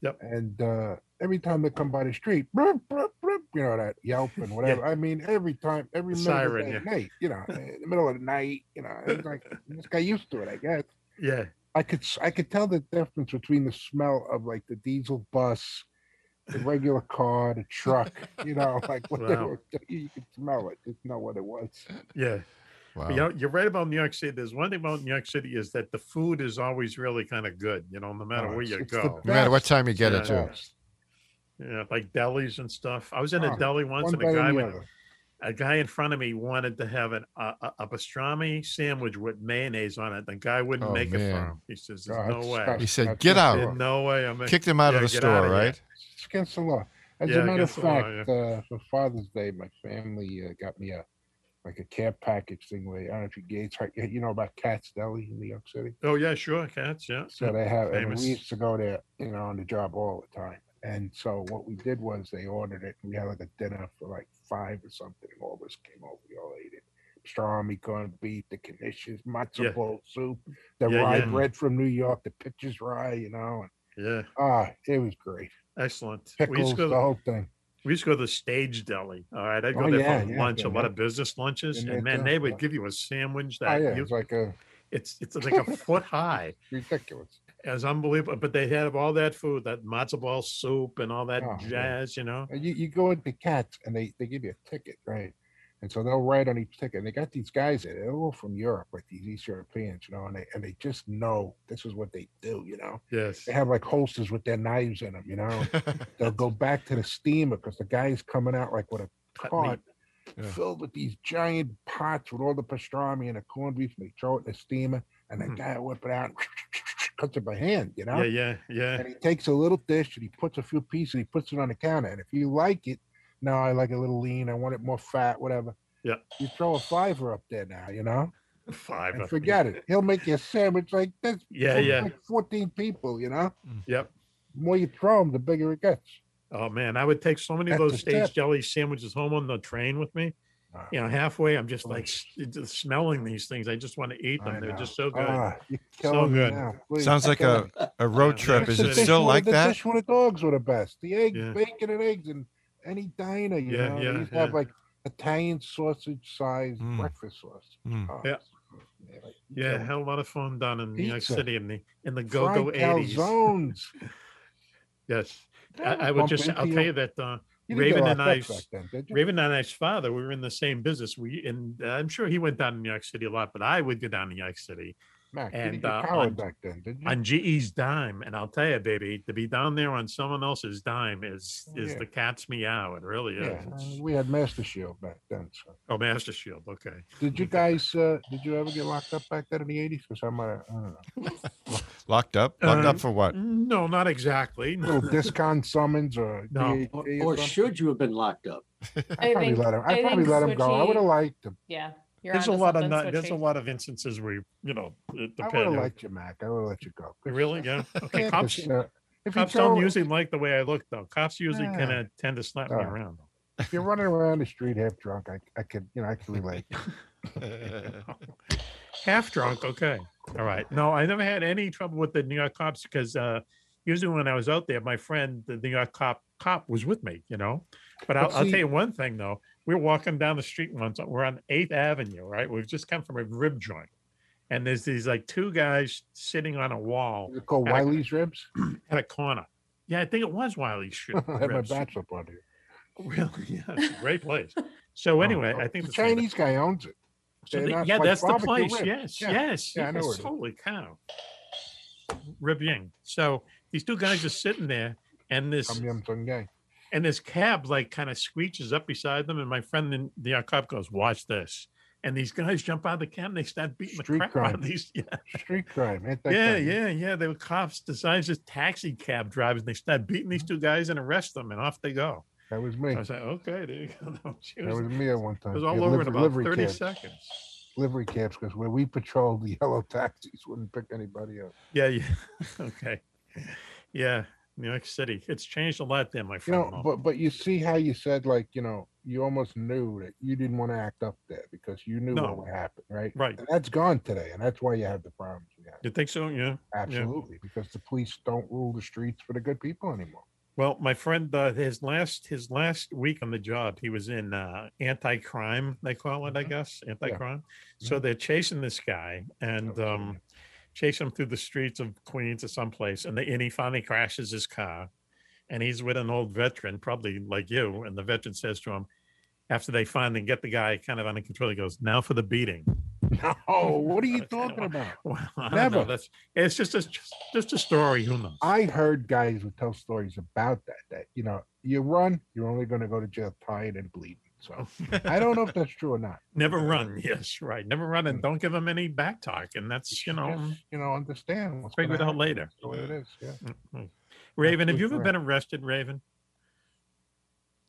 Yep. And uh, every time they come by the street, "Bruh, bruh, bruh," you know that yelp (laughs) and whatever. I mean, every time, every The minute of siren, the yeah. night, you know, in the middle of the night, you know, it's like (laughs) just got used to it, I guess. Yeah. I could s- I could tell the difference between the smell of like the diesel bus, (laughs) the regular car, the truck, you know, (laughs) like what they Wow. were, you could smell it, just know what it was. Yeah. Wow. You know, you're right about New York City. There's one thing about New York City is that the food is always really kind of good, you know, no matter Oh, where it's- you it's the go. No matter what time you get it Yeah. to. Yeah, like delis and stuff. I was in a Oh, deli once, one and a better than guy, the went, other. a guy in front of me wanted to have an, a, a- a pastrami sandwich with mayonnaise on it. The guy wouldn't Oh, make it for man. him. He says, Oh, "There's no that's- way." that's- He said, that's "Get not out." the Said, law. "No way." I'm Kicked him out of yeah, the get out store, of here." right? It's against the law. As Yeah, a matter of against the law, fact, uh, for Father's Day, my family uh, got me a like a care package thing where I don't know if you Gates, you know about Cat's Deli in New York City. Oh yeah, sure, cats. Yeah. So they have, and Famous. we used to go there, you know, on the job all the time. And so what we did was they ordered it. and We had like a dinner for like five or something. and All this came over. We all ate it. Pastrami, corned beef, the conditions, matzo Yeah. ball soup, the Yeah, rye yeah. bread from New York, the pitcher's rye, you know. And, Yeah. ah, it was great. Excellent. we Pickles, used to go the whole thing. We used to go to the stage deli. All right. I'd go Oh, there yeah, for yeah, lunch, yeah, a lot yeah. of business lunches. Yeah, And man, yeah, they would yeah. give you a sandwich Oh, that yeah, you, it's like a it's it's like a foot high. (laughs) Ridiculous. It's unbelievable. But they had all that food, that matzo ball soup and all that Oh, yeah. jazz, you know. Uh, You, you go into cats and they, they give you a ticket, right? And so they'll write on each ticket. And they got these guys in, they're all from Europe, like these East Europeans, you know, and they and they just know this is what they do, you know. Yes. They have like holsters with their knives in them, you (laughs) know. They'll go back to the steamer because the guy's coming out like with a Cut meat. cart Yeah. filled with these giant pots with all the pastrami and the corned beef, and they throw it in the steamer, and (laughs) the Mhm. guy will whip it out, cuts it by hand, you know. Yeah, yeah, yeah. And he takes a little dish and he puts a few pieces and he puts it on the counter. And if you like it, no, I like it a little lean. I want it more fat, whatever. Yeah. You throw a fiver up there now, you know? Five. And forget it. He'll make you a sandwich like this. Yeah, for yeah. Like 14 people, you know? Mm. Yep. The more you throw them, the bigger it gets. Oh man, I would take so many of That's those the Ah. stage step. jelly sandwiches home on the train with me. You know, halfway, I'm Oh. just like s- just smelling these things. I just want to eat them. They're just so good. Ah, you're so killing me good. now, please. Sounds like a- a road trip. Is The it fish still were- like the that? Fish with the dogs were the best. The eggs, Yeah. bacon and eggs, and any diner, you Yeah, know, yeah, they used to yeah. have like Italian sausage sized Mm. breakfast sauce. Mm. Oh, Yeah. man, like, you Yeah, know, had a lot of fun down in New York Pizza. City in the in the fried go-go eighties. calzones. Yes, I, Yeah, I would bump just I'll into tell you. you that uh, You didn't get Raven a lot and of I, sex back then, did you? Raven and I's father, we were in the same business. We and uh, I'm sure he went down to New York City a lot, but I would go down to New York City. Mac, you didn't and get uh, powered on, back then, did you? on GE's dime, and I'll tell you, baby, to be down there on someone else's dime is is Oh, Yeah. the cat's meow. It really is. yeah, It's- uh, we had Master Shield back then. So. Oh, Master Shield. Okay. Did you guys? Uh, did you ever get locked up back then in the eighties? Because I'm a, I (laughs) don't know, Locked up? Locked Uh, up for what? No, not exactly. little (laughs) discon summons or No. DHT Or, or or should you have been (laughs) locked up? I probably let him. I, probably let him go. I would have liked him. Yeah. You're There's a onto lot of something, not, there's a Switchy. lot of instances where you you know I would uh, it have depends. liked you, Mac. I would have let you go. Really? (laughs) Yeah. Okay. Yeah, cops 'cause, uh, if you cops don't go- usually like the way I look though. Cops usually Yeah. kind of tend to slap me Uh, around. If you're running around the street half drunk, I, I could, you know, I could (laughs) relate. Half drunk. Okay. All right. No, I never had any trouble with the New York cops because uh, usually when I was out there, my friend, the New York cop, cop was with me, you know. But I'll, But I'll see- tell you one thing though. We were walking down the street once. We're on 8th Avenue, right? We've just come from a rib joint. And there's these like two guys sitting on a wall. They're called at a- Wiley's ribs. (clears throat) at a corner. Yeah, I think it (laughs) was Wiley's shit. I had my ribs. bachelor party. Really? Yeah, it's a (laughs) (laughs) great place. So anyway, I think The the thing that- Chinese guy owns it. So They're the- not yeah, like that's the barbecue place. ribs. Yes, Yeah. yes, Yeah, I know yes. where it is. Holy cow. Rib Ying. So these two guys are sitting there, and this Tom Yum Tung Gang. and this cab like kind of screeches up beside them, and my friend in the uh, cop goes, "Watch this." And these guys jump out of the cab and they start beating the Street crap out of crime. these. (laughs) Yeah, Street crime. yeah, anti-crime. yeah, yeah. They were cops, disguised as taxi cab drivers, and they start beating these two guys and arrest them, and off they go. Mm-hmm. That was me. I was like, okay, there you go. (laughs) No, she That was me at one time. It was Yeah, all over in livery- about livery 30 cabs. seconds. (laughs) Livery cabs, because where we patrolled, the (laughs) yellow taxis wouldn't pick anybody up. Yeah, yeah. (laughs) okay. Yeah, New York City. It's changed a lot there, my You know, friend. Mo. but but you see how you said like you know you almost knew that you didn't want to act up there because you knew No. what would happen, right? Right. And that's gone today, and that's why you have the problems we have. you think so? Yeah. yeah. Absolutely, because the police don't rule the streets for the good people (laughs) anymore. Well, my friend, uh, his last his last week on the job, he was in uh, anti-crime. They call it, I guess, anti-crime. So they're chasing this guy and um, chase him through the streets of Queens or someplace, and, they, and he finally crashes his car, and he's with an old veteran, probably like you. And the veteran says to him, after they finally get the guy kind of under control, he goes, "Now for the beating." (laughs) No, Oh, what are you talking about? Well, I don't know. Never. That's it's just a just a story. Who knows? I heard guys would tell stories about that. That you know, you run, you're only going to go to jail tired and bleeding. So Oh. (laughs) I don't know if that's true or not. Never run. (laughs) Yes, right. Never run, and don't give them any back talk. And that's you know Just, you know, understand. What's figure it gonna out happen. later. That's what it is. Yeah. Mhm. Raven, have you ever Absolutely been arrested, Raven?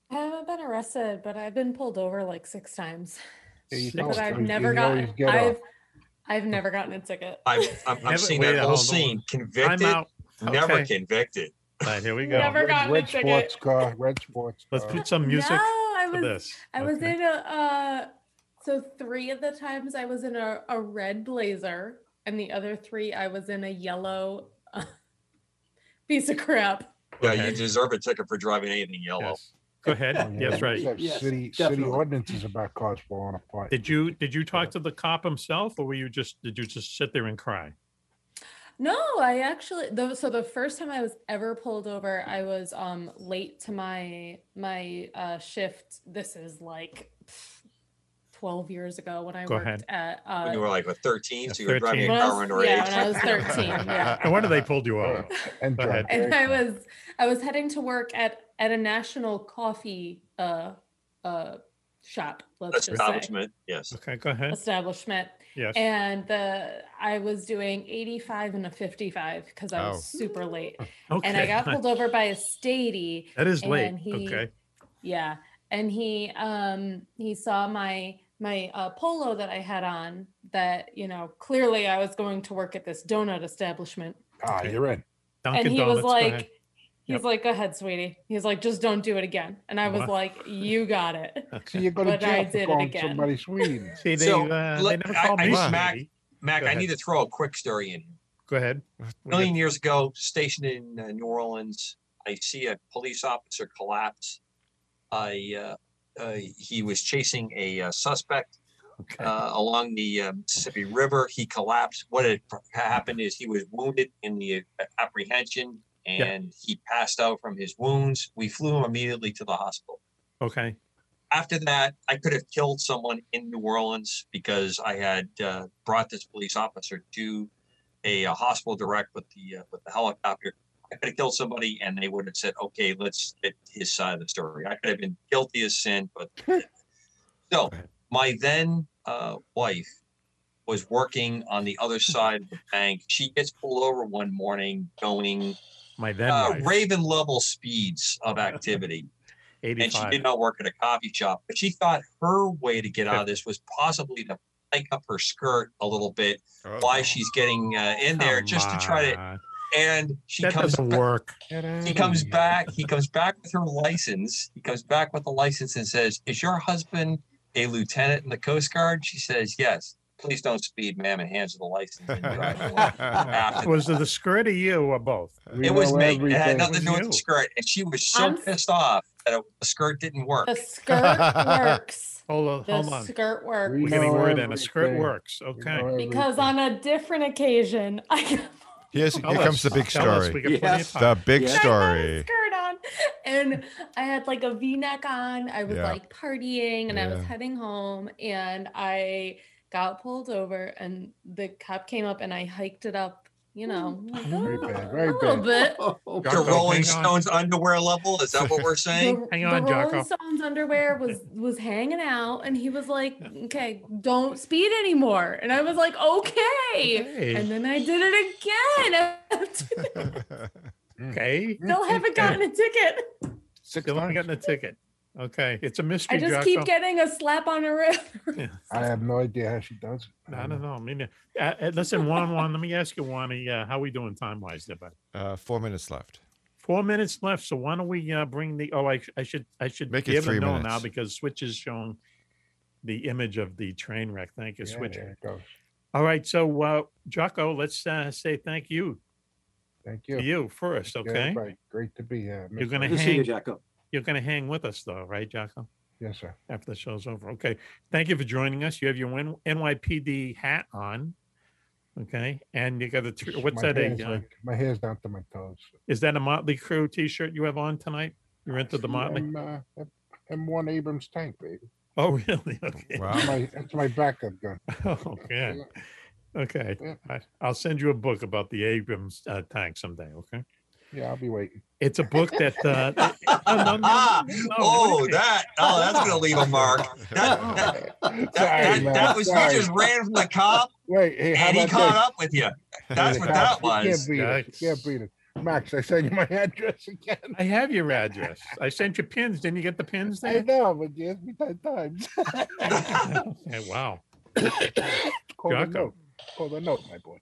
I haven't been arrested, but I've been pulled over like six times. Yeah, you But told I've us. You never always gotten. get off. I've I've never gotten a ticket. I've, I've, I've Never- seen wait, that whole hold on. scene. Convicted, out. never Okay. convicted. All (laughs) right, here we go. Never Red, gotten a red sports ticket. car. Red sports. Let's car. put some music No, I to was- this. I was Okay. in a uh, so three of the times I was in a, a red blazer, and the other three I was in a yellow uh, (laughs) piece of crap. Yeah, you deserve a ticket for driving anything yellow. Go ahead. (laughs) Yes, right. We have City, city ordinances about cars falling apart. Did you did you talk to the cop himself, or were you just did you just sit there and cry? No, I actually though so the first time I was ever pulled over, I was um late to my my uh shift. This is like pff, 12 years ago when I Go worked ahead. at uh When you were like what, 13, so you were driving When a I car was- under yeah, age. when I was 13, (laughs) yeah. And when did they pulled you over? And Go ahead. and I was I was heading to work at at a national coffee uh uh shop, let's just say. Establishment, yes. Okay, go ahead. establishment. Yes. And the I was doing 85 and a 55 because I was Oh. super late. And I Okay. got pulled over by a statey. That is late. and he- Okay. Yeah. And he um he saw my my uh, polo that I had on that, you know, clearly I was going to work at this donut establishment. Ah, you're in. and he was like, he's Yep. like, go ahead, sweetie. He's like, just don't do it again. And I was Wow. like, you got it. So you go to But jail I did for it calling again. somebody Sweden. See, they, so, uh, they look, never I, called I me. need- Mac, Mac Go I ahead. need to throw a quick story in here. Go ahead. A million years ago, stationed in uh, New Orleans, I see a police officer collapse. I uh, uh, he was chasing a uh, suspect uh, along the uh, Mississippi River. He collapsed. What had pr- happened is he was wounded in the uh, apprehension, Yeah. and he passed out from his wounds. We flew him immediately to the hospital Okay. after that, I could have killed someone in New Orleans because I had uh, brought this police officer to a, uh hospital direct with the uh, with the helicopter. I could have killed somebody, and they would have said, "Okay, let's get his side of the story." I could have been guilty as sin, (laughs) but so my then uh, wife was working on the other side of the bank. She gets pulled over one morning, going My then uh, wife. Raven level speeds (laughs) of activity. And she 85. did not work at a coffee shop, but she thought her way to (laughs) get out of this was possibly to hike up her skirt a little bit Oh, while she's getting uh, in there, just to try to. And she that comes doesn't ba- work. He comes back. He comes back with her license. He comes back with the license and says, "Is your husband a lieutenant in the Coast Guard?" She says, "Yes." Please don't speed, ma'am, and hands her the license. (laughs) And drives away. After (laughs) was it the skirt of you or both? it was me. It had nothing to do with you. the skirt, and she was so I'm- pissed off that it, the skirt didn't work. The skirt works. (laughs) Hold on. The hold on. skirt works. We're getting word in. A skirt works. Okay. Because on a different occasion, (laughs) I got Here's, here Tell comes the us. big Tell us. story. We got plenty of The time. big Yes. a story. skirt on and I had like a v-neck on. I was Yeah. like partying and I was Yeah. heading home and I got pulled over and the cop came up and I hiked it up, you know, like, Very "Oh, bad, very a little bad. bit. to Rolling Stones underwear level? Is that (laughs) what we're saying? the, the Rolling Stones underwear was was hanging out, and he was like, "Okay, don't speed anymore." And I was like, "Okay." Okay. And then I did (laughs) it again. Okay. Still (laughs) haven't gotten a ticket. Still haven't gotten a ticket. Okay. It's a mystery. I just Jocko. keep getting a slap on the wrist. (laughs) I have no idea how she does it. (laughs) I don't know. I mean, uh, uh, listen, Juan, Juan, let me ask you, Juan, uh, how we doing time wise there, buddy? Uh, four minutes left. Four minutes left. So why don't we uh, bring the? Oh, I, sh- I should I should Make it be able to three know now minutes. because Switch is showing the image of the train wreck. Thank you, Yeah, Switch. there it goes. All right, so uh, Jocko, let's uh, say thank you. Thank you. To you first, Thank you, okay? everybody. Great to be here. You're gonna Good to hang, see you, Jocko. You're gonna hang with us though, right, Jocko? Yes, sir. After the show's over, okay. Thank you for joining us. You have your N- NYPD hat on, okay, and you got the tr- what's My that? hair's A, uh, like- My hair's down to my toes. is that a Motley Crew T-shirt you have on tonight? You rented the Motley. I'm, uh, I'm one Abrams tank, baby. Oh, really? (laughs) Okay. That's my, that's my backup (laughs) gun. Oh, yeah. Okay. I, I'll send you a book about the Abrams uh, tank someday. Okay. Yeah, I'll be waiting. It's a book that. Uh, (laughs) (laughs) no, no, no, Ah, (laughs) no, no, what oh, do you mean? that oh, that's gonna (laughs) leave a mark. That that, that, that, man, that was you sorry. just ran from the cop, (laughs) Wait, hey, how and he about caught this? up (laughs) with you. That's what that You was. can't beat it. You can't beat it. Max, I sent you my address again. I have your address. I sent you pins. Didn't you get the pins I there? know, but you asked me ten times. (laughs) Okay, wow. (coughs) Call a Jocko. note. Call a note, my boy.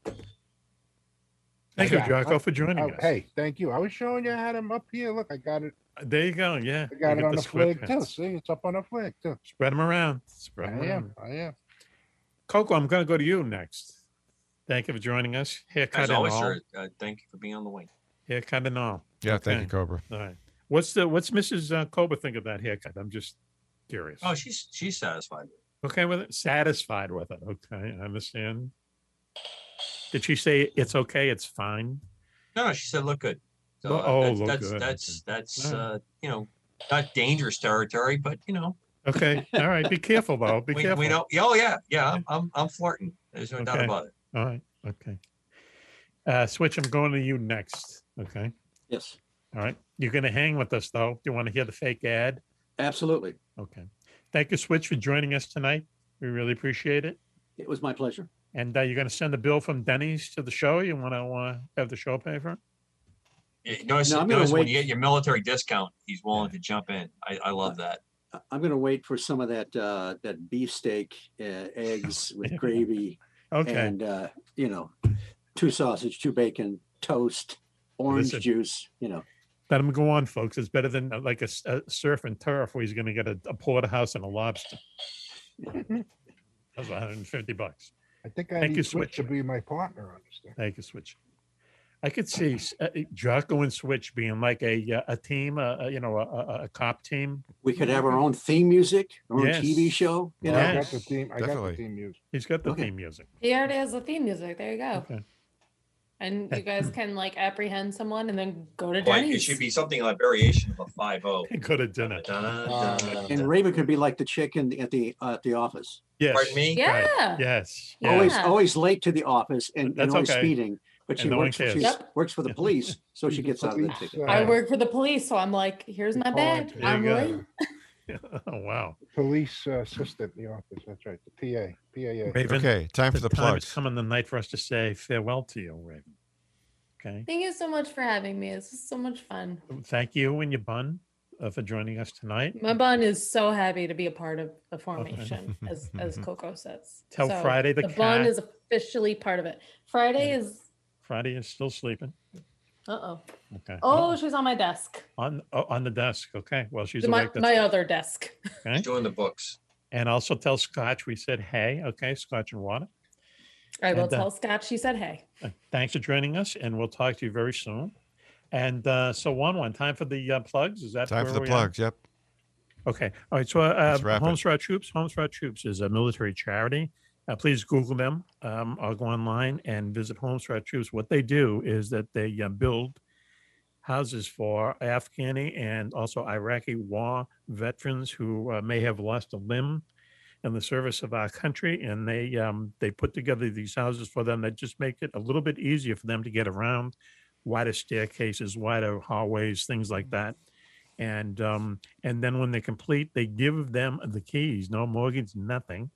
Thank you, Yeah, Jocko, I- for joining I- us. Hey, thank you. I was showing you how to up here. Look, I got it. There you go. Yeah. I you got get it on the the square flag too. pins. See, it's up on the flag too. Spread them around. I Spread them around. am. I am. Coco, I'm going to go to you next. Thank you for joining us. Haircut As and always, all. sir. Uh, thank you for being on the wing. Haircut and all. Yeah, thank you, Cobra. All right. What's the what's Mrs. Uh, Cobra think of that haircut? I'm just curious. Oh, she's she's satisfied. Okay with it? Satisfied with it. Okay, I understand. Did she say it's okay? It's fine. No, no, she said look good. So, Well, uh, oh, that's, look that's, good. that's that's All right. uh, you know not dangerous territory, but you know (laughs) Okay. All right. Be careful though. Be we, careful. we know. Oh yeah, yeah. I'm I'm, I'm flirting. There's no doubt Okay. about it. All right. Okay. Uh, Switch, I'm going to you next. Okay. Yes. All right. You're going to hang with us, though. Do you want to hear the fake ad? Absolutely. Okay. Thank you, Switch, for joining us tonight. We really appreciate it. It was my pleasure. And uh, you're going to send the bill from Denny's to the show. You want to uh, have the show pay for it? You notice, No, I'm gonna notice when wait. you get your military discount, he's willing to jump in. I, I love that. I'm going to wait for some of that uh, that beefsteak, uh, (laughs) eggs with gravy, Okay. and uh, you know, two sausage, two bacon, toast, orange Listen. juice. You know, Let him go on, folks. It's better than uh, like a, s- a surf and turf where he's going to get a, a porterhouse and (laughs) a lobster. That's 150 bucks. I think I Thank need you, Switch Switch. to be my partner on this thing. Thank you, Switch. I could see s- uh, uh, Jocko and Switch being like a uh, a team, uh, uh, you know, a, a, a cop team. we could have our own theme music, our own Yes. TV show. You know, Well, I got The theme, Mm-hmm. I got the theme music. He's got the Okay. theme music. He already has the theme music. There you go. Okay. And you guys can like apprehend someone and then go to Like, it Denny's. should be something like variation of a five oh. (laughs) zero. Go to dinner. Uh, Uh, and Raven could be like the chicken at the uh, at the office. Yes. Pardon me? Yeah. Yes. Always Yeah. always late to the office and, and That's always okay. speeding, but And she no one works cares. she's, Yep. works for the police, so (laughs) she gets out of the ticket. Uh, I work for the police, so I'm like, here's my bag. There you I'm go. late. Oh, wow. Police uh, assistant in the office. That's right. The PA. PAA. Raven, time for the time is plugs. coming the night for us to say farewell to you, Raven. Okay. Thank you so much for having me. This is so much fun. Thank you and your bun uh, for joining us tonight. My bun is so happy to be a part of the (laughs) formation, Okay. as as Coco says. Mm-hmm. Tell So Friday the bun cat- is officially part of it. Friday is Friday is still sleeping. uh oh. Okay. Oh, she's on my desk. on oh, on the desk. Okay. Well, she's my awake. that's my other desk. Okay. doing the books. And also tell Scotch we said hey. Okay, Scotch and water. I will And, uh, tell Scott. She said, "Hey, Uh, Thanks for joining us, and we'll talk to you very soon. And uh, so, one one time for the uh, plugs. Is that Time for where the we are? plugs. Yep. Okay. All right. So, uh, Let's wrap it. Homes for Our Troops. Homes for Our Troops is a military charity. Uh, please Google them. Um, I'll go online and visit Homes for Our Troops. What they do is that they uh, build houses for Afghani and also Iraqi war veterans who uh, may have lost a limb in the service of our country, and they um, they put together these houses for them that just make it a little bit easier for them to get around, wider staircases, wider hallways, things Mm. like that. And um, and then when they complete, they give them the keys, no mortgage, nothing.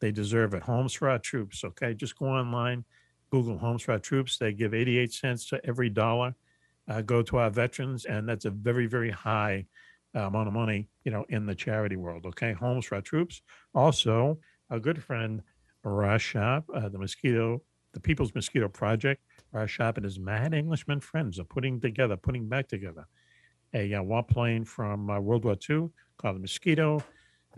They deserve it. Homes for our troops. Okay, just go online, Google homes for our troops. They give 88 cents to every dollar uh, go to our veterans, and that's a very very high uh, amount of money, you know, in the charity world. Okay, homes for our troops. Also, our good friend Rashab, uh, the mosquito, the People's Mosquito Project. Rashab and his mad Englishman friends are putting together, putting back together a uh, warplane from uh, World War II called the Mosquito.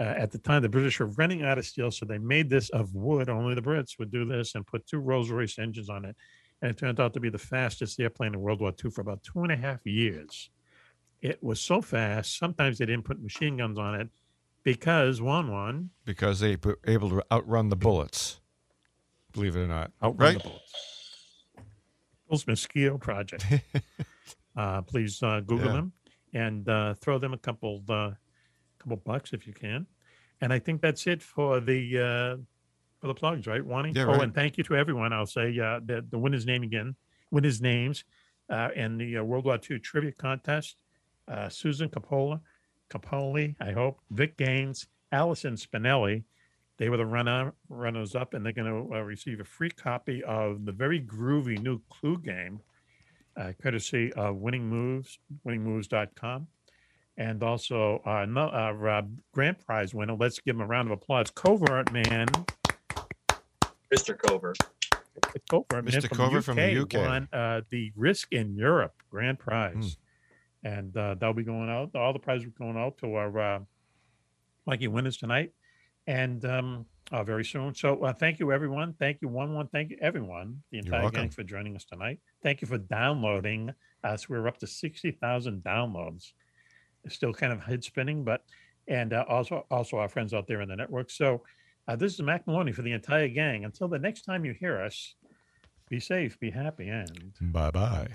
Uh, at the time, the British were running out of steel, so they made this of wood. Only the Brits would do this and put two Rolls Royce engines on it. And it turned out to be the fastest airplane in World War II for about two and a half years. It was so fast, sometimes they didn't put machine guns on it because one, one, Because they were able to outrun the bullets. Believe it or not. Outrun the People's Mosquito (laughs) Project. uh, please uh, Google Yeah. them and uh, throw them a couple uh, couple bucks if you can. And I think that's it for the uh, for the plugs, right, Wani? Yeah, oh, right. and thank you to everyone. I'll say uh, the the winner's name again, winner's names, uh, and the uh, World War II trivia contest. Uh, Susan Capola, Capoli, I hope Vic Gaines, Allison Spinelli. They were the runner runners up, and they're going to uh, receive a free copy of the very groovy new Clue game uh, courtesy of Winning Moves, winningmoves.com. And also our, no- our uh, grand prize winner, let's give him a round of applause, Covert Man. Mr. Cover. Covert Man Mr. Covert from the Hmm. UK. won uh, the Risk in Europe grand prize. And uh, that'll be going out. All the prizes are going out to our uh, lucky winners tonight. And um, uh, very soon. So uh, thank you, everyone. Thank you, one one. Thank you, everyone, the You're entire gang welcome. for joining us tonight. Thank you for downloading us. We're up to sixty thousand downloads. It's still kind of head spinning, but and uh, also also our friends out there in the network. So uh, this is Mac Maloney for the entire gang. Until the next time you hear us, be safe, be happy, and Bye bye.